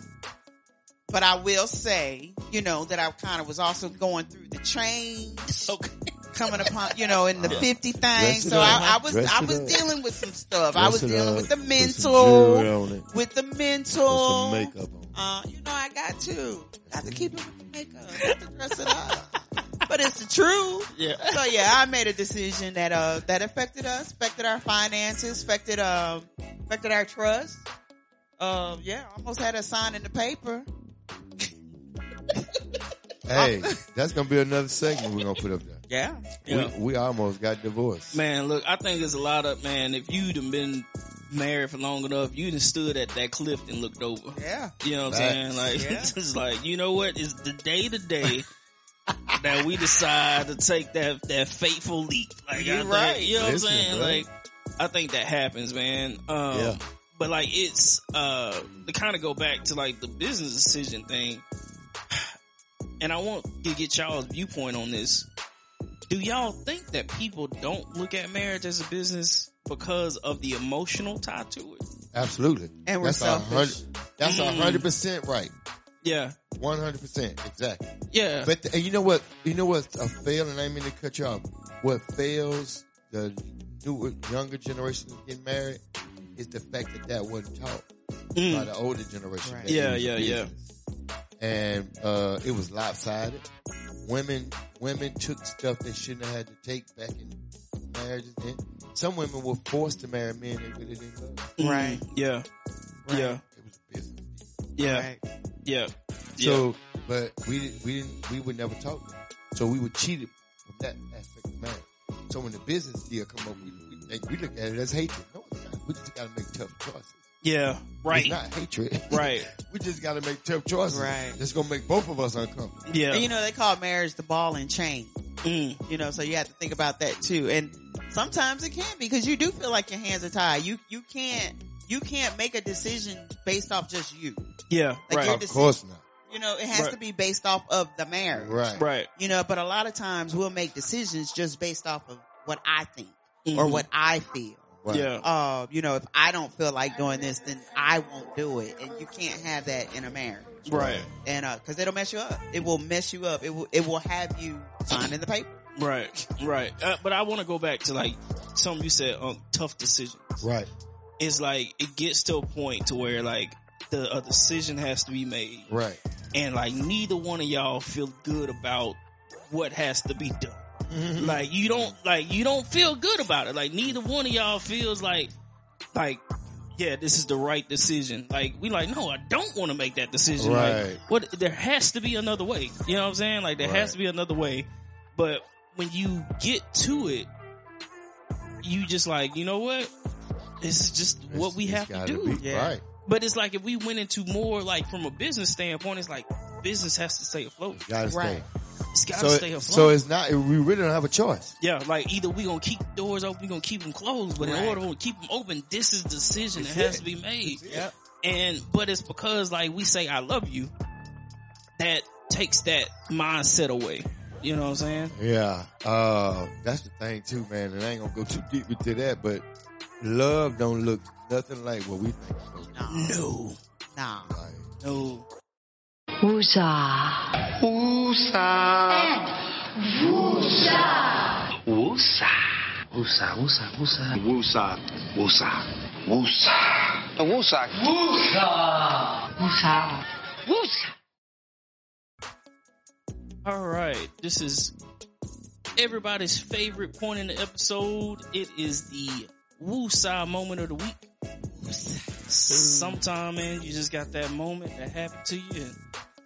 S2: but I will say, you know, that I kind of was also going through the change
S1: Okay.
S2: coming upon, you know, in the 50 thing.
S4: Dress it
S2: So
S4: up.
S2: I, I was,
S4: Dress
S2: I
S4: it
S2: was
S4: up.
S2: dealing with some stuff. I
S4: dress
S2: was
S4: it
S2: dealing
S4: up,
S2: with the
S4: put some
S2: mental
S4: jewelry on it, put
S2: with the
S4: some
S2: mental.
S4: makeup on it.
S2: Uh, you know, I got to. Got to keep it with the makeup. Got to dress it up. but it's the truth.
S1: Yeah.
S2: So yeah, I made a decision that uh that affected us, affected our finances, affected um affected our trust. Um, yeah, almost had a sign in the paper.
S4: Hey, that's gonna be another segment we're gonna put up there.
S2: Yeah.
S1: Yeah.
S4: We, we almost got divorced.
S1: Man, look, I think it's a lot of man. If you'd have been married for long enough, you'd have stood at that cliff and looked over.
S2: Yeah.
S1: You know what I'm saying? Like <laughs>
S2: Yeah.
S1: it's like you know what? It's the day to day
S2: <laughs>
S1: that we decide to take that that fateful leap. Like
S2: You're
S1: I think-
S2: right.
S1: You know what
S4: Listen,
S1: I'm saying?
S4: bro.
S1: Like I think that happens, man. Um,
S4: Yeah.
S1: But like it's uh to kind of go back to like the business decision thing, <sighs> and I want to get y'all's viewpoint on this. Do y'all think that people don't look at marriage as a business because of the emotional tie to it?
S4: Absolutely.
S2: And we're
S4: that's a
S2: selfish. Mm-hmm.
S4: hundred. That's a
S1: Mm.
S4: hundred percent right.
S1: Yeah,
S4: One hundred percent exactly.
S1: yeah,
S4: But and you know what? You know what? A fail, and I didn't mean to cut you off. What fails the newer, younger generation to get married is the fact that that wasn't taught by
S1: Mm.
S4: the older generation.
S2: Right.
S4: that
S1: Yeah,
S4: it was a
S1: yeah, yeah.
S4: business. And uh, it was lopsided. Women, women took stuff they shouldn't have had to take back in marriages. And some women were forced to marry men they really didn't love.
S2: Right.
S1: Mm. Yeah,
S2: Right.
S1: yeah,
S4: It was a business.
S1: yeah,
S2: Right.
S1: yeah.
S4: So, but we didn't, we didn't, we were never taught that. So we were cheated from that aspect of marriage. So when the business deal come up, we, we, think- we look at it as hatred. No, it's not. We just gotta make tough choices.
S1: yeah,
S4: It's
S1: right,
S4: not hatred.
S1: <laughs> right.
S4: we just gotta make tough choices.
S2: Right.
S4: That's gonna make both of us uncomfortable.
S1: Yeah,
S2: And you know, they call marriage the ball and chain.
S1: Mm.
S2: You know, so you have to think about that too. And sometimes it can because you do feel like your hands are tied. You you can't you can't make a decision based off just you.
S1: yeah,
S2: Like
S1: right,
S2: you're
S4: Of course not.
S2: You know, it has
S1: Right.
S2: to be based off of the marriage.
S4: Right.
S1: right,
S2: You know, but a lot of times we'll make decisions just based off of what I think or
S1: Mhm.
S2: what I feel.
S4: Right.
S1: Yeah,
S2: Uh, you know, if I don't feel like doing this, then I won't do it. And you can't have that in a marriage.
S1: right,
S2: And, uh, cause it'll mess you up. It will mess you up. It will, it will have you signing the paper.
S1: right, right. Uh, but I want to go back to like something you said on tough decisions.
S4: Right.
S1: It's like it gets to a point to where like the a decision has to be made,
S4: Right.
S1: and like neither one of y'all feel good about what has to be done. Like you don't like you don't feel good about it. Like neither one of y'all feels like like yeah, this is the right decision. Like we like no, I don't want to make that decision.
S4: Right.
S1: Like what there has to be another way. You know what I'm saying? Like there
S4: Right.
S1: has to be another way. But when you get to it, you just like, you know what? This is just what
S4: It's-
S1: we
S4: it's
S1: have to
S4: gotta
S1: do.
S4: be-
S2: Yeah.
S4: Right.
S1: But it's like if we went into more like from a business standpoint, it's like business has to stay afloat.
S4: Gotta stay.
S2: Right.
S1: It's gotta
S4: So,
S1: stay
S4: it-
S1: afloat.
S4: so it's not, we really don't have a choice.
S1: Yeah, like either we gonna keep doors open, we gonna keep them closed, but
S2: Right.
S1: in order to keep them open, this is the decision that has to be made.
S2: Yep.
S1: And but it's because like we say I love you, that takes that mindset away. You know what I'm saying?
S4: Yeah, uh, that's the thing too, man. And I ain't gonna go too deep into that, but love don't look nothing like what we think. it looks
S2: Nah,
S1: No,
S2: nah.
S4: Like.
S1: no.
S6: Woosah.
S7: Woosa. Woosa, woosa, woosa. Woosa, woosa, woosa. Woosa.
S6: Woosah. Woosah.
S1: All right, this is everybody's favorite point in the episode. It is the woosah moment of the week. Sometime, man, you just got that moment that happened to you, and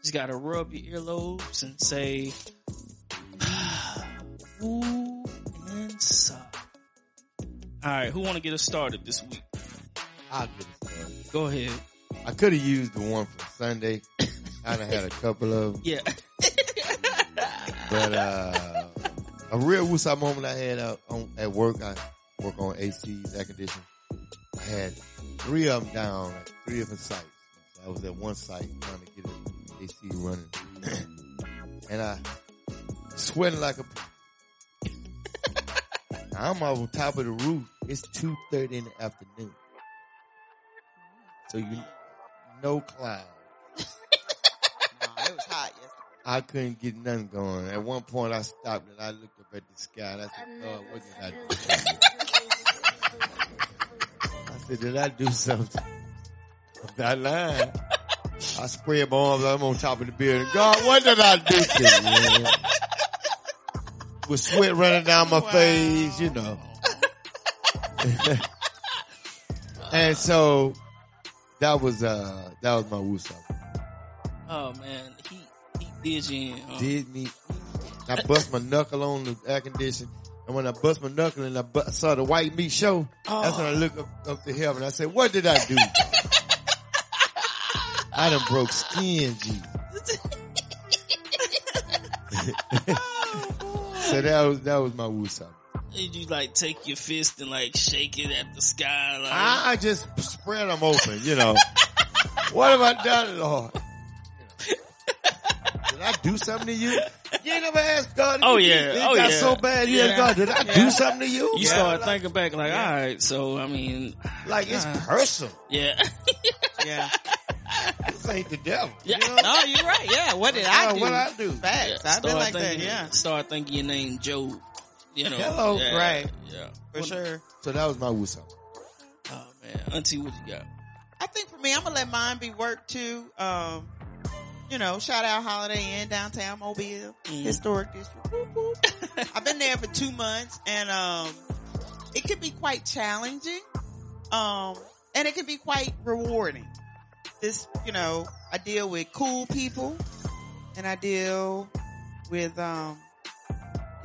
S1: just gotta rub your earlobes and say, <sighs> "Woo and sa." All right, who want to get us started this week?
S4: I'll get it started.
S1: Go ahead.
S4: I could have used the one from Sunday. <coughs> I done had a couple of 'em.
S1: Yeah.
S4: but uh, a real woosah moment I had uh, on, at work. I work on ACs, air conditioning. I had three of them down, like three different sites. I was at one site trying to get an AC running, <coughs> and I sweating like a. pig. <laughs> I'm on top of the roof. It's two thirty in the afternoon, so you no cloud.
S2: Nah, it was hot yesterday.
S4: I couldn't get nothing going. At one point, I stopped and I looked up at the sky and I said, "Lord, what did I do?" <laughs> I said, "Did I do something?" <laughs> I'm not lying. I spread my arms. I'm on top of the building. God, what did I do? To you? man?" <laughs> With sweat running down my face, you know. <laughs> and so that was uh that was my woosah.
S1: Oh man, he he Did you? in, huh?
S4: did me. I bust my knuckle on the air condition. And when I bust my knuckle and I bu- saw the white meat show, that's when I look up, up to heaven. I said, what did I do? I done broke skin, G. <laughs> so that was, that was my woosah.
S1: Did you like take your fist and like shake it at the sky? Like,
S4: I, I just spread them open, you know. what have I done, Lord? Did I do something to you? You ain't never asked God.
S1: Oh,
S4: You-
S1: yeah.
S4: It
S1: Oh,
S4: got
S1: yeah.
S4: so bad. You asked
S1: Yeah.
S4: God, did I do something to you?
S1: you
S4: Yeah.
S1: start thinking back, like, all right, so I mean,
S4: Like it's personal.
S1: yeah,
S2: Yeah.
S4: This ain't the devil.
S1: yeah. <laughs>
S2: No, you're right. Yeah. Oh, What did I
S4: God,
S2: do?
S4: what I do?
S2: Facts. I've been like that.
S1: thinking,
S2: Yeah.
S1: Start thinking your name, Joe. You know,
S4: Hello.
S1: yeah,
S2: Right.
S1: Yeah,
S2: For sure.
S4: So that was my woosah.
S1: Oh man, Auntie, what you got?
S2: I think for me, I'm gonna let mine be work too. Um, you know, shout out Holiday Inn downtown Mobile
S1: Mm.
S2: historic district. Whoop, whoop. <laughs> I've been there for two months, and um, it can be quite challenging, um, and it can be quite rewarding. This, you know, I deal with cool people, and I deal with um,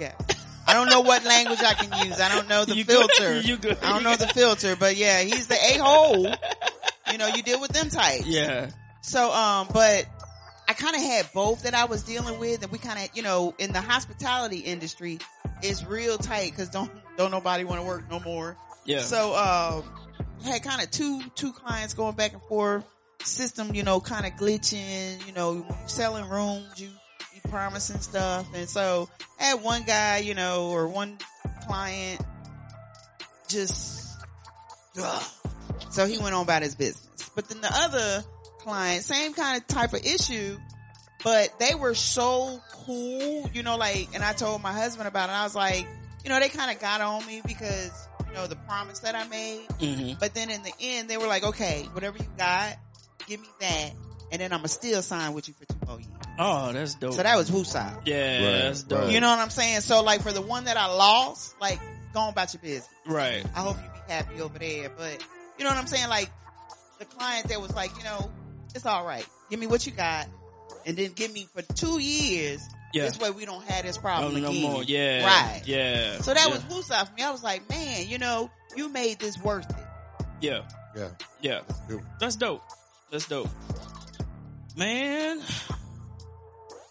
S2: yeah. I don't know what language I can use. I don't know
S1: <laughs>
S2: the
S1: you
S2: filter. Um,
S1: Good? You good?
S2: I don't
S1: <laughs>
S2: know the filter, but yeah, he's the a hole. You know, you deal with them types.
S1: Yeah,
S2: So, um, but I kind of had both that I was dealing with, and we kind of, you know, in the hospitality industry, it's real tight because don't don't nobody want to work no more.
S1: yeah.
S2: So, um, I had kind of two two clients going back and forth. System, you know, kind of glitching. You know, when you selling rooms, you you promising stuff, and so I had one guy, you know, or one client just. ugh. So he went on about his business. But then the other client, same kind of type of issue, but they were so cool, you know, like, and I told my husband about it. I was like, you know, they kind of got on me because, you know, the promise that I made.
S1: Mhm.
S2: But then in the end, they were like, okay, whatever you got, give me that. And then I'm going to still sign with you for two more years.
S1: Oh, that's dope.
S2: So that was Woosah.
S1: yeah,
S4: Right,
S1: that's dope.
S4: right.
S2: You know what I'm saying? So like for the one that I lost, like go on about your business.
S1: right?
S2: I hope you be happy over there. But you know what I'm saying? Like the client that was like, you know, it's all right. Give me what you got and then give me for two years.
S1: Yeah.
S2: This way we don't have this
S1: Oh,
S2: problem
S1: no
S2: again.
S1: more. Yeah,
S2: Right.
S1: Yeah.
S2: So that
S1: yeah.
S2: was woosah for me. I was like, man, you know, you made this worth it.
S1: yeah,
S4: Yeah.
S1: yeah.
S4: That's good.
S1: That's dope. That's dope. Man,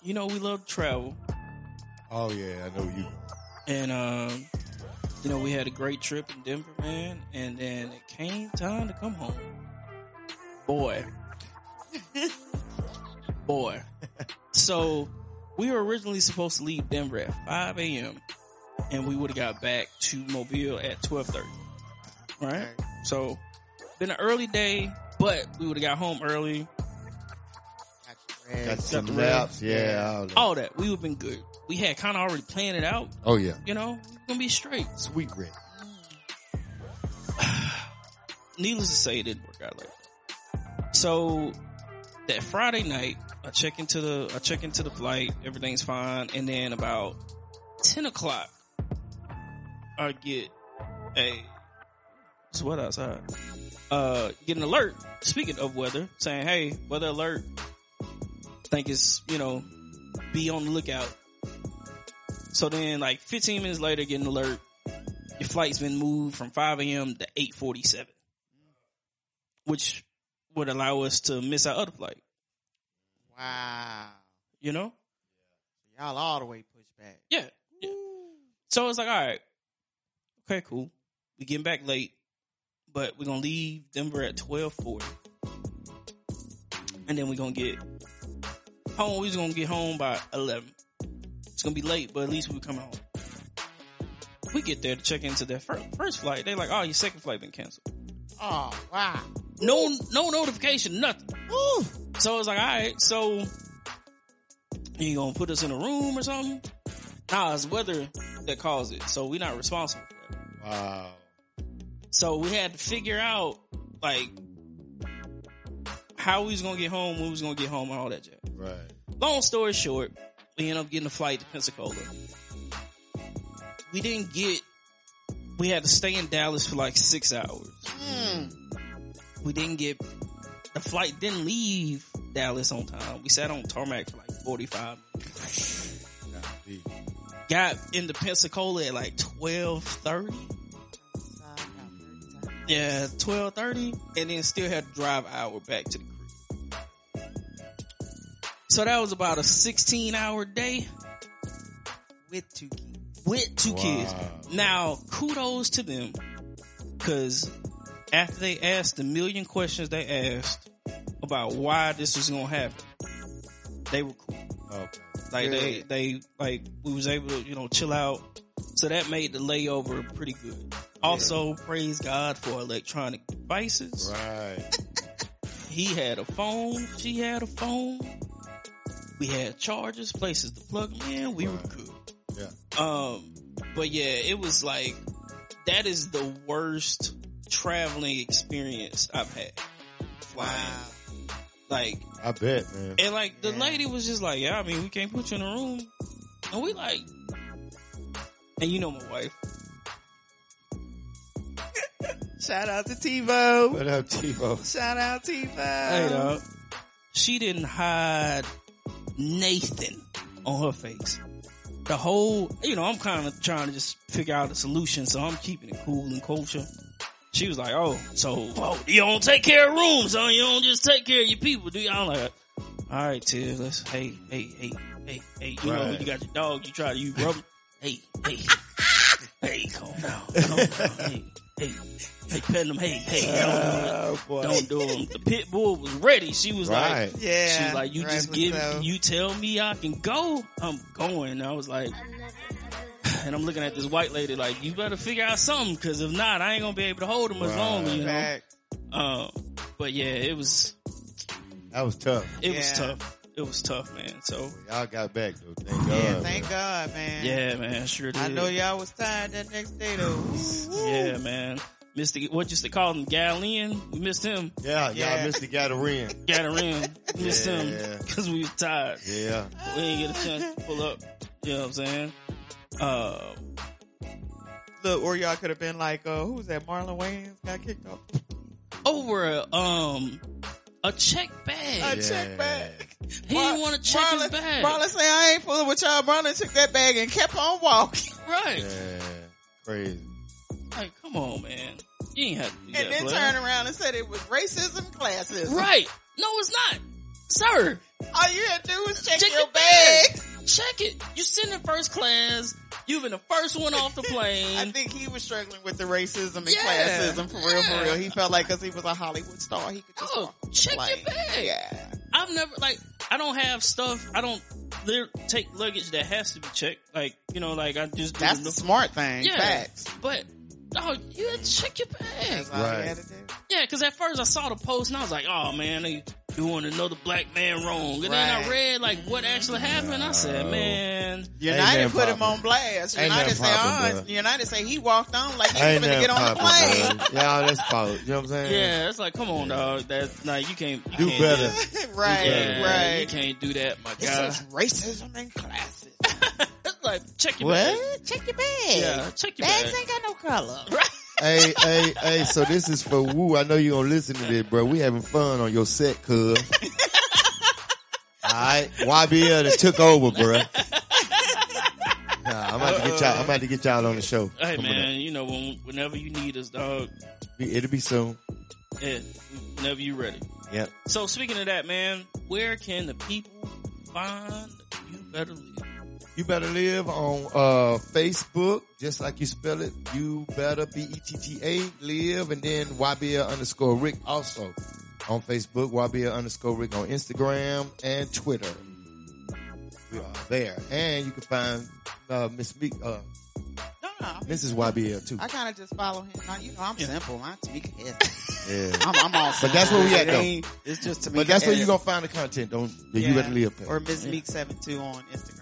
S1: you know we love to travel.
S4: Oh yeah, I know you.
S1: And um, you know, we had a great trip in Denver, man. And then it came time to come home. Boy. Boy. So we were originally supposed to leave Denver at 5 a.m. and we would have got back to Mobile at 12:30. Right? So been an early day, but we would have got home early.
S4: Got
S1: Got the
S4: some raps. Yeah. all that.
S1: All that. We would have been good. We had kind of already planned it out,
S4: Oh yeah.
S1: you know, we gonna be straight.
S4: Sweet red.
S1: needless to say, it didn't work out like that. So that Friday night, I check into the I check into the flight, everything's fine, and then about ten o'clock, I get a it's what outside. Uh, get an alert. Speaking of weather, saying, "Hey, weather alert." Think it's you know, be on the lookout. So then, like 15 minutes later, get an alert. Your flight's been moved from 5 a.m. to 8:47 which would allow us to miss our other flight,
S2: Wow.
S1: you know?
S2: Y'all all the way pushed back.
S1: Yeah. yeah. So it's like, all right, okay, cool. We getting back late, but we're gonna leave Denver at twelve forty, and then we're gonna get home. We're gonna get home by eleven. It's gonna be late, but at least we coming home. We get there to check into their fir- first flight. They're like, oh, your second flight been canceled.
S2: Oh, wow.
S1: no no notification, nothing. So I was like, all right, so you gonna put us in a room or something? Nah, it's weather that caused it, so we're not responsible. for that.
S4: Wow.
S1: So we had to figure out like how we was gonna get home, when we was gonna get home, and all that jazz.
S4: Right.
S1: Long story short, we ended up getting a flight to Pensacola. We didn't get. We had to stay in Dallas for like six hours
S2: Mm.
S1: we didn't get the flight didn't leave Dallas on time. We sat on tarmac for like 45. Got in the Pensacola at like 1230. Yeah, 1230. And then still had to drive an hour back to the crew. So that was about a 16 hour day
S2: with two kids.
S1: with two kids. Now, kudos to them because after they asked the million questions they asked about why this was gonna happen, they were cool.
S4: Okay.
S1: Like they, they, like we was able to, you know, chill out. So that made the layover pretty good. Also, praise God for electronic devices.
S4: Right.
S1: He had a phone. She had a phone. We had chargers, places to plug 'em in. We were
S4: Right.
S1: good.
S4: Yeah.
S1: Um, but yeah, it was like that is the worst traveling experience I've had. Flying.
S2: Wow.
S1: Like
S4: I bet, man.
S1: and like the
S2: Yeah.
S1: lady was just like, Yeah, I mean we can't put you in a room. And we like and you know my wife.
S2: Shout out to TiVo.
S4: What up, Tebow?
S2: Shout out TiVo. Um,
S1: Hey dog. She didn't hide Nathan on her face. The whole, you know, I'm kind of trying to just figure out a solution, so I'm keeping it cool and culture. She was like, "Oh, so oh, you don't take care of rooms, huh? You don't just take care of your people, do you?" I'm like, "All right, Tiff, let's hey, hey, hey, hey, hey. You know,
S4: Right.
S1: you got your dog. You try to you rub. him. hey, hey, hey, calm down, calm down. Hey, hey, hey, petting him. Hey, hey, don't do it."
S2: <laughs>
S4: Oh, boy.
S1: don't do them. The pit bull was ready. She was
S4: right.
S1: like,
S2: Yeah.
S1: she was like, you just
S2: rightfully
S1: give,
S2: so.
S1: you tell me I can go, I'm going. And I was like, <sighs> and I'm looking at this white lady like, you better figure out something because if not, I ain't gonna be able to hold him much
S4: Right.
S1: longer, you know.
S2: Fact.
S1: Um, but yeah, it was,
S4: that was tough.
S1: it was
S2: Yeah.
S1: tough. It was tough, man. So
S4: Y'all got back though. Thank God.
S2: Yeah, thank God, man.
S1: yeah, man, sure did.
S2: I know y'all was tired that next day though. Woo, woo.
S1: Yeah, man. Mr. What used to call him Galilean? We missed him.
S4: Yeah,
S2: Yeah.
S4: y'all missed the gathering.
S2: <laughs>
S1: Gadarin. missed him
S4: Yeah.
S1: because we was tired.
S4: Yeah.
S1: we didn't get a chance to pull up. You know what I'm saying? Uh,
S2: <laughs> Look, or y'all could have been like, uh, who's that? Marlon Wayans got kicked off.
S1: over um a check
S2: I
S1: bag.
S2: check back.
S1: He didn't want to check his bag.
S2: Marlon say I ain't fooling with y'all. Marlon took that bag and kept on walking,
S1: right?
S4: Yeah. Crazy.
S1: Like, come on, man. You ain't have to do
S2: and
S1: that.
S2: then
S1: blood.
S2: turned around and said it was racism, classism.
S1: Right? No, it's not, sir.
S2: All you had to do was check,
S1: Check
S2: your
S1: your
S2: bag.
S1: Check it. You sitting in first class. You've been the first one off the plane.
S2: <laughs> I think he was struggling with the racism and
S1: Yeah.
S2: classism for real,
S1: Yeah.
S2: for real. He felt like because he was a Hollywood star, he could just
S1: Oh,
S2: walk
S1: check your
S2: like,
S1: bag.
S2: Yeah,
S1: I've never like I don't have stuff. I don't lit- take luggage that has to be checked. Like you know, like I just do
S2: that's
S1: the-
S2: the smart thing.
S1: Yeah.
S2: Facts.
S1: But oh, you had to check your bag.
S2: That's all
S4: Right.
S2: he had to do.
S1: Yeah, because at first I saw the post and I was like, oh man, they doing another black man wrong. And then I
S2: Right.
S1: read like what actually happened. I said,
S4: No.
S1: man,
S2: United
S4: nothing
S2: put him
S4: poppin'.
S2: on blast.
S4: Ain't
S2: United
S4: nothing
S2: say,
S4: poppin',
S2: "Oh,
S4: bruh.
S2: United say he walked on like he was
S4: Ain't
S2: gonna get
S4: nothing
S2: on the
S4: poppin',
S2: plane.
S4: man. <laughs> Y'all, that's fault. You know what I'm saying?
S1: yeah, it's like, come on, dog. That like you can't you
S4: Do
S1: can't
S4: better.
S2: <laughs> right,
S1: Yeah, You
S2: right.
S1: can't do that, my
S2: This
S1: God.
S2: is racism and classism.
S1: <laughs> It's like check your bag.
S4: What?
S5: Check your bag.
S1: Yeah, check your
S5: Bags
S1: bag.
S5: ain't got no color.
S4: hey, hey, hey, so this is for Woo. I know you gonna listen to this, bro. We having fun on your set,
S2: <laughs>
S4: cuz. Alright, YBL that took over,
S2: <laughs>
S4: bro. Nah, I'm about to get y'all, I'm about to get y'all on the show.
S1: Hey
S4: Coming
S1: man, you know when, whenever you need us, dog.
S4: up. It'll be soon.
S1: Yeah, whenever you ready.
S4: Yep.
S1: So speaking of that, man, where can the people find you better live?
S4: You better live on uh Facebook, just like you spell it. You better B E T T A live, and then YBL underscore Rick also on Facebook. YBL underscore Rick on Instagram and Twitter. We are there, and you can find uh Miss Me, uh
S2: No, no.
S4: Mrs. YBL too.
S2: I kind of just follow him. Now, you know, I'm
S1: Yeah.
S2: simple. I'm Tamika Hill.
S4: Yeah,
S2: I'm, I'm all simple.
S4: that's where we at,
S2: It
S4: though.
S2: ain't- It's just Tamika
S4: but that's where you gonna
S2: Hill.
S4: find the content on the You
S2: Yeah.
S4: Better Live page.
S2: Or Ms. Meek72 on Instagram.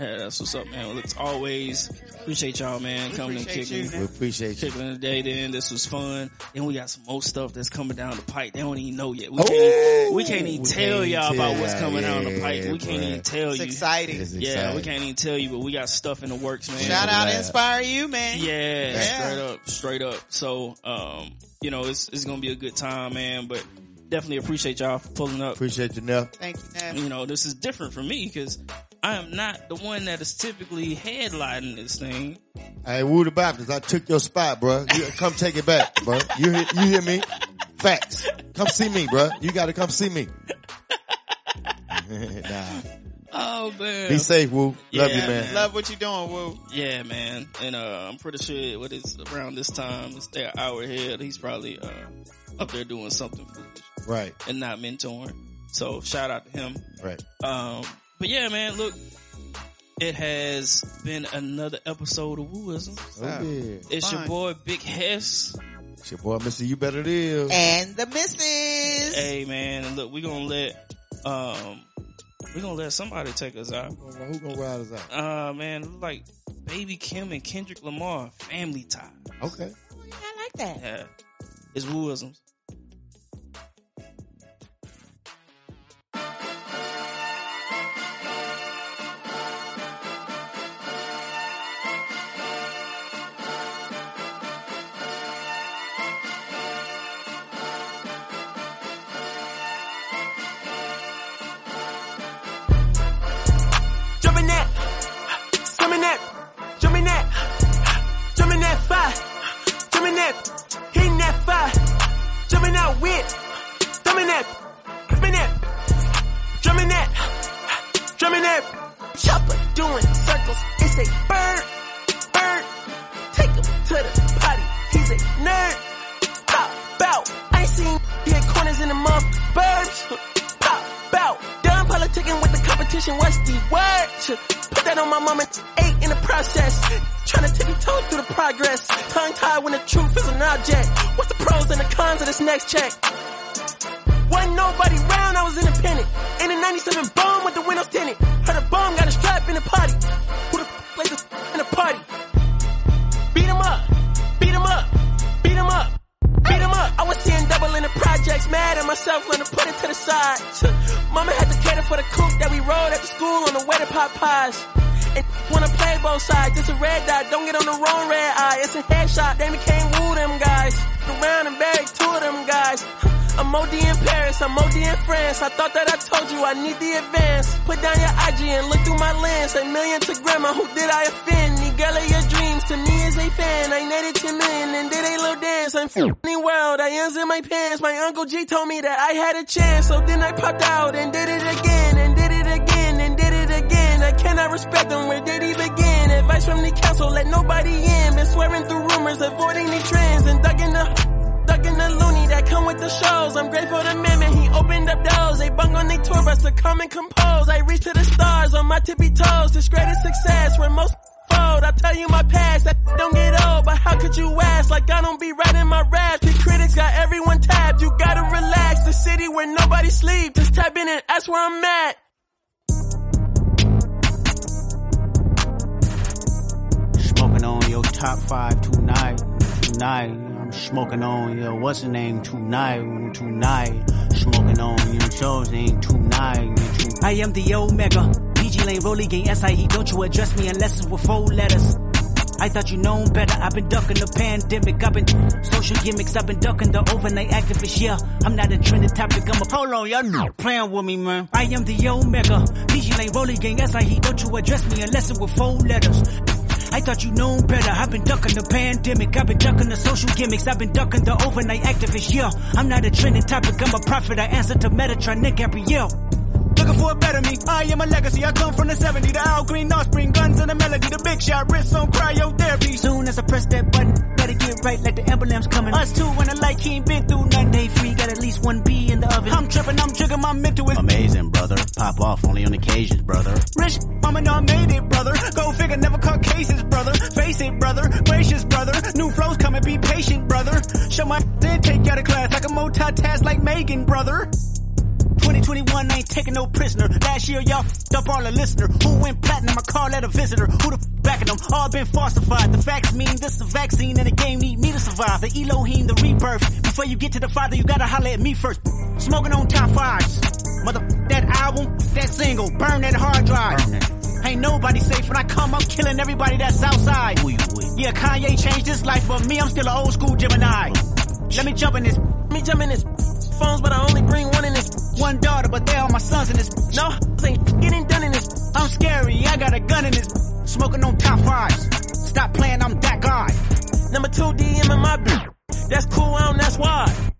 S1: Yeah, that's what's up, man. Well, it's always appreciate y'all, man,
S2: We
S1: coming and
S2: appreciate
S1: kicking,
S2: you,
S4: We appreciate you.
S1: kicking in the day. Then this was fun. Then we got some more stuff that's coming down the pipe. They don't even know yet. We
S4: Oh,
S1: can't, we can't even
S4: we
S1: tell
S4: can't
S1: y'all
S4: tell
S1: about what's
S4: y'all.
S1: coming down the
S4: Yeah,
S1: pipe. We can't
S4: bruh.
S1: even tell
S2: It's
S1: you.
S2: exciting.
S4: It's
S1: Yeah, we
S4: exciting.
S1: can't even tell you, but we got stuff in the works, man.
S2: Shout out,
S4: Yeah.
S2: inspire you, man.
S1: Yeah,
S2: Yeah.
S1: straight up, straight up. So, um, you know, it's it's gonna be a good time, man. But definitely appreciate y'all for pulling up.
S4: Appreciate you, Neff.
S2: Thank you, Neff.
S1: You know, this is different for me because I am not the one that is typically headlining this thing.
S4: Hey, Woo the Baptist, I took your spot, bro. You, come take it back, bro. You hear, you hear me? Facts. Come see me, bro. You gotta come see me. <laughs> nah.
S1: Oh man,
S4: Be safe, Woo. Love you,
S1: Yeah,
S4: man.
S2: Love what you doing, Woo.
S1: yeah, man, and uh, I'm pretty sure what is around this time it's their hour head. He's probably uh, up there doing something foolish
S4: Right,
S1: and not mentoring. So shout out to him.
S4: right.
S1: Um, but yeah, man, look, it has been another episode of Wooism.
S4: Oh, yeah.
S1: It's your
S2: Fine.
S1: boy Big Hess.
S4: It's your boy, Mr. You Better Deal.
S2: And the missus.
S1: Hey man, and look, we're gonna let um we're gonna let somebody take us out.
S4: Who gonna ride us out?
S1: Uh man, look like Baby Kim and Kendrick Lamar, family tie.
S4: Okay.
S5: I like that.
S1: Yeah. It's Wooisms.
S6: Jumping that, swimming that, jumping that, jumping that fire, jumping that, hitting that fire, jumping out with, thumbing that, thumbing that, drumming that, drumming that. Chopper doing circles, it's a bird, bird. Take him to the potty, he's a nerd. Pop out, I ain't seen dead corners in the month, burbs. Pop out, done politicking with the competition, what's the word? Put that on my mama, eight in the process. Tryna tippy toe through the progress. Tongue tied when the truth is an object. What's the pros and the cons of this next check? Wasn't nobody round, I was independent. In the 97 bomb with the windows tinted. Heard a bomb got a strap in the potty. Who the f- played the f- in the party? Beat 'em up, beat 'em up, beat 'em up, beat 'em up. I was seeing double in the projects, mad at myself, learned to put it to the side. <laughs> Mama had to cater for the coop that we rode at the school on the way to pot pies. And <laughs> wanna play both sides, it's a red dot, don't get on the wrong red eye. It's a headshot, they became woo them guys. Around and buried two of them guys. <laughs> I'm OD in Paris, I'm OD in France. I thought that I told you I need the advance. Put down your IG and look through my lens. A million to grandma, who did I offend? Miguel of your dreams to me is a fan. I netted 10 million and did a little dance. I'm f***ing world, I ends in my pants. My uncle G told me that I had a chance. So then I popped out and did it again and did it again and did it again. I cannot respect them, where did he begin? Advice from the council, let nobody in. Been swearing through rumors, avoiding the trends and dug in the Duck in the loony that come with the shows. I'm grateful to man, man, he opened up doors. They bung on their tour bus to come and compose. I reach to the stars on my tippy toes. This greatest success when most fold. I tell you my past, that don't get old. But how could you ask? Like I don't be writing my raps. The critics got everyone tapped. You gotta relax. The city where nobody sleep. Just tap in and ask where I'm at.
S8: Smoking on your top five tonight, tonight. I'm smoking on your what's the name tonight, tonight. Smoking on your show's name tonight, tonight.
S9: I am the Omega. BG Lane, Rolly Gang, SIE. Don't you address me unless it's with four letters. I thought you known better. I've been ducking the pandemic. I've been social gimmicks. I've been ducking the overnight activists. Yeah, I'm not a trending topic. I'm a
S8: Hold on, y'all not playing with me, man.
S9: I am the Omega. BG Lane, Rolly Gang, SIE. Don't you address me unless it's with four letters. I thought you known better. I've been ducking the pandemic. I've been ducking the social gimmicks. I've been ducking the overnight activists. Yeah, I'm not a trending topic. I'm a prophet. I answer to Metatronic every year.
S8: Looking for a better me. I am a legacy. I come from the 70, the Al Green offspring, guns and the melody, the big shot, wrists on cryotherapy.
S9: Soon as I press that button, better get right like the emblem's coming.
S8: Us two when the light he ain't been through nothing.
S9: Day free, got at least one B in the oven.
S8: I'm tripping, I'm triggering my mental is
S6: Amazing, brother. Pop off only on occasions, brother.
S8: Rich, mama know I made it, brother. Go figure, never caught cases, brother. Face it, brother. Gracious, brother. New flows coming, be patient, brother. Show my then take you out of class. I can multitask like Megan, brother. 2021 ain't taking no prisoner. Last year, y'all f***ed up all the listener. Who went platinum? I call that a visitor. Who the f- backing them? All been falsified. The facts mean this is a vaccine and the game need me to survive. The Elohim, the rebirth. Before you get to the father, you gotta holler at me first. Smoking on top fives. Mother, f- that album, that single, burn that hard drive. Ain't nobody safe when I come, I'm killing everybody that's outside. Yeah, Kanye changed his life, but me, I'm still an old school Gemini. Let me jump in this, let me jump in this.
S6: phones, but I only bring one in this.
S8: One daughter, but they all my sons in this.
S6: No, ain't getting done in this.
S8: I'm scary, I got a gun in this. Smoking on top fives. Stop playing, I'm that guy.
S6: Number two D M in my bitch. That's cool, I don't, that's why.